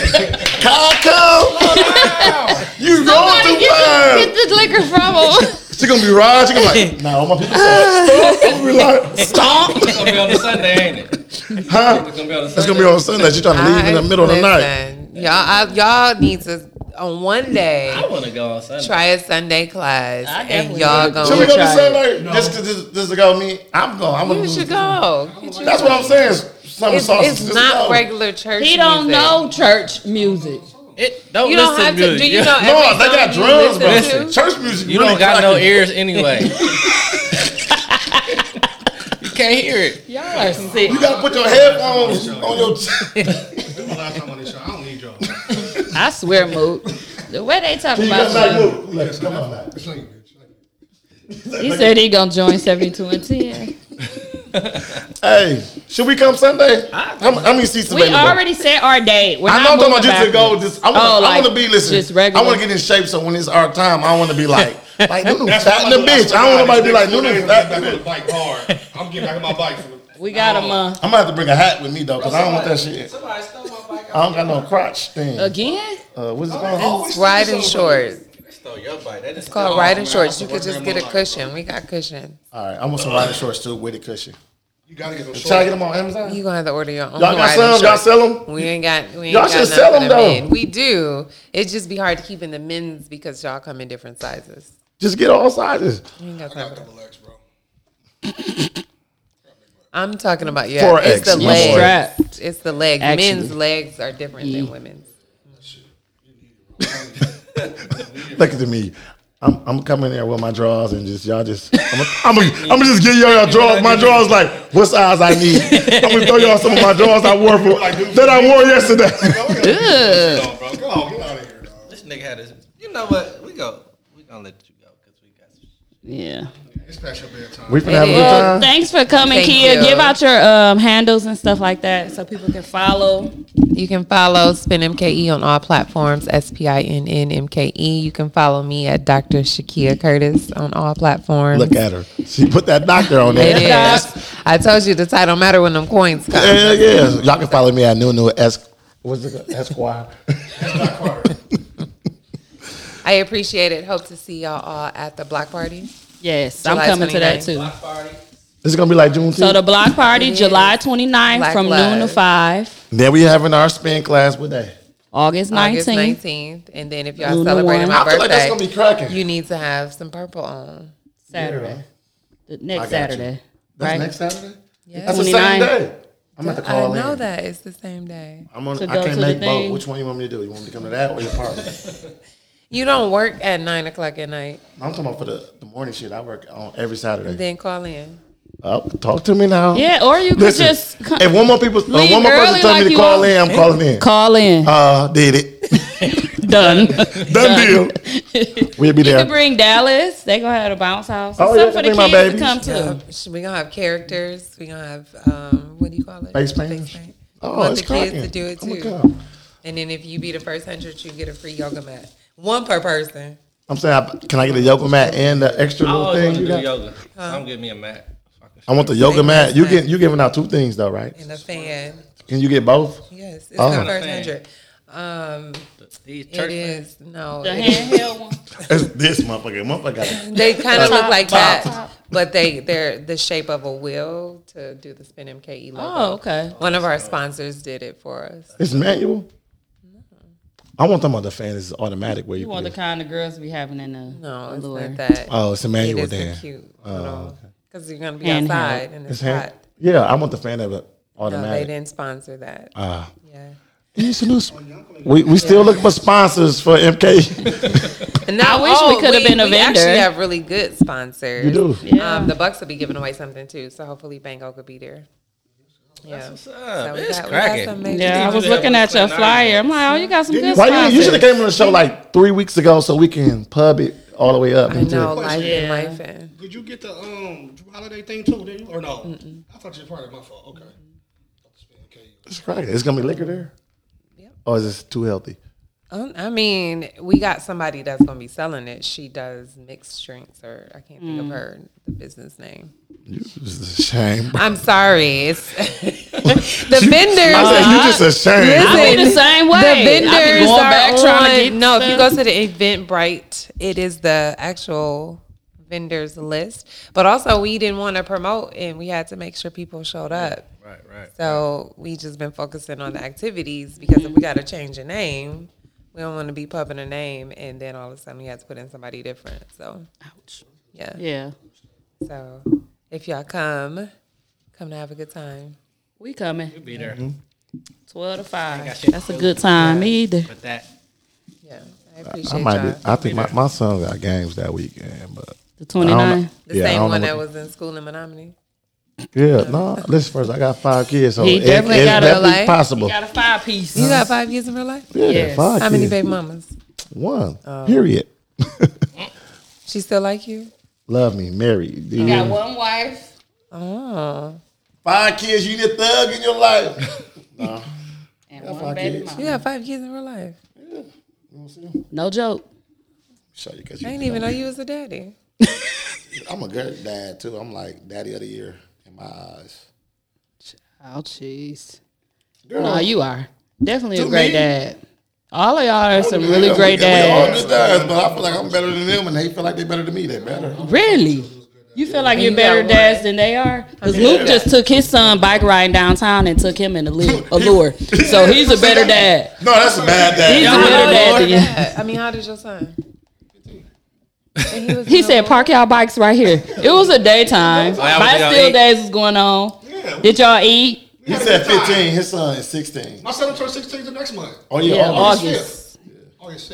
G: Kyle, come. You going
C: Somebody
G: too
C: Get,
G: fast.
C: the- get the liquor from him.
G: She gonna be riding. She gonna be like, nah, all my people. said, Stop. I'm gonna be like, stop.
J: It's gonna be on the Sunday, ain't it?
G: Huh?
J: It's gonna be on the
G: That's
J: Sunday.
G: gonna be on Sunday. She trying to leave in the middle of the night.
I: Listen, Y'all, I, y'all need to on one day
J: I wanna go on Sunday.
I: try a Sunday class, and
J: definitely
I: y'all
J: would.
I: gonna.
G: Should we go to
C: try
G: Sunday? Just cause this, this is go me. I'm going. I'm gonna
I: You
G: lose.
I: should go.
G: That's what I'm saying. Summer
I: It's,
G: sausage.
I: it's
G: Just
I: not
G: go.
I: regular church.
C: He don't
I: music.
C: know church music.
J: It don't
I: You don't
J: listen
I: have to.
J: music.
I: Do you
J: Yeah.
G: No,
I: know? every
G: they
I: song
G: got
I: you
G: drums, bro.
I: listen to?
G: Church music.
J: You
G: really
J: don't got no
G: cracking.
J: ears anyway. you can't hear it.
C: Y'all are sick.
G: You gotta put your headphones on your.
H: This my last time on this show. I don't need y'all.
C: I swear, Moot. The way they talk
G: You got
C: about
G: like, look, look, come on. now.
H: It's like, bitch.
C: you, he said he gonna join seventy two and ten.
G: Hey, should we come Sunday? How, how many seats
C: We
G: available?
C: already set our date. We're
G: I know
C: not
G: I'm talking about
C: moving
G: just to go.
C: backwards.
G: Just I want.
C: Oh,
G: I want
C: like,
G: to be listen.
C: just regular.
G: I want to get in shape so when it's our time, I want to be like, like Nunu, fat in the
H: That's
G: bitch.
H: what
G: I don't want nobody to
H: do.
G: be like
H: Next
G: Nunu,
H: four days,
G: fat
H: I'm
G: in the
H: getting
G: bitch.
H: back on the bike hard. I'm getting back on my bike. For
C: We got
G: Oh.
C: a month
G: I'm gonna have to bring a hat with me though, cause I don't want that shit.
J: Somebody stole my bike.
G: I don't got no crotch thing.
C: again.
G: Uh, what's
H: Oh,
G: it called?
I: Riding shorts.
J: Stole your bike. That is
I: It's
G: Oh,
I: called riding shorts. You could just get a cushion. We got cushion.
G: All right, I want some riding shorts too with a cushion.
H: You gotta get them.
G: Should I get them on Amazon?
I: You gonna have to order your own.
G: Y'all got
I: item
G: some? Y'all
I: short.
G: sell 'em?
I: We ain't got. We ain't
G: Y'all
I: got
G: should
I: nothing
G: sell 'em
I: for the
G: though.
I: men. We do. It just be hard to keep in the men's because y'all come in different sizes.
G: Just get all sizes.
I: We ain't got time for that. I'm talking about yeah.
G: 4X,
I: it's the
G: my
I: legs.
G: boy. Strap.
I: It's the legs.
G: Actually.
I: Men's legs are different than women's.
G: Look at me. I'm, I'm coming there with my drawers and just y'all just I'm gonna I'm gonna just give y'all y'all drawers. My drawers like what size I need. I'm gonna throw y'all some of my drawers I wore for that I wore yesterday.
J: Come on, bro. Come on, get out of here. Dog. This nigga had his. You know what? We go. We gonna let you go because we got.
C: Yeah.
H: It's special bedtime.
G: We finna have a good
C: Well,
G: time.
C: thanks for coming,
I: Thank
C: Kia.
I: you.
C: Give out your um, handles and stuff like that so people can follow.
I: You can follow Spin MKE on all platforms, S P I N N M K E. You can follow me at Dr. Shakia Curtis on all platforms.
G: Look at her. She put that doctor on there.
I: It is. I told you the title matter when them coins come.
G: Yeah, yeah. Y'all can follow me at New New S. What's it called? Esquire.
I: I appreciate it. Hope to see y'all all at the block party.
C: Yes, I'm coming to that too.
G: This is gonna be like June.
C: So the block party, July 29th
I: Black
C: from noon to
I: Lives.
C: 5.
G: Then we having our spin class with that.
C: August 19th.
I: August 19th. And then if y'all
C: Luna
I: celebrating
C: one. I
I: my
C: feel
I: birthday,
C: like that's
G: gonna be cracking.
I: you need to have some purple on.
C: Saturday. The
I: I
C: next
I: got you.
C: Saturday.
G: That's
C: right?
G: next Saturday?
I: Yeah.
G: That's the same
C: 29.
G: day. I'm about to call
I: I
G: in.
I: know that. It's the same day.
G: I'm on,
I: To
G: I
I: go
G: can't
I: to the
G: make both.
I: thing.
G: Which one you want me to do? You want me to come to that or your party?
I: You don't work at 9 o'clock at night.
G: I'm talking about for the, the morning shit. I work on every Saturday.
I: Then call in.
G: Oh, talk to me now.
I: Yeah, or you could just co-
G: If one more people, if
I: leave
G: one more person
I: early
G: tell
I: like
G: me to
I: you
G: call
I: want.
G: in, I'm calling in.
C: Call in.
G: Uh, did it?
C: Done.
G: Done deal. We'll be
C: You
G: there.
C: can bring Dallas. They gonna have a bounce house.
G: Oh,
C: Oh,
G: yeah,
C: Something
G: bring
C: for
G: my
C: the kids to
G: babies.
C: come to.
I: Yeah. We gonna have characters. We gonna have um, what do you call it?
G: Face paint?
I: paint.
G: Oh,
I: we want
G: it's
I: the kids to
G: cracking.
I: do it
G: I'ma
I: too. And then if you be the first hundred, you get a free yoga mat. One per person.
G: I'm saying, I- can I get a yoga mat and the extra
J: I
G: little
J: always
G: thing
J: want to
G: you
J: Oh, do
G: got?
J: yoga. I'm getting me a mat.
G: I want the yoga mat. You get you giving out two things though, right?
I: And a fan.
G: Can you get both?
I: Yes, it's
G: Oh.
I: the first hundred. Um,
J: These
I: it
J: church
I: is no.
C: The
I: it is-
C: handheld one.
G: It's this motherfucker. Motherfucker.
I: They kind of look like
C: Top,
I: that,
C: top.
I: but they they're the shape of a wheel to do the Spin MKE logo.
C: Oh, okay.
I: One of our sponsors did it for us.
G: It's manual. I want them other fan. It's automatic where you.
C: You want the kind of girls we having in the
I: No, it's
C: allure.
I: not that.
G: Oh, it's a manual
I: It is
G: then.
I: the cute
G: Oh,
I: little because you're gonna be
C: Handheld.
I: outside and it's,
G: hand-
I: hot.
G: Yeah, I want the fan of it
I: No, they
G: automatic.
I: didn't sponsor that.
G: Ah.
I: yeah.
G: It's a new sp- we we still looking for sponsors for MK.
I: And now,
C: I wish we
I: oh,
C: could have been a
I: We actually
C: vendor.
I: have really good sponsors.
G: You do.
C: Yeah.
I: Um, the Bucks will be giving away something too, so hopefully Bango could be there. Yeah.
J: what's up.
I: we
J: It's
I: got- we got
J: cracking.
I: some major-
C: Yeah, I was
J: You did
C: looking at
J: have
C: your
J: $29.
C: flyer. I'm like, oh, you got some good
G: Why you, you should
C: sponsors.
G: have came on the show like three weeks ago so we can pub it all the way up.
I: I
G: into-
I: know, life
C: Yeah.
I: and life and
H: Did you get the um Drew Holiday thing too? Did you or no? I thought you was part of my fault. Okay.
G: It's cracking. It's gonna be liquor there. Or is this too healthy?
I: Um, I mean, we got somebody that's gonna be selling it. She does mixed drinks, or I can't
G: Mm.
I: think of her the business name.
G: This is a shame.
I: I'm sorry. It's the
G: You-
I: vendors.
G: I said, you
I: are-
G: just a shame.
C: I be the same way. I
I: The
C: be
I: vendors
C: going
I: are
C: back
I: on.
C: trying to get
I: no, if you go
C: stuff.
I: to the Eventbrite, it is the actual vendors list. But also, we didn't want to promote, and we had to make sure people showed up.
J: Right, right.
I: So we just been focusing on the activities because if we got to change a name, we don't want to be pubbing a name, and then all of a sudden we had to put in somebody different. So, ouch. Yeah.
C: Yeah.
I: So if y'all come, come to have a good time.
C: We coming. We'll
J: be there.
C: 12 to 5.
J: shit
C: That's a good time either.
J: But that.
I: Yeah, I
G: I
I: appreciate
G: might.
I: y'all.
G: Be, I think my, my son got games that weekend, but
C: the
I: 29? The
G: Yeah, I
I: same
G: don't
I: one
G: know
I: that
G: what-
I: was in school in Menominee.
G: Yeah, no. Listen first. I got five kids, so
C: He
G: it-
C: definitely
G: it's
C: got a
G: definitely
I: life.
G: possible.
C: You got a five piece.
I: You got five years in real life?
G: Yeah, five
I: How many
G: kids.
I: baby mamas?
G: One.
I: Oh.
G: Period.
I: She still like you?
G: Love me, marry. You
C: one wife.
I: Oh.
G: Five kids. You need a thug in your life. nah.
C: And
G: Got
C: one
G: five
C: baby
G: kids.
C: mama.
I: You got five kids in real life.
C: No joke.
G: Show you because
I: I didn't even know you was a daddy.
G: I'm a good dad too. I'm like daddy of the year in my eyes.
C: Oh, jeez.
G: Girl.
C: No, you are. Definitely
G: To
C: a great
G: me? Oh,
C: dad. All of y'all are some
G: Yeah,
C: really great
G: we- we all
C: dads.
G: good dads, but I feel like I'm better than them, and they feel like they're better than me. They're better.
C: Really? You feel like
L: And
C: you're
L: you
C: better
L: got
C: dads than they are? Because Luke just took his son bike riding downtown and took him in the lure- allure. So he's a better dad.
K: No, that's a bad dad.
C: He's a better dad than you.
I: I mean, how does your son?
C: He said, "Park y'all bikes right here." It was a daytime.
K: Oh, y'all was
C: My
K: y'all
C: still
K: eat?
C: days was going on. Did y'all eat?
K: He said 15. His son is 16.
H: My son turns 16 the next month.
K: Oh, yeah,
C: Yeah,
K: August.
C: August.
H: Yeah. August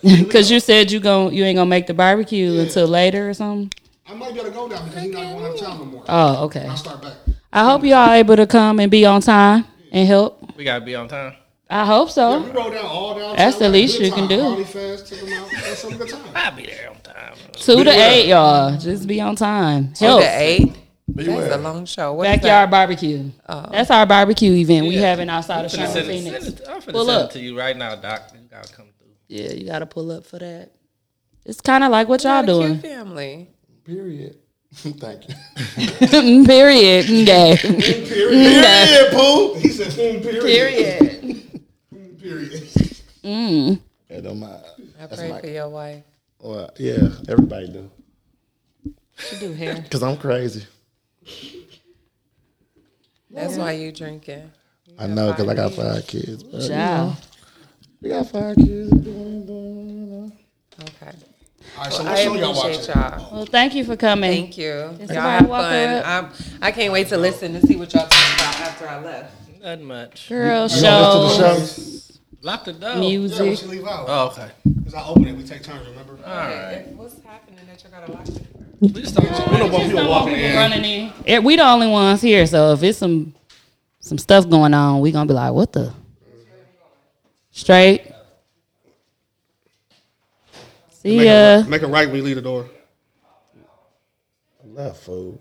H: 6th.
C: Because you said you gon' you ain't gonna make the barbecue until later or something.
H: I might be able to go down because he's not going out of town no more.
C: Oh, okay.
H: When I start back.
C: I hope y'all able to come and be on time and help.
J: We gotta be on time.
C: I hope so.
H: We rode down all down.
C: That's the least you can do.
H: Harley Fast took him out. That's some good time.
J: I'll be there on time.
C: Two to eight, y'all. Just be on time.
I: Two
C: Help.
I: to eight. That's a long show. What is
C: Backyard
I: that? Oh.
C: barbecue. That's our barbecue event we
J: Yeah.
C: having outside of
J: I'm
C: Sherman
J: finna send it-
C: Phoenix.
J: send it- I'm finna
C: Pull
J: send
C: up.
J: it to you right now, Doc. You gotta come through.
C: Yeah, you gotta pull up for that. It's kind of like what y'all doing.
I: family.
K: Period. Thank you.
C: Period. Okay.
K: Period, Pooh.
H: He said, mm, period.
I: Period.
H: period.
C: Mm.
K: Yeah, don't mind.
I: I
K: That's
I: pray
K: my-
I: for your wife.
K: Well, yeah, everybody do.
I: She do hair.
K: Because I'm crazy.
I: That's why you drinking.
K: I know, because I got five kids. But, you know,
I: Child.
K: we got five kids.
I: Okay.
H: All right,
I: Well,
H: so what
I: I
H: show y'all
I: appreciate
H: watching?
I: y'all.
C: Well, thank you for coming.
I: Thank you.
C: Is
I: y'all
C: somebody
I: have
C: walking
I: fun.
C: up?
I: I'm, I can't wait to listen to see what y'all talk about after I left.
J: Not much.
C: Girl
J: You- you
C: show.
J: gonna listen to Lock the door.
C: Music.
H: Yeah, when she leave out.
J: Oh, okay.
H: Because I open it, we take turns, remember?
J: All right.
I: What's happening that you gotta
J: We just don't, we don't want people
I: Oh,
J: walking in.
C: running in. Eh, we the only ones here, so if it's some some stuff going on, we gonna be like, what the? Straight.
H: Make
C: See
H: it
C: ya.
H: right- Make it right when you leave the door.
K: Love food.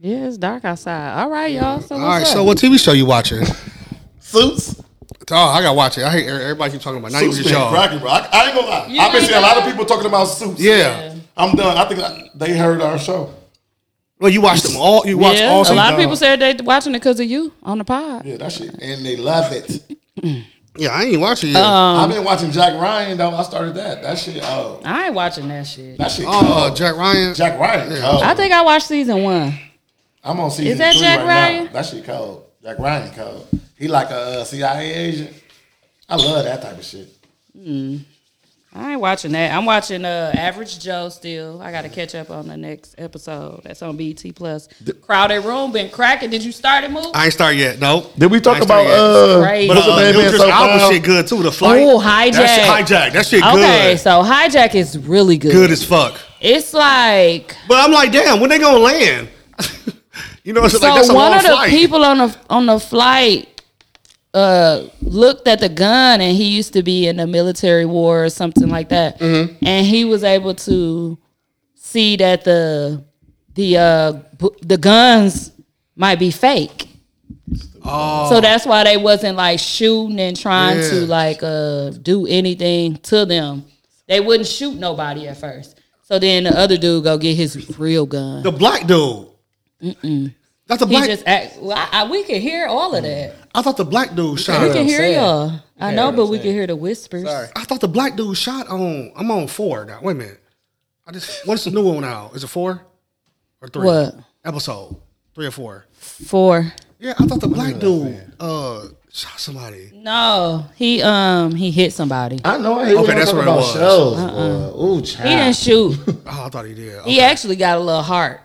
C: Yeah, it's dark outside. All right, y'all. So
H: All
C: what's
H: right,
C: up?
H: so what TV show you watching?
K: Suits.
H: Oh, I got to watch it. I hate everybody keep talking about. it. Not
K: Suits
H: even
K: been
H: y'all.
K: cracking, bro. I, I ain't gonna lie.
H: You
K: I've been
H: ain't
K: seeing a lot of
H: gonna-
K: people talking about suits.
H: Yeah.
K: I'm done. I think I, they heard our show.
H: Well, you watched them all. You watched
C: yeah,
H: all.
C: a lot of
H: season.
C: people said they watching it because of you on the pod.
K: Yeah, that shit. And they love it.
H: Yeah, I ain't watching it.
C: Uh,
K: I've been watching Jack Ryan though. I started that. That shit. Oh,
C: I ain't watching that shit.
K: that shit.
H: Oh,
K: cold.
H: Jack Ryan.
K: Jack Ryan.
H: Yeah.
K: cold.
C: I think I watched season one.
K: I'm on season
C: that
K: three
C: Jack
K: right
C: Ryan?
K: now. That shit cold. Jack Ryan cold. He like a uh, CIA agent. I love that type of shit.
C: Mm. I ain't watching that. I'm watching uh, Average Joe still. I got to catch up on the next episode. That's on BET Plus. Crowded Room been cracking. Did you start it, Mook?
H: I ain't start yet. No.
K: Did we talk
H: I ain't start
K: about,
H: yet.
K: uh,
C: Crazy.
H: But
C: what's
H: uh,
C: the name
H: New
C: of that
H: Jersey Alba
C: profile?
H: shit good too. The flight.
C: Oh, hijack.
H: That shit, hijack. That shit good.
C: Okay, so hijack is really good.
H: good as fuck.
C: It's like
H: But I'm like, damn, when they gonna land? you know, it's
C: so.
H: like that's a
C: one
H: long
C: of the
H: flight.
C: people on the on the flight uh looked at the gun, and he used to be in the military war or something like that,
H: Mm-hmm.
L: Mhm.
C: and he was able to see that the the uh b- the guns might be fake.
H: oh,
C: So that's why they wasn't like shooting and trying to
H: Yeah.
C: like uh do anything to them. They wouldn't shoot nobody at first. So then the other dude go get his real gun.
H: the black dude.
C: Mm-mm.
H: That's a
C: He
H: black.
C: just act. Well, I, I, we could hear all of that.
H: I thought the black dude shot.
C: we
H: him.
C: can Mm. hear y'all. I know, but we can hear the whispers.
H: I thought the black dude shot on. I'm on four now. Wait a minute. I just what's the new one now? Is it four or three?
C: What?
H: episode? Three or four?
C: Four.
H: Yeah, I thought the black dude uh shot somebody.
C: No, he um he hit somebody.
K: I know. I
H: hate Okay, y'all that's talking what it about was. shows,
K: Ooh,
C: Uh-uh. he didn't shoot.
H: Oh, I thought he did.
C: He actually got a little heart,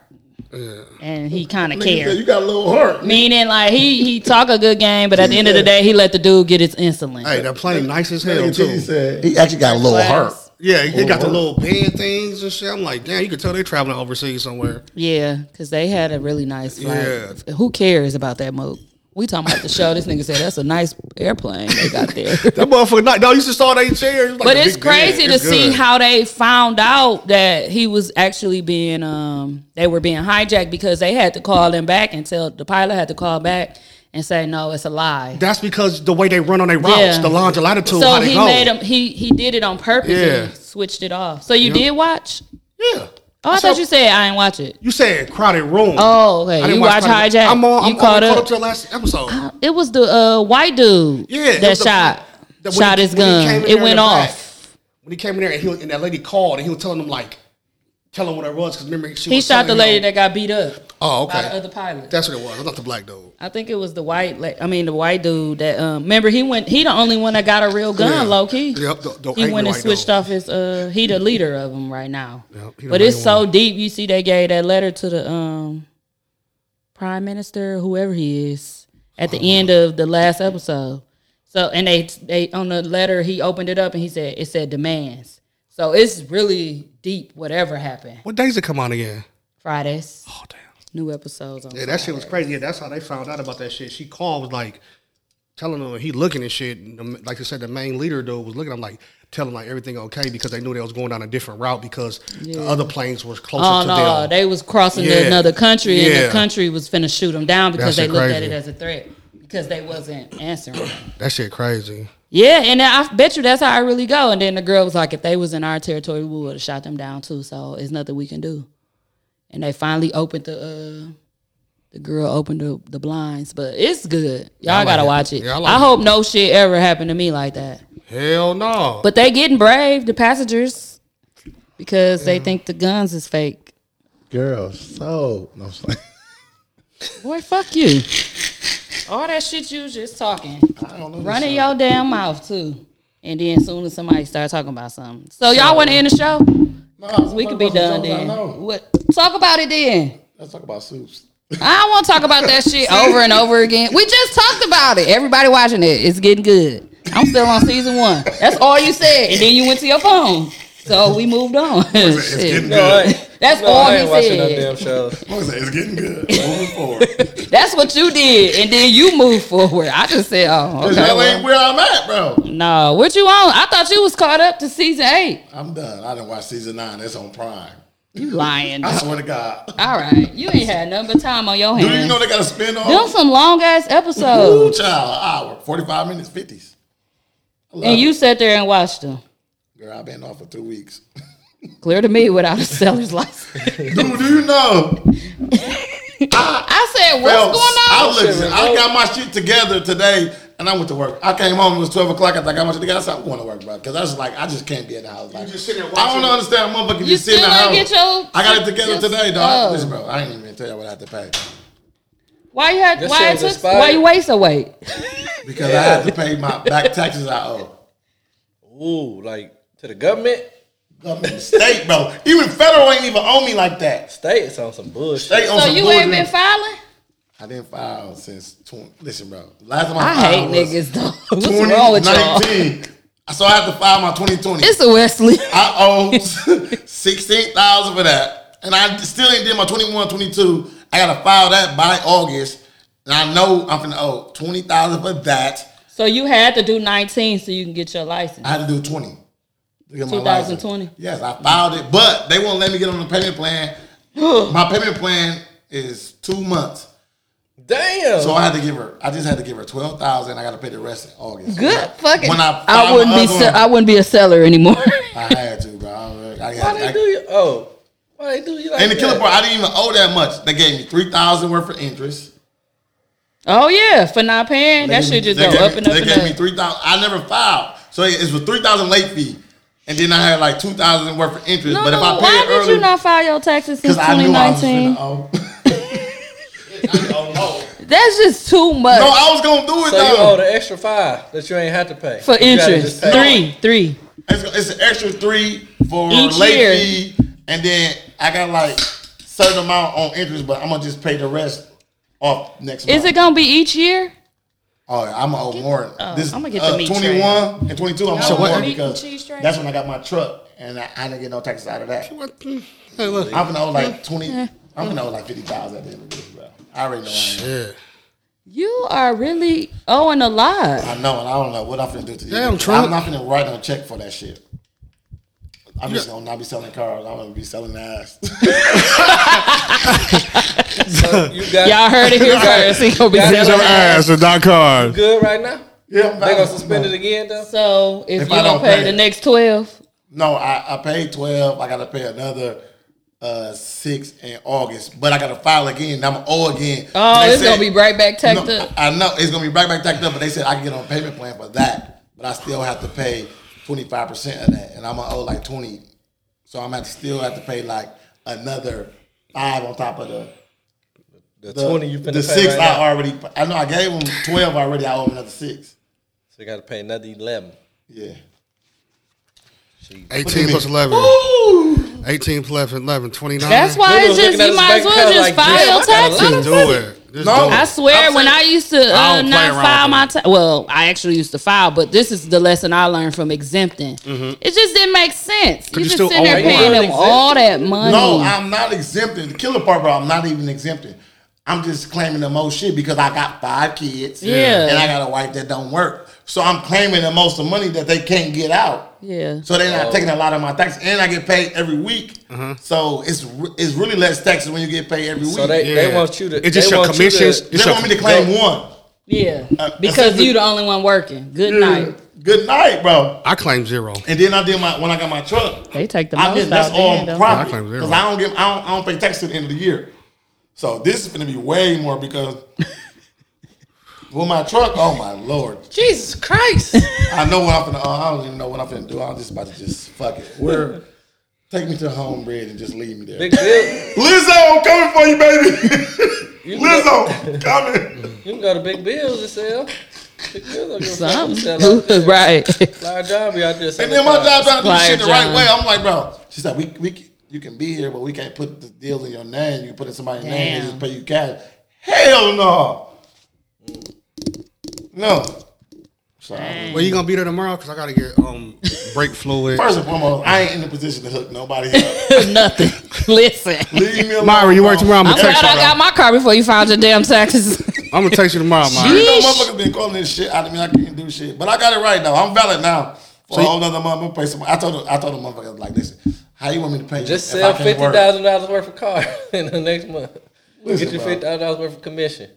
C: and he kind of
K: Nigga said,
C: cared.
K: You got a little heart.
C: Meaning, like he he talk a good game, but at the end of the day, he let the dude get his insulin.
H: Hey, that plane nice as hell
K: Nigga
H: too.
K: T said he actually got a little heart.
H: Yeah, they got the
K: Little
H: little band things and shit. I'm like, damn, you can tell they traveling overseas somewhere.
C: Yeah, because they had a really nice flight.
H: Yeah.
C: Who cares about that moat? We talking about the show. this nigga said that's a nice airplane they got there.
H: That motherfucker, not, no, you should saw they chairs. like
C: but
H: a
C: it's
H: big bed.
C: crazy to
H: It's
C: see
H: good.
C: how they found out that he was actually being um they were being hijacked because they had to call him back and tell the pilot had to call back and say no, it's a lie.
H: That's because the way they run on their routes,
C: Yeah.
H: the longitude, latitude,
C: so
H: how they
C: he
H: go.
C: made him he he did it on purpose.
H: Yeah.
C: And he switched it off. So you
H: Yep.
C: did watch?
H: Yeah.
C: Oh, I
H: So-
C: thought you said I ain't watch it.
H: you said crowded room.
C: Oh, okay.
H: I didn't
C: You watch
H: Crowded-
C: Hijack?
H: I'm on.
C: You
H: I'm
C: caught
H: caught,
C: up?
H: caught up to the last episode.
C: It was the uh, white dude
H: Yeah, it
C: that
H: was the-
C: shot
H: that when
C: shot
H: he-
C: his
H: when he
C: gun.
H: came in
C: It
H: there in
C: went
H: the
C: off.
H: back. when he came in there and he was, and that lady called and he was telling them like, telling what it was because remember she
C: he
H: was
C: shot the
H: telling
C: lady
H: him-
C: that got beat up.
H: Oh, okay.
C: By the other pilot.
H: That's what it was. I thought the black dude.
C: I think it was the white. la- I mean, the white dude that. Um, remember, he went. He the only one that got a real gun,
H: Yeah.
C: low key.
H: Yep, the- the
C: he went
H: angry
C: and
H: white
C: switched off his. Uh, he the leader of them right now.
H: he the
C: but it's
H: main
C: so deep. You see, they gave that letter to the um, prime minister, whoever he is, at the end of the last episode. So, and they they on the letter he opened it up and he said it said demands. So it's really deep. Whatever happened
H: What days it come on again?
C: Fridays. Oh damn! New episodes on.
H: Yeah, that shit was crazy. Yeah, that's how they found out about that shit. She called was like telling him he looking and shit. And the- Like I said, the main leader though was looking. I'm like telling him, like everything okay because they knew they was going down a different route because the
C: Yeah.
H: other planes were closer
C: oh
H: to
C: no,
H: them.
C: they was crossing to
H: Yeah.
C: another country, and
H: Yeah.
C: the country was finna shoot them down because
H: That
C: they
H: shit
C: looked at
H: crazy.
C: it as a threat because they wasn't answering.
H: that shit crazy.
C: yeah, and I bet you that's how I really go. And then the girl was like, "If they was in our territory, we would have shot them down too. So it's nothing we can do." And they finally opened the uh, the girl opened the, the blinds, but it's good. Y'all
H: I like
C: gotta
H: it.
C: watch it.
H: Yeah, I
C: I,
H: like it.
C: hope no shit ever happened to me like that.
H: Hell no.
C: But they getting brave, the passengers, because they think the guns is fake.
G: Girl, so no, I'm just like,
C: Boy, fuck you. All that shit you was just talking. Running your damn mouth too. And then soon as somebody start talking about something. So y'all wanna end the show? Cause we could be done then. What talk about it then.
G: Let's talk about soups.
C: I don't want to talk about that shit over and over again. We just talked about it. Everybody watching it. It's getting good. I'm still on season one. That's all you said. And then you went to your phone. So we moved on. Shit. That's all he said.
J: shows.
G: it's getting good. Moving forward.
C: That's what you did, and then you moved forward. I just said, oh,
G: Cause
C: okay.
G: that
C: well.
G: ain't where I'm at, bro.
C: No, what you on? I thought you was caught up to season eight.
G: I'm done. I didn't watch season nine. That's on Prime.
C: You lying.
G: I swear to God.
C: All right, you ain't had nothing but time on your
G: Do
C: hands.
G: you know they got a spin
C: Them
G: off?
C: some long ass
G: Ooh,
C: episodes,
G: child, an hour, 45 minutes, 50s.
C: and you sat there and watched them.
G: Girl, I've been off for two weeks.
C: Clear to me without a seller's license.
G: Dude, do you know?
C: I said, what's
G: Phelps,
C: going on?
G: I, listen, I got my shit together today and I went to work. I came home, it was 12 o'clock. I think I went to the guy. I said, I'm going to work, bro. Because I was like, I just can't be in the house. Like, I don't understand, motherfucker. You,
C: You
G: sit in
C: still
G: the
C: ain't get
G: house.
C: your-
G: I got it together
C: your-
G: today, dog.
C: Oh.
G: Listen, bro, I ain't even gonna tell you what I had to pay.
C: Why you had?
G: This
C: Why it
G: show's
C: took?
G: expired.
C: Why you waste so weight?
G: Because I had to pay my back taxes I owe.
J: Ooh, like to the government?
G: Government, state, bro. Even federal ain't even owe me like that.
J: State's on some bullshit.
G: State on
C: So
G: some
C: you ain't
G: bullshit.
C: been filing?
G: I didn't file since 20. Listen, bro. Last time I,
C: I hate
G: filed was
C: niggas though. What's wrong with y'all?
G: 2019. So I have to file my 2020.
C: It's a Wesley.
G: I owe 16000 for that. And I still ain't did my 21, 22. I got to file that by August. And I know I'm going to owe 20000 for that.
C: So you had to do 19 so you can get your license.
G: I had to do 20. to get my license.
C: 2020.
G: Yes, I filed it, but they won't let me get on the payment plan. my payment plan is two months.
J: Damn.
G: So I had to give her. I just had to give her twelve thousand. I got to pay the rest in August.
C: Good fucking.
G: When I,
C: I wouldn't be. Se- I wouldn't be a seller anymore.
G: I had to, bro. I, really- I,
J: Why
G: had-
J: they
G: I-
J: do you? Oh, why they do you like
G: and the killer
J: that?
G: part, I didn't even owe that much. They gave me three thousand worth of interest.
C: oh yeah, for not paying, that
G: They
C: should
G: gave
C: just
G: me-
C: go
G: they gave
C: up
G: me-
C: and up
G: They
C: and
G: gave me
C: up.
G: three thousand. I never filed, so it it was three thousand late fee, and then I had like two thousand worth of interest.
C: No,
G: but if I paid
C: why did
G: early,
C: you not file your taxes since
G: because I knew I was finna
C: 2019?
G: owe.
C: That's just too much.
G: No, I was gonna do it
J: So you
G: though.
J: owe the extra five that you ain't had to pay
C: for
J: You gotta
C: interest.
J: just
C: Three,
J: pay.
C: three.
G: It's, it's an extra three for
C: Each
G: late
C: year.
G: fee, and then I got like certain amount on interest, but I'm gonna just pay the rest off next month.
C: Is it gonna be each year?
G: Oh, I'm gonna owe more.
C: oh,
G: this,
C: I'ma
G: I'm gonna
C: get
G: get
C: the
G: uh,
C: meat
G: 21 and 22. I'm
C: Y'all
G: gonna owe
C: want
G: more
C: meat and
G: because
C: cheese tray?
G: that's when I got my truck, and I, I didn't get no taxes out of that.
H: Hey, look.
G: I'm gonna owe like 20. I'm gonna owe like 50 thousand at the end of this, bro. I already know. Shit.
C: You are really owing a lot.
G: I know, and I don't know what I'm finna do to you.
H: Damn,
G: because
H: Trump.
G: I'm not finna write no check for that shit. I'm just gonna not be selling cars. I'm gonna be selling ass.
J: You got
C: Y'all heard it here first. He gonna be
J: Got
C: selling
J: your
C: ass.
G: or dot
J: You
G: card.
J: good right now?
G: Yeah,
J: They gonna suspend it again though.
C: So if,
G: If
C: you
G: I
C: don't
G: don't
C: pay,
G: pay
C: the
G: it.
C: next twelve,
G: No, I, I paid twelve. I gotta pay another uh six in August, but I gotta file again. and I'm owe again.
C: oh,
G: And they
C: it's
G: said-
C: gonna be right back tacked
G: No,
C: up.
G: I I know it's gonna be right back tacked up, but they said I can get on a payment plan for that, but I still have to pay twenty five percent of that, and I'm gonna owe like twenty, so I'm gonna still have to pay like another five on top of the.
N: The 20 you finna
G: the
N: pay
G: six
N: right
G: I
N: now.
G: already I know I gave him twelve already I owe him another six
N: So you got to pay another eleven.
G: Yeah.
N: What do
H: 18
N: you
H: plus
N: mean?
H: 11. 18 plus 11, 29.
C: That's why it's just you might as well just file your taxes.
H: Do it. Just do it.
C: I swear, when I used to
H: I
C: uh,
H: don't play
C: not
H: around
C: file
H: with
C: my ta- well, I actually used to file, but this is the lesson I learned from exempting.
H: Mm-hmm.
C: It just didn't make sense.
G: Could
C: you
G: you
C: just
G: still
C: sitting there
G: own one?
C: paying them all that money.
G: No, I'm not exempting. The killer part, bro, I'm not even exempting. I'm just claiming the most shit because I got five kids.
C: Yeah.
G: And I got a wife that don't work. So I'm claiming the most of money that they can't get out.
C: yeah.
G: So they're not
C: Oh.
G: taking a lot of my taxes. And I get paid every week. So it's re- it's really less taxes when you get paid every week.
N: So they, they want you to.
G: It's just
N: they
G: your
N: want you
G: commissions.
N: To,
G: They want me to claim one.
C: Yeah,
G: that's
C: because
G: it.
C: you the only one working. Good
G: uh, Yeah.
C: night.
G: Good night, bro.
H: I claim zero.
G: And then I did my when I got my truck.
C: They take the
G: I
C: most
G: get that's
C: out there,
G: all
C: though.
G: profit
H: Yeah, I claim zero.
G: because I don't give I don't, I don't pay tax to the end of the year. So this is gonna be way more because with my truck, oh my lord,
C: Jesus Christ!
G: I know what I'm gonna. Uh, I don't even know what I'm gonna do. I'm just about to just fuck it. Where take me to home bread and just leave me there.
N: Big Bill.
G: Lizzo, I'm coming for you, baby. Lizzo, coming.
N: You can go to Big Bills yourself. Big Bills don't give a fuck who sell out there.
C: Something. right.
N: Flyer John be out there.
G: And then my job trying to do
N: Flyer
G: shit the right
N: John.
G: way. I'm like, bro. She said, we we can- you can be here, but we can't put the deals in your name. You can put it in somebody's name. They just
C: Damn.
G: pay you cash. Hell no. No. Sorry.
H: Well, you gonna be there tomorrow? Cause I gotta get um brake fluid.
G: First and foremost, I ain't in the position to hook nobody up.
C: Nothing. Listen.
G: Leave me alone.
H: Myra, you work tomorrow. I'm
C: I'm
H: gonna
C: glad
H: text you.
C: I got my car before you filed your damn taxes.
H: I'm gonna text you tomorrow,
G: You
H: Myra.
G: know, motherfuckers been calling this shit out of me. I can't do shit, but I got it right now. I'm valid now. For
H: So
G: a
H: you-
G: whole nother month, I'm pay some. I told the- I told the motherfuckers like, listen, how you want me to pay?
N: Just
G: you if I
N: sell
G: can't
N: fifty
G: work?
N: thousand dollars worth of car in the next month.
G: Listen,
N: Get your
G: bro.
N: fifty thousand dollars worth of commission.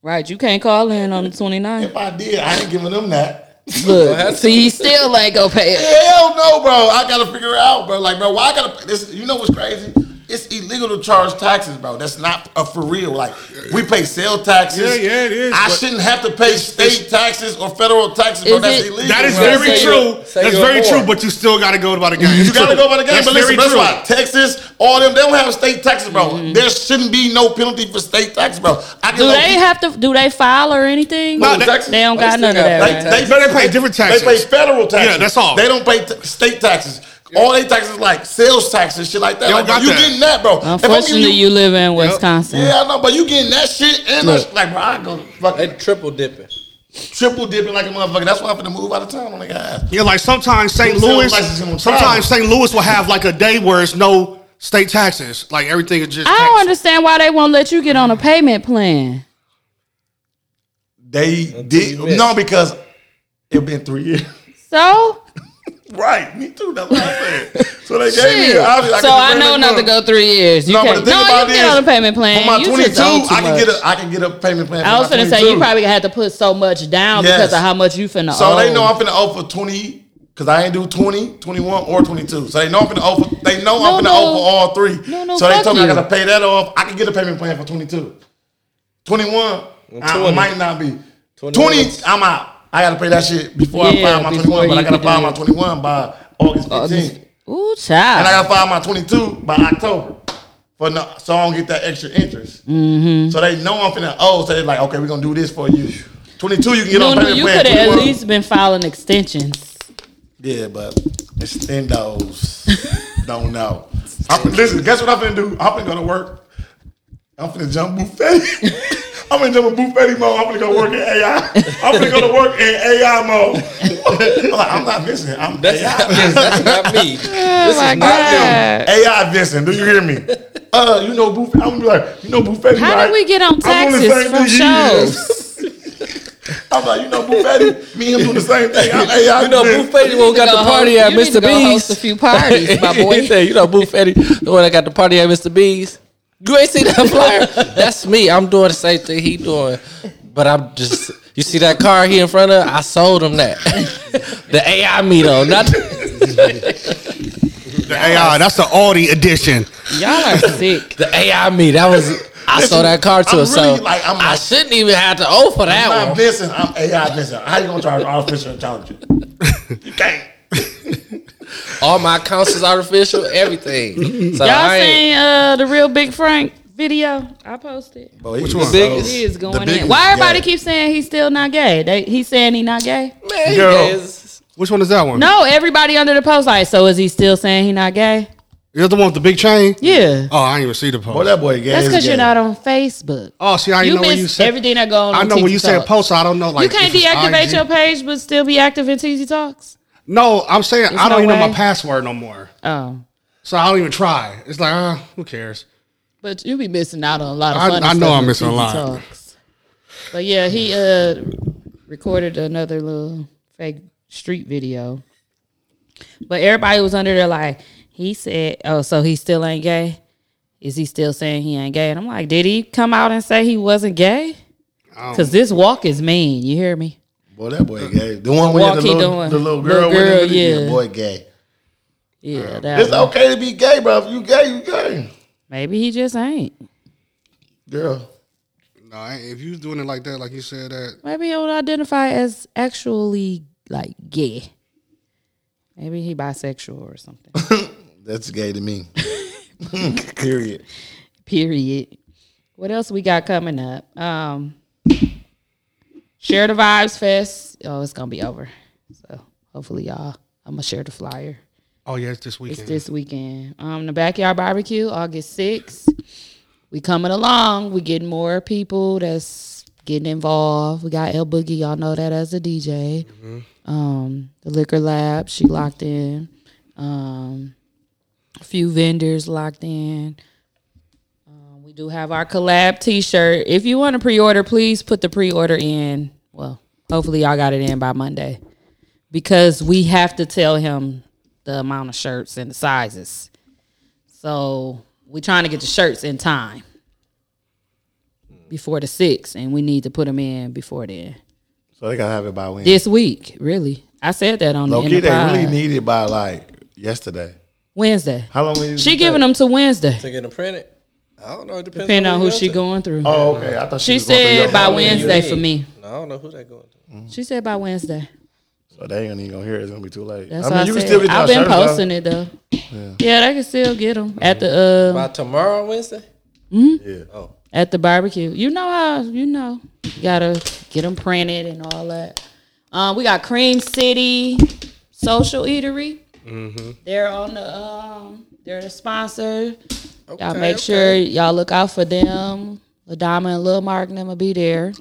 C: right, you can't call in on the 29th.
G: If I did, I ain't giving them that.
C: Look, see, he still ain't gonna pay it.
G: Hell no, bro. I gotta figure it out, bro. Like, bro, why I gotta this you know what's crazy? It's illegal to charge taxes, bro. That's not a for real. Like, we pay sale taxes.
H: Yeah, yeah, it is,
G: I
H: but-
G: shouldn't have to pay state taxes or federal taxes, bro.
C: Is
G: That's
C: it-
G: illegal.
H: That is
G: bro.
H: very true. That's very true. But you still gotta go by the game.
G: You
H: It's
G: gotta
H: true.
G: go by the game.
H: That's
G: but listen,
H: very
G: that's
H: true.
G: why Texas, all them, they don't have state taxes, bro. There shouldn't be no penalty for state tax, bro. I can
C: Mm-hmm. Do
G: low-key-
C: they have to? Do they file or anything?
G: No,
C: they,
G: Texas-
C: don't got none of that.
G: They,
C: right?
G: they,
H: they pay different taxes.
G: They pay federal taxes.
H: Yeah, that's all.
G: They don't pay t- state taxes. All they taxes like sales tax and shit like that.
H: They
G: Like,
H: don't
G: bro,
H: got
G: you
H: that.
G: getting that, bro? If I'm giving
C: Unfortunately, you live in Wisconsin.
G: Yeah, I know, but you getting that shit and that
N: Look.
G: shit, like, bro, I go fuck
N: They triple dipping.
G: triple dipping like a motherfucker. That's why I'm finna move out of town on the guy.
H: Yeah, like sometimes St.
G: Who sells
H: Louis,
G: license in Ohio?
H: sometimes St. Louis will have like a day where it's no state taxes. Like everything is just.
C: I don't understand why they won't let you get on a payment plan.
G: They did
N: you miss.
G: no because it been three years.
C: So
G: right, me too. That's what I said. So they gave me
C: shit.
G: the option.
C: so
G: could
C: I
G: do
C: know
G: anything
C: not to
G: you
C: go
G: want.
C: three years. You
G: no, but
C: can't-
G: the thing
C: no,
G: about
C: you
G: it
C: get
G: is,
C: on a payment plan.
G: For my
C: You just
G: 22,
C: owe too
G: I can get
C: much.
G: a I can get a payment plan.
C: I was
G: for my
C: finna say you
G: 22.
C: probably had to put so much down because of
G: Yes.
C: how much you finna
G: So
C: owe.
G: they know I'm finna owe for 20, because I ain't do 20, 21, or 22. So they know I'm finna owe for, they know
C: No,
G: I'm finna
C: no.
G: owe for all three.
C: No, no,
G: so they
C: fuck
G: told me
C: you.
G: I gotta pay that off. I can get a payment plan for 22. 21, I
N: 20.
G: might not be.
N: 21.
G: 20, I'm out. I gotta pay that shit before
C: Yeah,
G: I file my
C: before
G: 21, but I
C: you
G: gotta
C: can
G: file
C: do
G: my
C: it.
G: 21 by August 15th.
C: Ooh,
G: And I
C: child.
G: gotta file my 22 by October. For no, so I don't get that extra interest.
C: Mm-hmm.
G: So they know I'm finna owe. So they're like, okay, we're gonna do this for you. 22, you can get
C: No,
G: on
C: no,
G: payment
C: you
G: plan.
C: could have at
G: 21.
C: least been filing extensions.
G: Yeah, but extendos don't know. I'm, listen, guess what I'm gonna do? I'm gonna go to work. I'm gonna jump buffet. I'm gonna jump a buffet mode. I'm gonna go work in AI. I'm gonna go to work in AI mode. I'm, like, I'm not missing. I'm
N: That's not,
G: AI.
N: that's not me.
C: Oh my god!
G: AI Vincent, do you hear me? Uh, you know, Buffet. I'm gonna be like, you know, Buffet.
C: How
G: right?
C: did we get on
G: I'm doing the
C: taxes
G: same
C: from
G: thing he is.
C: shows?
G: I'm like, you know, Buffet. Me and him doing the same thing. I'm AI.
J: You know,
G: Vincent.
J: Buffetti won't got
C: go
J: the party
C: host-
J: at
C: you need to
J: Mr.
C: go
J: B's.
C: host a few parties, my boy.
J: He said, you know, Buffetti, the one that got the party at Mr. B's. You ain't seen that flyer. That's me. I'm doing the same thing he doing, but I'm just. You see that car here in front of? I sold him that. the AI meet on. Not
H: The AI, that's the Audi edition.
C: Y'all are sick.
J: the AI meet. That was. I sold that car to
G: I'm
J: him, so
G: really, like, I'm
J: I
G: like-
J: shouldn't even have to owe for that
G: I'm
J: one.
G: Vincent. I'm AI Vincent. How you gonna charge artificial intelligence? You can't.
J: All my accounts is artificial. Everything. So
C: Y'all
J: I ain't.
C: seen uh, the real Big Frank video I posted?
J: Boy, he Which was one? the biggest.
C: He is going
J: The
C: in.
J: biggest
C: Why everybody
J: gay.
C: keeps saying he's still not gay? They, he's saying he not gay.
J: Man,
H: Which one is that one?
C: No, everybody under the post like, so is he still saying he not gay?
H: You're the one with the big chain?
C: Yeah.
H: Oh, I ain't even see the post. Boy,
G: that boy gay.
C: That's because you're not on Facebook.
H: Oh, see, I ain't
C: you
H: know what
C: miss
H: you said.
C: everything that go on.
H: I
C: on
H: know when
C: TikTok.
H: you said post, I don't know. Like
C: you can't
H: if it's
C: deactivate
H: IG.
C: your page but still be active in TZ Talks.
H: No, I'm saying
C: There's
H: I don't
C: no
H: even know
C: way.
H: my password no more.
C: Oh.
H: So I don't even try. It's like, uh, who cares?
C: But you be missing out on a lot of
H: I-
C: fun.
H: I know
C: stuff
H: I'm
C: in
H: missing a
C: TZ
H: lot.
C: Talks. But yeah, he uh recorded another little fake street video. But everybody was under there like he said, "Oh, so he still ain't gay? Is he still saying he ain't gay?" And I'm like, "Did he come out and say he wasn't gay?"
G: I
C: Because
G: don't-
C: this walk is mean. You hear me?
G: Boy, that boy gay. The one with the
C: Walk he
G: little,
C: doing.
G: the little
C: Little
G: girl, with
C: girl,
G: him, yeah.
C: yeah.
G: boy gay.
C: Yeah,
G: It's okay to be gay, bro. If you gay, you gay.
C: Maybe he just ain't.
G: Girl.
H: No, I- if you was doing it like that, like you said that,
C: Maybe he'll identify as actually like gay. Maybe he bisexual or something.
G: That's gay to me. Period.
C: Period. What else we got coming up? Um Share the Vibes Fest. Oh, it's gonna be over. So hopefully y'all I'm gonna share the flyer.
H: oh yeah, it's this weekend.
C: It's this weekend. Um, the backyard barbecue, August 6th. We coming along. We getting more people that's getting involved. We got El Boogie, y'all know that as a DJ.
O: Mhm.
C: Um, the liquor lab, she locked in. Um, a few vendors locked in. Um, we do have our collab T-shirt. If you want to pre-order, please put the pre-order in. Well, hopefully y'all got it in by Monday, because we have to tell him the amount of shirts and the sizes. So we're trying to get the shirts in time before the six, and we need to put them in before then.
G: So they gotta have it by when?
C: This week, really, I said that on
G: Low
C: the
G: key, they
C: Enterprise.
G: really need it by like yesterday.
C: Wednesday.
G: How long? is
C: She
G: it
C: giving
G: take?
C: them to Wednesday.
J: To get them printed. I don't know. It depends
C: Depending on who
J: you
C: she
J: go to.
C: going through.
G: Oh, okay. I thought she
C: she
G: was going through
C: said
G: your
C: by
G: phone.
C: Wednesday
G: Yeah.
C: for me.
J: No, I don't know who they going to.
C: She said by Wednesday.
G: So they ain't even gonna hear it. It's gonna be too late.
C: That's
G: I
C: what
G: mean,
C: I
G: you
C: said.
G: can still get your
C: I've been
G: shirts, though.
C: posting it though.
G: Yeah.
C: Yeah. they can still get them at the uh,
J: By tomorrow, Wednesday.
C: mhm.
G: Yeah.
J: Oh.
C: at the barbecue. You know how you know. You gotta get them printed and all that. Um, we got Cream City Social Eatery.
O: Mm-hmm.
C: They're on the um, they're the sponsor. y'all
O: Okay,
C: make sure y'all look out for them. Ladama and Lil Mark and them will be there.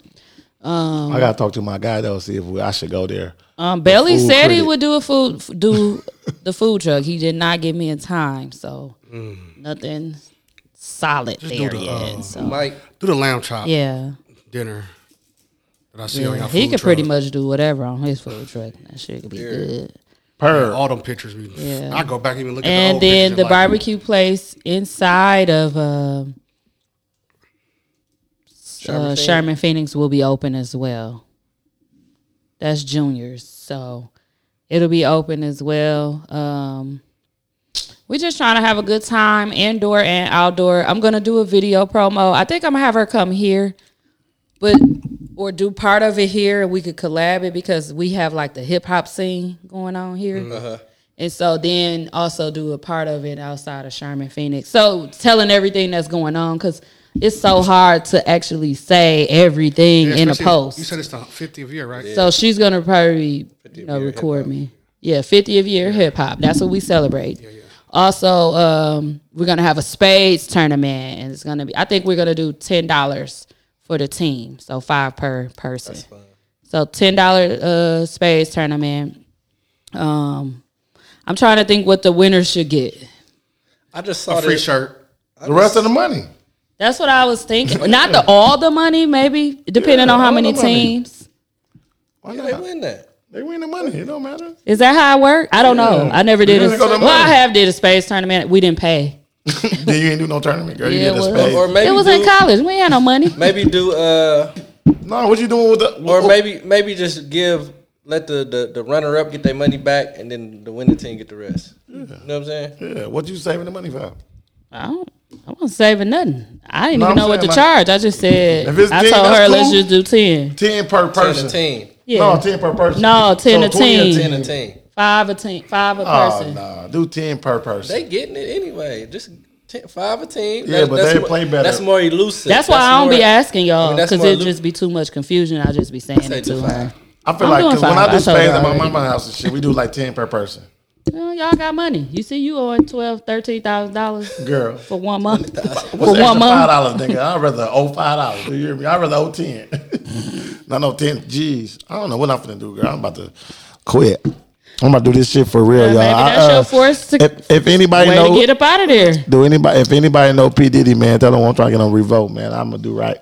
C: Um,
G: I gotta talk to my guy though. See if we, I should go there.
C: Um, Belly
G: The food
C: said he
G: critic.
C: would do a food f- do the food truck. He did not give me a time, so
H: Mm.
C: nothing solid
H: Just
C: there
H: do the,
C: yet.
H: uh,
C: so
H: do the lamb chop.
C: Yeah.
H: Dinner. That I see
C: Yeah,
H: on y'all
C: he
H: food
C: could pretty
H: truck.
C: much do whatever on his food truck. That shit could be good.
H: Per all them pictures. We,
C: Yeah.
H: I go back and even look
C: and
H: at the old
C: then
H: pictures
C: the
H: like,
C: barbecue place inside of um,
O: Sherman
C: uh,
O: Phoenix.
C: Sherman Phoenix will be open as well. That's juniors, so it'll be open as well. Um, we're just trying to have a good time, indoor and outdoor. I'm gonna do a video promo. I think I'm gonna have her come here, but or do part of it here, and we could collab it because we have like the hip hop scene going on here.
H: Mm-hmm.
J: Uh-huh.
C: And so then also do a part of it outside of Sherman Phoenix. So telling everything that's going on because it's so hard to actually say everything
H: Yeah,
C: in a
H: especially-
C: post.
H: You said it's the 50th year, right?
C: So she's gonna probably you know, record me. Yeah, 50th year hip hop. That's what we celebrate. Also, um, we're gonna have a spades tournament, and it's gonna be. I think we're gonna do ten dollars for the team, so five per person. So ten dollar uh, spades tournament. Um, I'm trying to think what the winners should get.
J: I just saw
G: A free
J: this-
G: shirt.
J: I
G: The
J: just-
G: rest of the money.
C: That's what I was thinking. Not the all the money, maybe depending
G: Yeah,
C: on how
G: all
C: many
G: the money.
C: teams.
G: Why not? They win
J: that.
G: They win the money. It don't matter.
C: Is that how it work? I don't know.
G: Yeah.
C: I never did.
G: You
C: A,
G: didn't go to
C: well,
G: mine.
C: I have did a space tournament. We didn't pay.
G: then you ain't do no tournament, girl.
C: Yeah,
G: you did
C: well,
G: a space.
J: Or maybe
C: it was in
J: do-
C: college. We ain't had no money.
J: Maybe do uh
G: No, what you doing with the
J: or maybe maybe just give let the the, the runner up get their money back and then the winning team get the rest. You know what I'm saying?
G: Mm-hmm. Yeah, what you saving the money for?
C: I don't. I wasn't saving nothing. I didn't
G: No,
C: even
G: I'm
C: know what to
G: saying, like,
C: charge. I just said.
G: if it's
C: I
G: 10,
C: told
G: that's
C: her let's
G: cool.
C: just do ten.
G: Ten per
J: Ten a
G: person.
J: team.
C: Yeah.
G: No, ten per person.
C: No, ten a
G: 20
C: team.
G: a
J: Ten a team.
C: Five or ten, five a
G: Oh
C: person.
G: nah, do ten per person.
J: They getting it anyway. Just ten, five or ten.
G: Yeah, but
J: that's
G: they
J: more-
G: play better.
J: That's more elusive.
C: That's why I don't
J: more-
C: be asking
J: I
C: y'all
J: mean, that's
C: because
J: more
C: it
J: elu-
C: just be too much confusion. I just be saying it to her.
G: I feel
C: I'm
G: like
C: doing
G: 'cause when
C: five.
G: I do
C: told
G: Spain
C: her
G: at my
C: already.
G: mama house and shit, we do like ten per person.
C: Well, y'all got money. You see, you owing twelve, thirteen thousand dollars,
G: Girl.
C: for one month. for
G: What's the
C: one
G: extra five
C: month.
G: dollars, nigga? I'd rather owe five dollars. Do you hear me? I'd rather owe ten. no, no, ten. Jeez, I don't know what I'm finna do, girl. I'm about to quit. I'm about to do this shit for real, y'all.
C: Maybe
G: I,
C: that's
G: uh,
C: your force to
G: if, if anybody
C: way
G: know,
C: to get up out of there.
G: do anybody if anybody know P Diddy, man, tell them I'm trying to get on revolt, man. I'm gonna do right.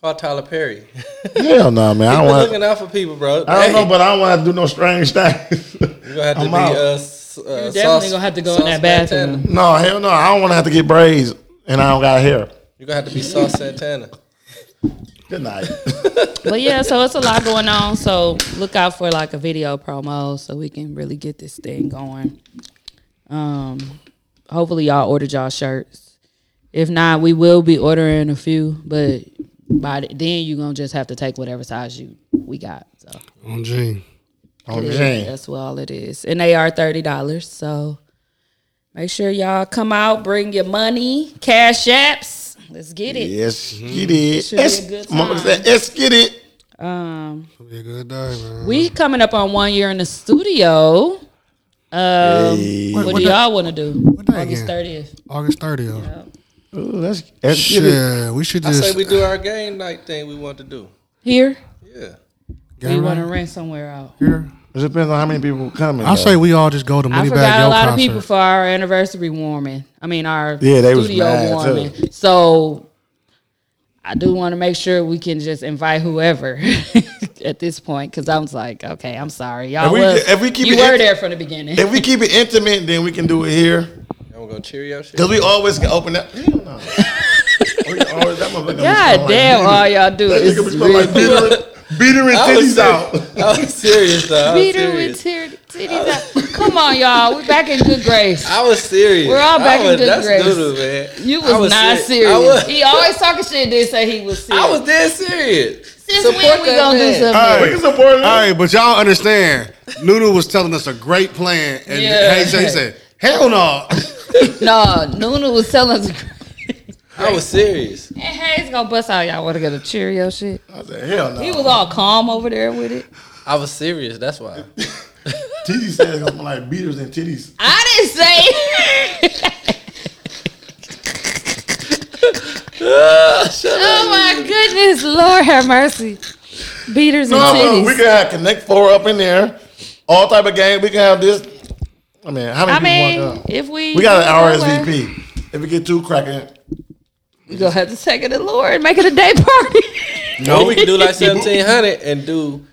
J: Call Tyler Perry.
G: Hell no, man. I
J: People
G: don't want.
J: looking out for people, bro.
G: I don't know, but I don't want to do no strange things.
J: You gonna have to
G: I'm
J: be
G: out.
J: uh, s- uh,
C: You definitely gonna have to go in that bathroom.
G: No, hell no. I don't want to have to get braids, and I don't got hair.
J: You are gonna have to be Sauce Santana.
G: Good night.
C: But yeah, so it's a lot going on. So look out for like a video promo so we can really get this thing going. Um, hopefully y'all ordered y'all shirts. If not, we will be ordering a few, but by the, then you gonna just have to take whatever size you we got. So
H: On Gene.
G: On
C: It is-
G: Gene.
C: that's what all it is, and they are thirty dollars. So make sure y'all come out, bring your money, cash apps. Let's get it.
G: Yes, get it.
C: Should be a
G: Yes,
C: good
G: Mama
C: time.
G: said, yes, get it.
C: Um,
H: Be a good day, man.
C: We coming up on one year in the studio. Um,
H: Hey.
C: What,
H: What-
C: do
H: what
C: y'all want to do? August
H: again?
C: thirtieth.
H: August 30th.
G: Ooh, that's, that's
H: Shit,
G: good.
H: we should
J: I
H: just.
J: say we do our game night thing we want to do.
C: Here?
J: Yeah.
C: Do you want to rent somewhere out?
H: Here?
G: It depends on how many people coming.
H: I
G: though.
H: say we all just go to
C: I
H: Money
C: forgot
H: Bag
C: a
H: Yo
C: lot
H: concert.
C: of people for our anniversary warming. I mean, our
G: Yeah, they was
C: studio
G: mad,
C: warming. So I do want to make sure we can just invite whoever at this point because I was like, okay, I'm sorry, y'all.
G: If we,
C: was,
G: if we keep
C: you
G: it
C: were
G: inti-
C: there from the beginning.
G: If we keep it intimate, then we can do it here.
J: I'm gonna cheerio shit.
G: Because we always can open up. Hell no. We always- that motherfucker be smelling
C: God
G: like
C: damn,
G: beater.
C: all y'all do
G: Oh, That
C: is
G: nigga be smelling like beater, beater and
J: I was
G: titties
J: ser-
G: out.
J: I was serious though. I was
C: Peter with
J: serious.
C: tear- titties out. Come on, y'all. We back in good grace.
J: I was serious.
C: We're all back
J: I
C: in
J: was,
C: good
J: that's
C: grace.
J: Doodoo, man.
C: You
J: I
C: was, not
J: seri-
C: serious.
J: I was,
C: He always talking shit. Did say he was serious.
J: I was dead serious.
C: Since
J: Support
C: when we
J: that
C: gonna
J: man.
C: do something?
H: Uh, All right, but y'all understand. Noodle was telling us a great plan, and
C: Yeah.
H: Hey Jay said, "Hell no."
C: no, Nunu was telling us.
J: I was serious.
C: And Hayes gonna bust out. Y'all want to go to Cheerio shit? I
G: said, hell no.
C: He was all calm over there with it.
J: I was serious. That's why.
G: Titties said it's gonna smell like beaters and titties.
C: I didn't say. oh my goodness, Lord have mercy. Beaters
G: No,
C: and
G: but
C: titties.
G: we can have Connect Four up in there. All type of game. We can have this. I mean, how many
C: I
G: people
C: mean,
G: want to come?
C: if we
G: We got an
C: somewhere,
G: RSVP. If we get two cracking,
C: we gonna have to take it to Lord and make it a day party.
J: No, we can do like seventeen hundred and do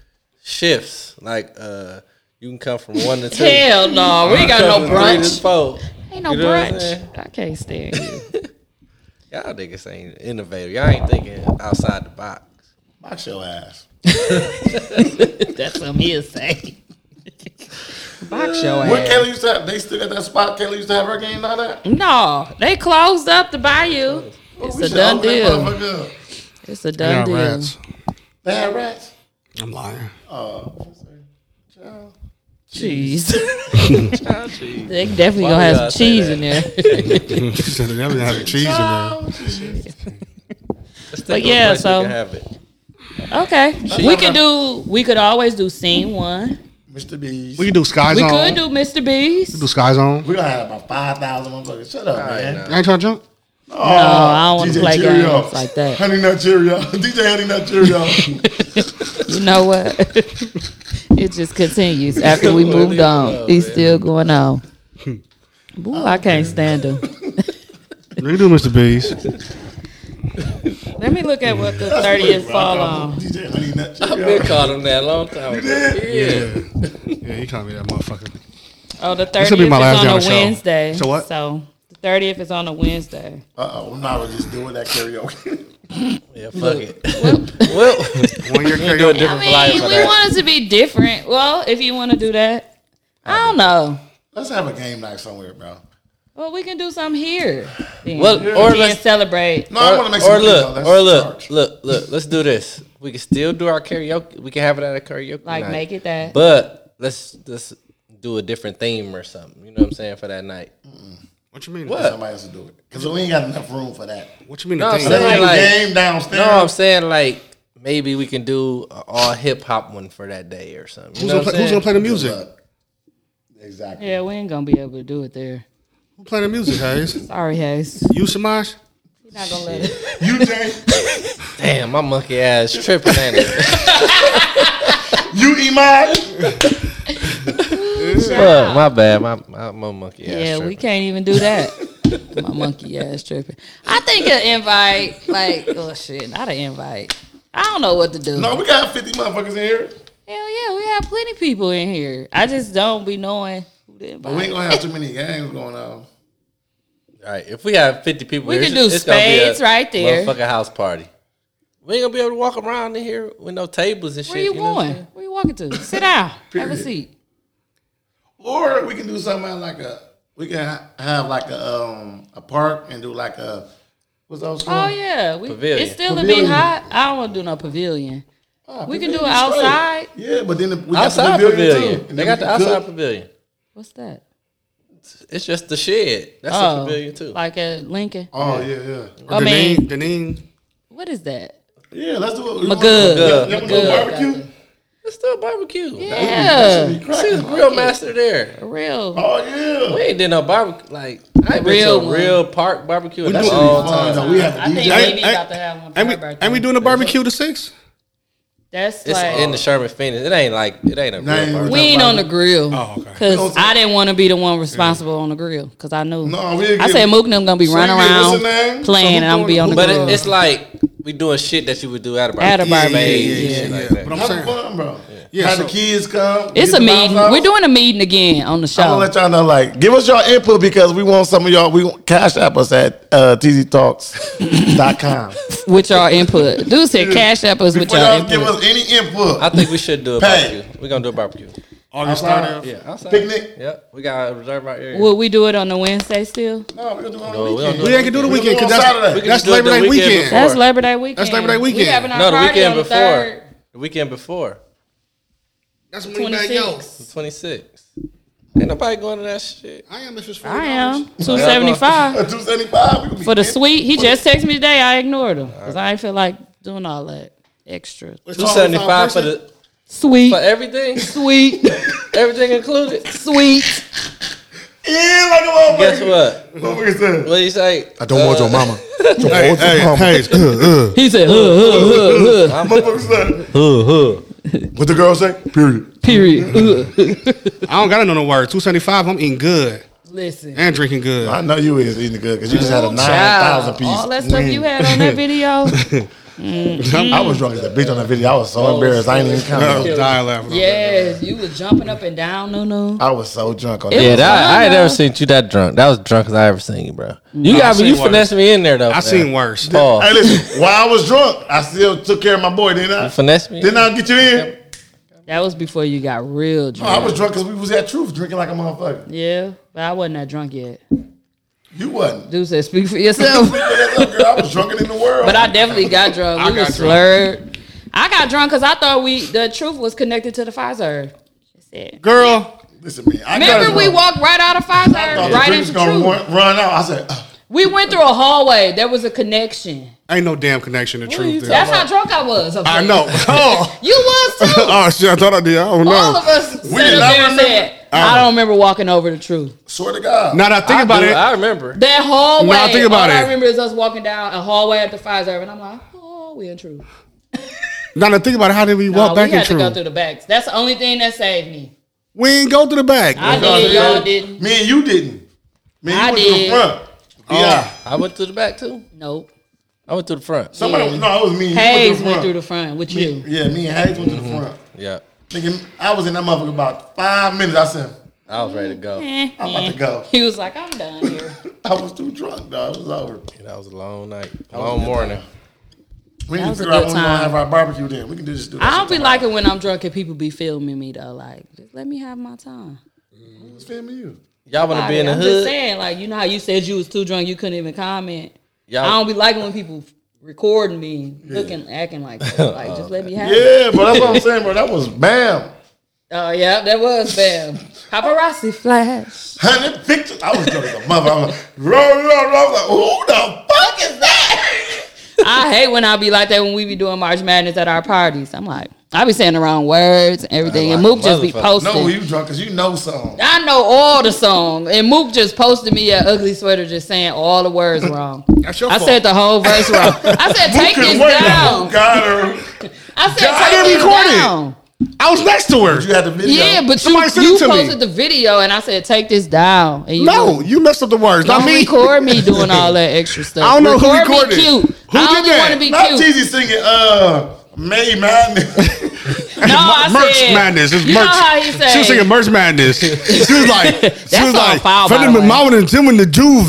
J: shifts. Like uh, you can come from one to two.
C: Hell no, we
J: You
C: got
J: come
C: no
J: from three to
C: brunch.
J: four.
C: Ain't no
J: You know what I'm saying?
C: brunch. I can't stand you.
J: Y'all niggas ain't innovative. Y'all ain't thinking outside the box.
G: box your ass.
C: That's what he'll say. Box your
G: When
C: ass.
G: Kelly used to have, they still got that spot. Kelly used to have her game like that.
C: No, they closed up the bayou. It's
G: We
C: a
G: should
C: done
G: open that
C: deal.
G: motherfucker up.
C: It's a done
H: got
C: deal.
H: rats.
G: They had rats.
H: I'm lying.
G: Oh, child.
C: Cheese.
G: Child, cheese.
C: they definitely
G: Why
C: gonna
G: we
C: have some
G: gotta
C: cheese
G: say
C: in there.
H: She said they never had cheese in there.
G: Child, cheese.
J: Let's
C: But
J: think of a
C: yeah,
J: place we
C: so-
J: can have it.
C: okay,
J: She-
C: we could do. We could always do scene one.
G: Mr. B's.
H: We can do Sky
C: We
H: Zone.
C: could do Mr. Beast.
H: do Sky Zone.
G: We gonna have about five thousand motherfuckers. Shut up, man. Oh,
H: I ain't trying to jump.
G: No,
C: Oh, I don't wanna play games like that.
G: Honey Nut Cheerio. DJ Honey Nut Cheerio.
C: You know what? it just continues after we moved on. He's still going on. Boy, I can't stand him.
H: We can do Mr. Beast.
C: Let me look at what the thirtieth fall on.
G: DJ Honey Nut
J: I've
G: Cheerio.
J: been called him that a long time ago. Yeah.
H: Yeah. Yeah, you called me that motherfucker.
C: Oh, the
H: This
C: thirtieth
H: will be
C: is
H: my last
C: on
H: day on
C: a
H: the show.
C: Wednesday.
H: So what?
C: So the thirtieth is on a Wednesday.
G: Uh oh, now we're just doing that karaoke.
J: Yeah, fuck it. well,
H: One year
J: we do a
H: karaoke.
J: different
C: I
J: flyer
C: mean,
J: for
C: we
J: that.
C: want it to be different. Well, if you want to do that, I don't know.
G: Let's have a game night somewhere, bro.
C: Well, we can do something here. then.
J: Well, or
C: We can
J: let's-
C: celebrate.
G: No, I want to make some
J: or
G: money, though.
J: look,
G: That's
J: or
G: the
J: look,
G: charge.
J: look, look. Let's do this. We can still do our karaoke. We can have it at a karaoke
C: Like
J: night.
C: make it that.
J: But let's let's do a different theme or something. You know what I'm saying for that night.
H: What you mean?
J: What?
G: Somebody else to do it because we ain't got enough room for that.
H: What
G: you mean the theme? Let me game downstairs.
J: No, I'm saying like maybe we can do a all hip hop one for that day or something. You
H: Who's
J: know
H: gonna
J: what I'm
H: play- who's
J: saying?
H: gonna play the music?
G: Exactly.
C: Yeah, we ain't gonna be able to do it there.
H: Who playing the music, Hayes?
C: Sorry, Hayes.
H: You Samash?
C: He not gonna let it.
J: Damn, my monkey ass tripping ain't it.
G: You Iman?
J: Fuck, my bad. My my, my monkey ass.
C: Yeah,
J: tripping.
C: we can't even do that. My monkey ass tripping. I think an invite, like, oh shit, not an invite. I don't know what to do.
G: No, we got 50 motherfuckers in here.
C: Hell yeah, we have plenty of people in here. I just don't be knowing who to
G: But
C: invite.
G: we ain't gonna have too many games going on.
J: All right, if we have 50 people,
C: We
J: here,
C: can
J: it's-
C: do
J: it's gonna be a
C: spades right there.
J: Motherfucking house party. We ain't gonna be able to walk around in here with no tables and
C: Where
J: shit.
C: you
J: know what I'm
C: going?
J: saying?
C: Where you walking to? Sit down. Have a
G: Period.
C: seat.
G: Or we can do something like a we can ha- have like a um a park and do like a what's those
C: Oh
G: called?
C: yeah, we,
G: Pavilion.
C: it's still a big
G: Pavilion.
C: hot. I don't want to do no pavilion. we can do it
G: Ah, pavilion straight.
C: outside.
G: Yeah, but then the, we
J: Outside
G: got the pavilion.
J: pavilion.
G: Too. And
J: They
G: then
J: got
G: we
J: the
G: can
J: outside
G: cook.
J: pavilion.
C: What's that?
J: It's just the shed. That's
C: Oh,
J: a pavilion too.
C: Like at Lincoln.
G: Oh yeah, yeah.
C: I mean,
H: Deneen.
C: what is that?
G: Yeah, let's do it.
C: My good.
G: Let-
C: My
G: let me do a
C: good.
G: barbecue.
J: It's still barbecue.
G: Oh.
C: Yeah.
G: That should be cracking.
J: She's a grill master there.
C: For real.
G: Oh yeah.
J: We ain't did no barbecue. Like I ain't
C: real
J: been to a
C: one.
J: real park barbecue
G: We
J: in a
G: do-
J: long
G: Oh,
J: time.
G: no, we have to
C: I think
G: DJ.
C: Amy about to have one for
H: And we,
C: her birthday.
H: and we doing the barbecue to six?
C: That's
J: It's
C: like
J: in the Sherman Phoenix. It ain't like it ain't a
G: Nah,
J: real
G: ain't
J: barbecue.
C: we ain't on the grill.
H: Oh, okay.
C: Cause I didn't want to be the one responsible on the grill, cause I knew.
G: No, we'll
C: I
G: get-
C: said Mook and them gonna be
G: So
C: running
G: you get- what's her
C: around
G: name?
C: playing, and
G: So who
C: I'm gonna be
G: doing-
C: on the
J: But
C: grill.
J: it, it's like we doing shit that you would do at a barbecue.
C: At a barbecue,
J: Spades and
C: yeah,
J: shit like
H: yeah.
J: that.
H: But I'm
G: Have
H: saying,
G: fun, bro.
H: Yeah,
G: Have
H: so-
G: the kids come.
C: It's
G: get
C: a
G: the
C: meeting.
G: bounce house.
C: We're doing a meeting again on the
G: I'm gonna
C: show.
G: let y'all know, like, give us your input because we want some of y'all. We want cash app us at uh, tztalks.com.
C: with y'all input. Dude said cash app us with
G: Before
C: y'all
G: y'all give
C: input.
G: us any input.
J: I think we should do a
G: Pat.
J: barbecue. We're gonna do a barbecue.
H: August
G: Outside.
H: 30th.
J: Yeah, outside.
G: Picnic?
J: Yep, we gotta reserve our area.
C: Will we do it on the Wednesday still?
G: No, we're gonna do it on
J: No,
G: the
J: we don't do it.
G: weekend.
H: We ain't gonna do the
G: We
H: weekend
G: can
H: because
G: do it on
H: that's,
G: Saturday.
H: that's
J: We can
H: Labor
J: do it
H: Day
J: the weekend
H: weekend.
J: before.
C: That's Labor Day weekend.
H: That's Labor Day
C: We
H: weekend.
C: having our
J: no, the
C: party
J: weekend
C: on the
J: before. The weekend before,
H: That's when we back yo.
C: 26.
J: the 26th. Ain't nobody going to that shit.
H: I am if it's
C: I
H: $40.
C: am two seventy five
G: 275. we gonna be
C: for the
G: in.
C: suite. He just texted me today. I ignored him because I ain't feel like doing all that extra.
H: It's
J: Two seventy five for the
C: Sweet,
J: for everything,
C: sweet,
J: everything included.
C: sweet.
G: Yeah, like a motherfucker.
J: Guess what?
G: Motherfucker said,
J: What do you say?
G: I don't want your mama.
H: Hey, hey, Hayes, uh, uh.
C: He said, huh, huh,
G: Motherfucker said, what the girl say? Period.
C: period. Uh.
H: I don't gotta know no word. 275, I'm eating good
C: Listen,
H: and drinking good.
G: I know you is eating good because you just had a 9,000
C: child,
G: piece.
C: all that stuff
G: wing.
C: you had on that video.
G: I was drunk as a bitch on that video. I was
C: Oh,
G: so embarrassed. I ain't even
H: I was
G: counting.
H: dying Uh, laughing.
C: yes, you was jumping up and down, no, no.
G: I was so drunk on
C: It
G: that.
J: Yeah,
C: was
J: that,
C: fun,
J: I ain't
C: though.
J: ever seen you that drunk. That was drunk as I ever seen you, bro. You
H: I
J: got me. You
H: seen worse.
J: finessed me in there though.
H: I seen worse.
J: Paul,
C: Oh.
G: Hey, listen. While I was drunk, I still took care of my boy. Didn't I?
J: finessed me.
G: Didn't I get you in?
C: That was before you got real
G: No,
C: drunk.
G: I was drunk because we was at Truth drinking like a motherfucker.
C: Yeah, but I wasn't that drunk yet.
G: You wasn't.
C: Dude said, "Speak for yourself."
G: Girl, I was drunker than the world.
C: but I definitely got drunk.
H: I
C: We
H: got
C: was
H: drunk.
C: slurred. I got drunk because I thought we the truth was connected to the Pfizer. That's it.
H: Girl,
G: listen, man. I got
C: Remember,
G: drunk.
C: we walked right out of Pfizer,
G: The
C: right
G: drinks
C: into
G: gonna
C: truth.
G: run, run out. I said, "Uh, "Ugh,
C: We went through a hallway. There was a connection.
H: ain't no damn connection to truth. there.
C: That's how drunk I was. okay?
H: I know. Oh.
C: You was too.
H: oh shit, I thought I did. I don't know.
C: All of us
G: We
C: sat
G: did
C: up
G: not
C: there and said, "I don't remember walking over the truth."
G: swear to God.
H: now that I think about
J: Dude,
H: it,
J: I remember.
C: That hallway.
H: Now I think about
C: all I
H: it.
C: remember is us walking down a hallway at the Pfizer, and I'm like, "Oh, we in truth."
H: now that I think about it, how did we
C: No,
H: walk back
C: we
H: in
C: had to go
H: truth?
C: through the backs. That's the only thing that saved me.
H: we ain't go through the back.
C: I did, y'all didn't.
G: Me and you didn't. Me and you
C: I
G: went to
C: did. Oh.
G: the front. Yeah.
J: I went through the back too.
C: Nope.
J: I went through the front.
G: Somebody,
C: Yeah.
G: no, it was me and you
C: Hayes
G: went to
C: went
G: the front.
C: through the Mm-hmm. front with you.
G: yeah, me and Hayes went to the front.
J: Yeah,
G: Thinking I was in that motherfucker about five minutes. I said,
J: I was ready to go.
C: Eh,
G: I'm about to go.
C: He was like, I'm done here.
G: I was too drunk, dog. It was over.
J: Yeah, that was a long night, long morning.
G: We
C: That
G: need to
C: was a
G: figure out
C: good
G: when we're gonna
C: time.
G: have our barbecue then. We can do just do that.
C: I don't
G: shit
C: be liking when I'm drunk and people be filming me though. Like, just let me have my time.
G: tomorrow. It's family you.
J: Y'all want to be in the
C: I'm just
J: hood?
C: saying, like, you know how you said you was too drunk, you couldn't even comment. I
J: Y'all,
C: don't be liking when people recording me, looking, acting like that. Like, just let me have it.
G: Yeah, but that's what I'm saying, bro. That was bam.
C: Oh yeah, that was Bam. Paparazzi flash.
K: Honey, pictures. I was doing a mother. I'm like, roll, roll, roll. Like, who the fuck is
C: I hate when I be like that when we be doing March Madness at our parties. I'm like, I be saying the wrong words and everything. and Mook just be posting.
K: No, you drunk because you know something.
C: I know all the song, and Mook just posted me a ugly sweater, just saying all the words wrong.
K: That's your
C: I
K: fault.
C: said the whole verse wrong. I said take this down.
K: Got her.
C: I said
K: I
C: take
K: didn't
C: this
K: record it.
C: down.
K: I was next to her. You had the video.
C: Yeah, but
K: Somebody
C: you,
K: sent
C: you
K: it to me.
C: posted the video, and I said take this down. And you
K: No, you messed up the words.
C: Don't
K: Not me.
C: record me doing all that extra stuff.
K: I don't know who
C: record
K: recorded.
C: Me
K: it.
C: cute.
K: Who
C: I
K: did
C: only
K: that?
C: want to be
K: Not
C: cute.
K: Teezy singing. Uh, May Madness.
C: No, I
K: Merch
C: said,
K: Madness. It's
C: you
K: merch.
C: Know how he say,
K: She was singing
H: Merch Madness. She
K: was like,
H: she
C: all
H: was like,
C: foul, by
H: from
C: the
H: the
C: way.
H: mama and Jim and the Juve.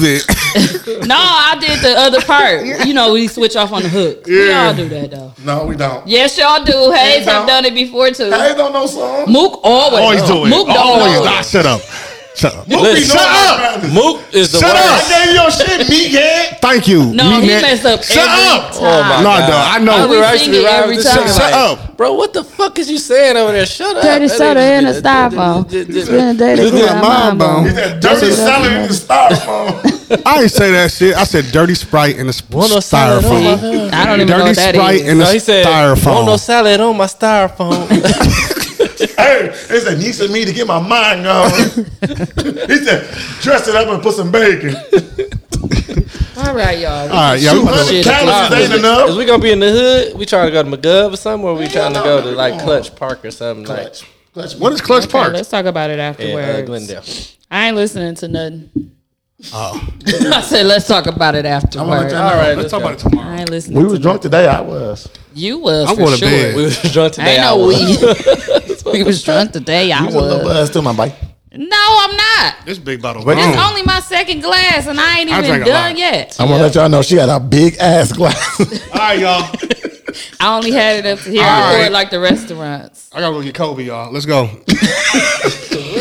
C: No, I did the other part. You know, we switch off on the hook. We
H: Yeah.
C: all do that though.
K: No, we don't.
C: Yes, y'all do. Hayes have
K: don't.
C: done it before too.
K: Hayes don't know songs.
C: Mook always,
H: Always
C: know.
H: do it.
C: Mook don't
H: Always.
C: know.
H: Nah, shut up. Shut up.
K: Mook be
H: shut
K: knowing
H: up.
K: Madness.
J: Mook is the
H: Shut
J: worst.
K: I gave you your shit, meathead.
H: Thank you.
C: No, he
H: Meathead.
C: messed up
H: Shut
C: every
H: up.
C: time. Oh, my
H: no,
C: God.
H: I know.
C: I be
J: I used to be
C: singing
J: riding
C: every
J: with this
C: time.
J: chick,
C: Shut
J: up, bro. What the fuck is you saying over there? Shut up.
C: Dirty
J: That
C: soda
J: nigga
C: in a
J: just-
C: styrofoam.
J: just- just-
C: Spend a day to
H: Look
C: cool
H: at
C: my
H: my
C: mind bone.
H: bone.
K: Dirty selling in the styrofoam.
H: I ain't say that shit. I said dirty Sprite and a sp-
J: no salad on my
H: styrofoam.
J: hood. I don't even
H: dirty
J: know what that
H: Sprite
J: is.
H: and a
J: No, he said,
H: styrofoam.
J: "Want no salad on my styrofoam.
K: hey, it's a niece of me to get my mind going. he said, dress it up and put some bacon.
C: All right, y'all.
H: All right, yeah, we about to-
K: Shit, calories ain't enough.
J: Is we gonna be in the hood? We trying to go to McGubb or something, or we trying to go to like Clutch Park or something? Like
H: What is Clutch
C: Okay,
H: Park?
C: Let's talk about it afterwards.
J: yeah, uh, Glendale.
C: I ain't listening to nothing.
H: Oh.
C: I said let's talk about it
K: I'm gonna let
C: afterwards.
K: y'all
C: All
K: know.
C: right,
K: Let's talk about it tomorrow.
C: I ain't listening.
G: We was drunk today. I was.
C: You was
H: I'm
C: for
H: going to
C: sure.
H: bed.
J: We was drunk
C: I
J: today.
C: ain't
J: I
C: know
J: was.
C: we. we was drunk today. I
G: You was a little
C: was.
G: buzz too, my boy.
C: No, I'm not.
H: This big bottle.
G: Wait,
C: It's
G: Mm.
C: only my second glass, and I ain't
H: Oh. I
C: even
H: drank a lot.
C: done yet.
G: I'm gonna let y'all know she had a big ass glass.
H: All right, y'all.
C: I only had it up to here
H: All
C: before,
H: right.
C: like the restaurants.
H: I gotta go get Kobe, y'all. Let's go.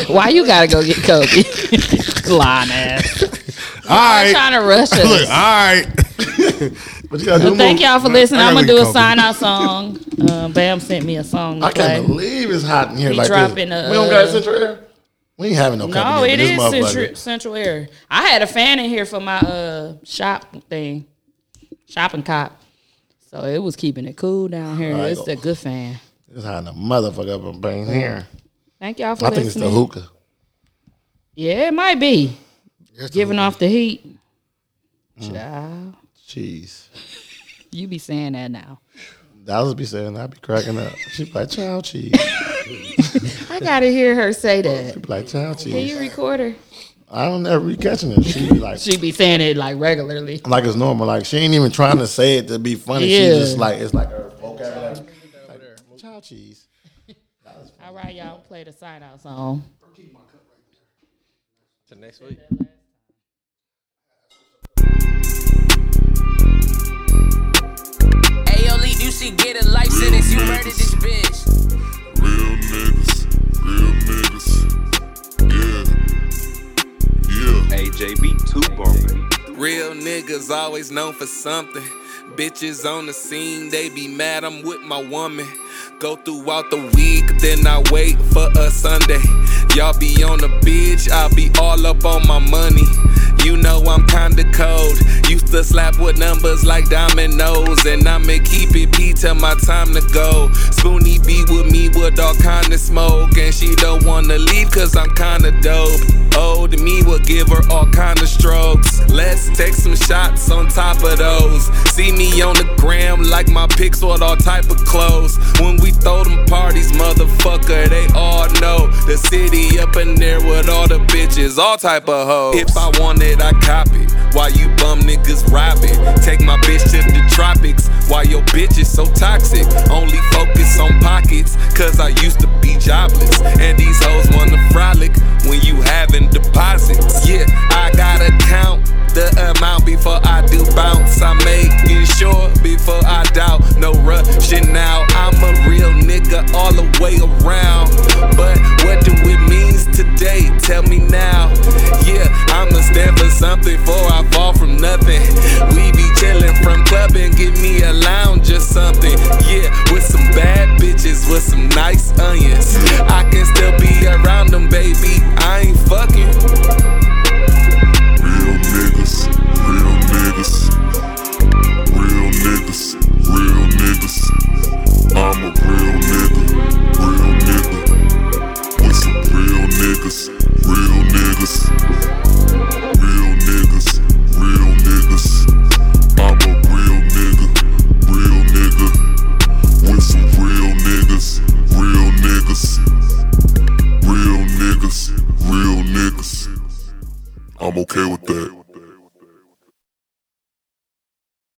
C: Why you gotta go get Kobe? Lying ass.
H: All right.
C: trying to rush us.
H: Look, all right.
K: But you gotta do
C: So thank
K: more.
C: y'all for listening.
H: I
C: I'm
H: gotta
C: gonna
H: go
C: do a
H: get Kobe.
C: sign out song. Uh, Bam sent me a song. To
G: I can't
C: play.
G: believe it's hot in here
C: We
G: like
C: dropping
G: this.
C: a. uh,
K: We don't got central air.
G: We ain't having no company.
C: no,
G: in
C: it
G: this
C: is
G: motherfucker.
C: central, central air. I had a fan in here for my uh shop thing, shopping cop. So it was keeping it cool down here.
G: Alright.
C: It's a good fan.
G: It's hot in a motherfucker up in brain here.
C: Thank y'all for
G: I
C: listening.
G: think it's the hookah.
C: Yeah, it might be
H: Yes,
C: giving off the heat. Child,
G: Jeez.
C: you be saying that now.
G: I was be saying I'd be cracking up. She be like child cheese.
C: I gotta hear her say that.
G: She be like child
C: Can
G: cheese.
C: you record her?
G: I don't ever be catching it. She be like
C: She be saying it like regularly.
G: like it's normal. Like she ain't even trying to say it to be funny.
C: Yeah.
G: She's just like it's like her vocabulary. Like, child cheese.
C: All right, y'all play the sign out song.
J: To next week.
P: Ayo, Lee, you should get a life sentence. You murdered this bitch.
Q: Real niggas, real niggas. Yeah. Yeah. AJB2 bumping.
E: Real niggas always known for something. Bitches on the scene, they be mad I'm with my woman. Go throughout the week, then I wait for a Sunday. Y'all be on the beach, I be all up on my money. You know I'm kinda cold. Used to slap with numbers like dominoes, and I'ma keep it P till my time to go. Spoonie be with me with all kind of smoke, and she don't wanna leave cause I'm kinda dope. Old me will give her all kind of strokes. Let's take some shots on top of those. See me on the gram like my pics with all type of clothes. When we throw them parties, motherfucker, they all know the city up in there with all the bitches, all type of hoes. If I want it, I cop it. Why you bum niggas robbing? Take my bitch to the tropics. Why your bitch is so toxic? Only focus on pockets, cause I used to be jobless. And these hoes wanna frolic when you having deposits. Yeah, I gotta count the amount before I do bounce. I'm making sure before I doubt. No rushing out. I'm a real nigga all the way around. But what do it means today? Tell me now. Yeah, I'ma stand for something before I fall from nothing. We be chillin' from clubbing
R: and get me a lounge or something. Yeah, with some bad bitches, with some nice onions. I can still be around them, baby. I ain't fucking.
E: Real niggas, real niggas, real niggas, real niggas. I'm a real nigga, real nigga. With some real niggas, real niggas, real niggas, real niggas. I'm a real nigga, real nigga. With some real niggas, real niggas, real niggas, real niggas. I'm okay with that.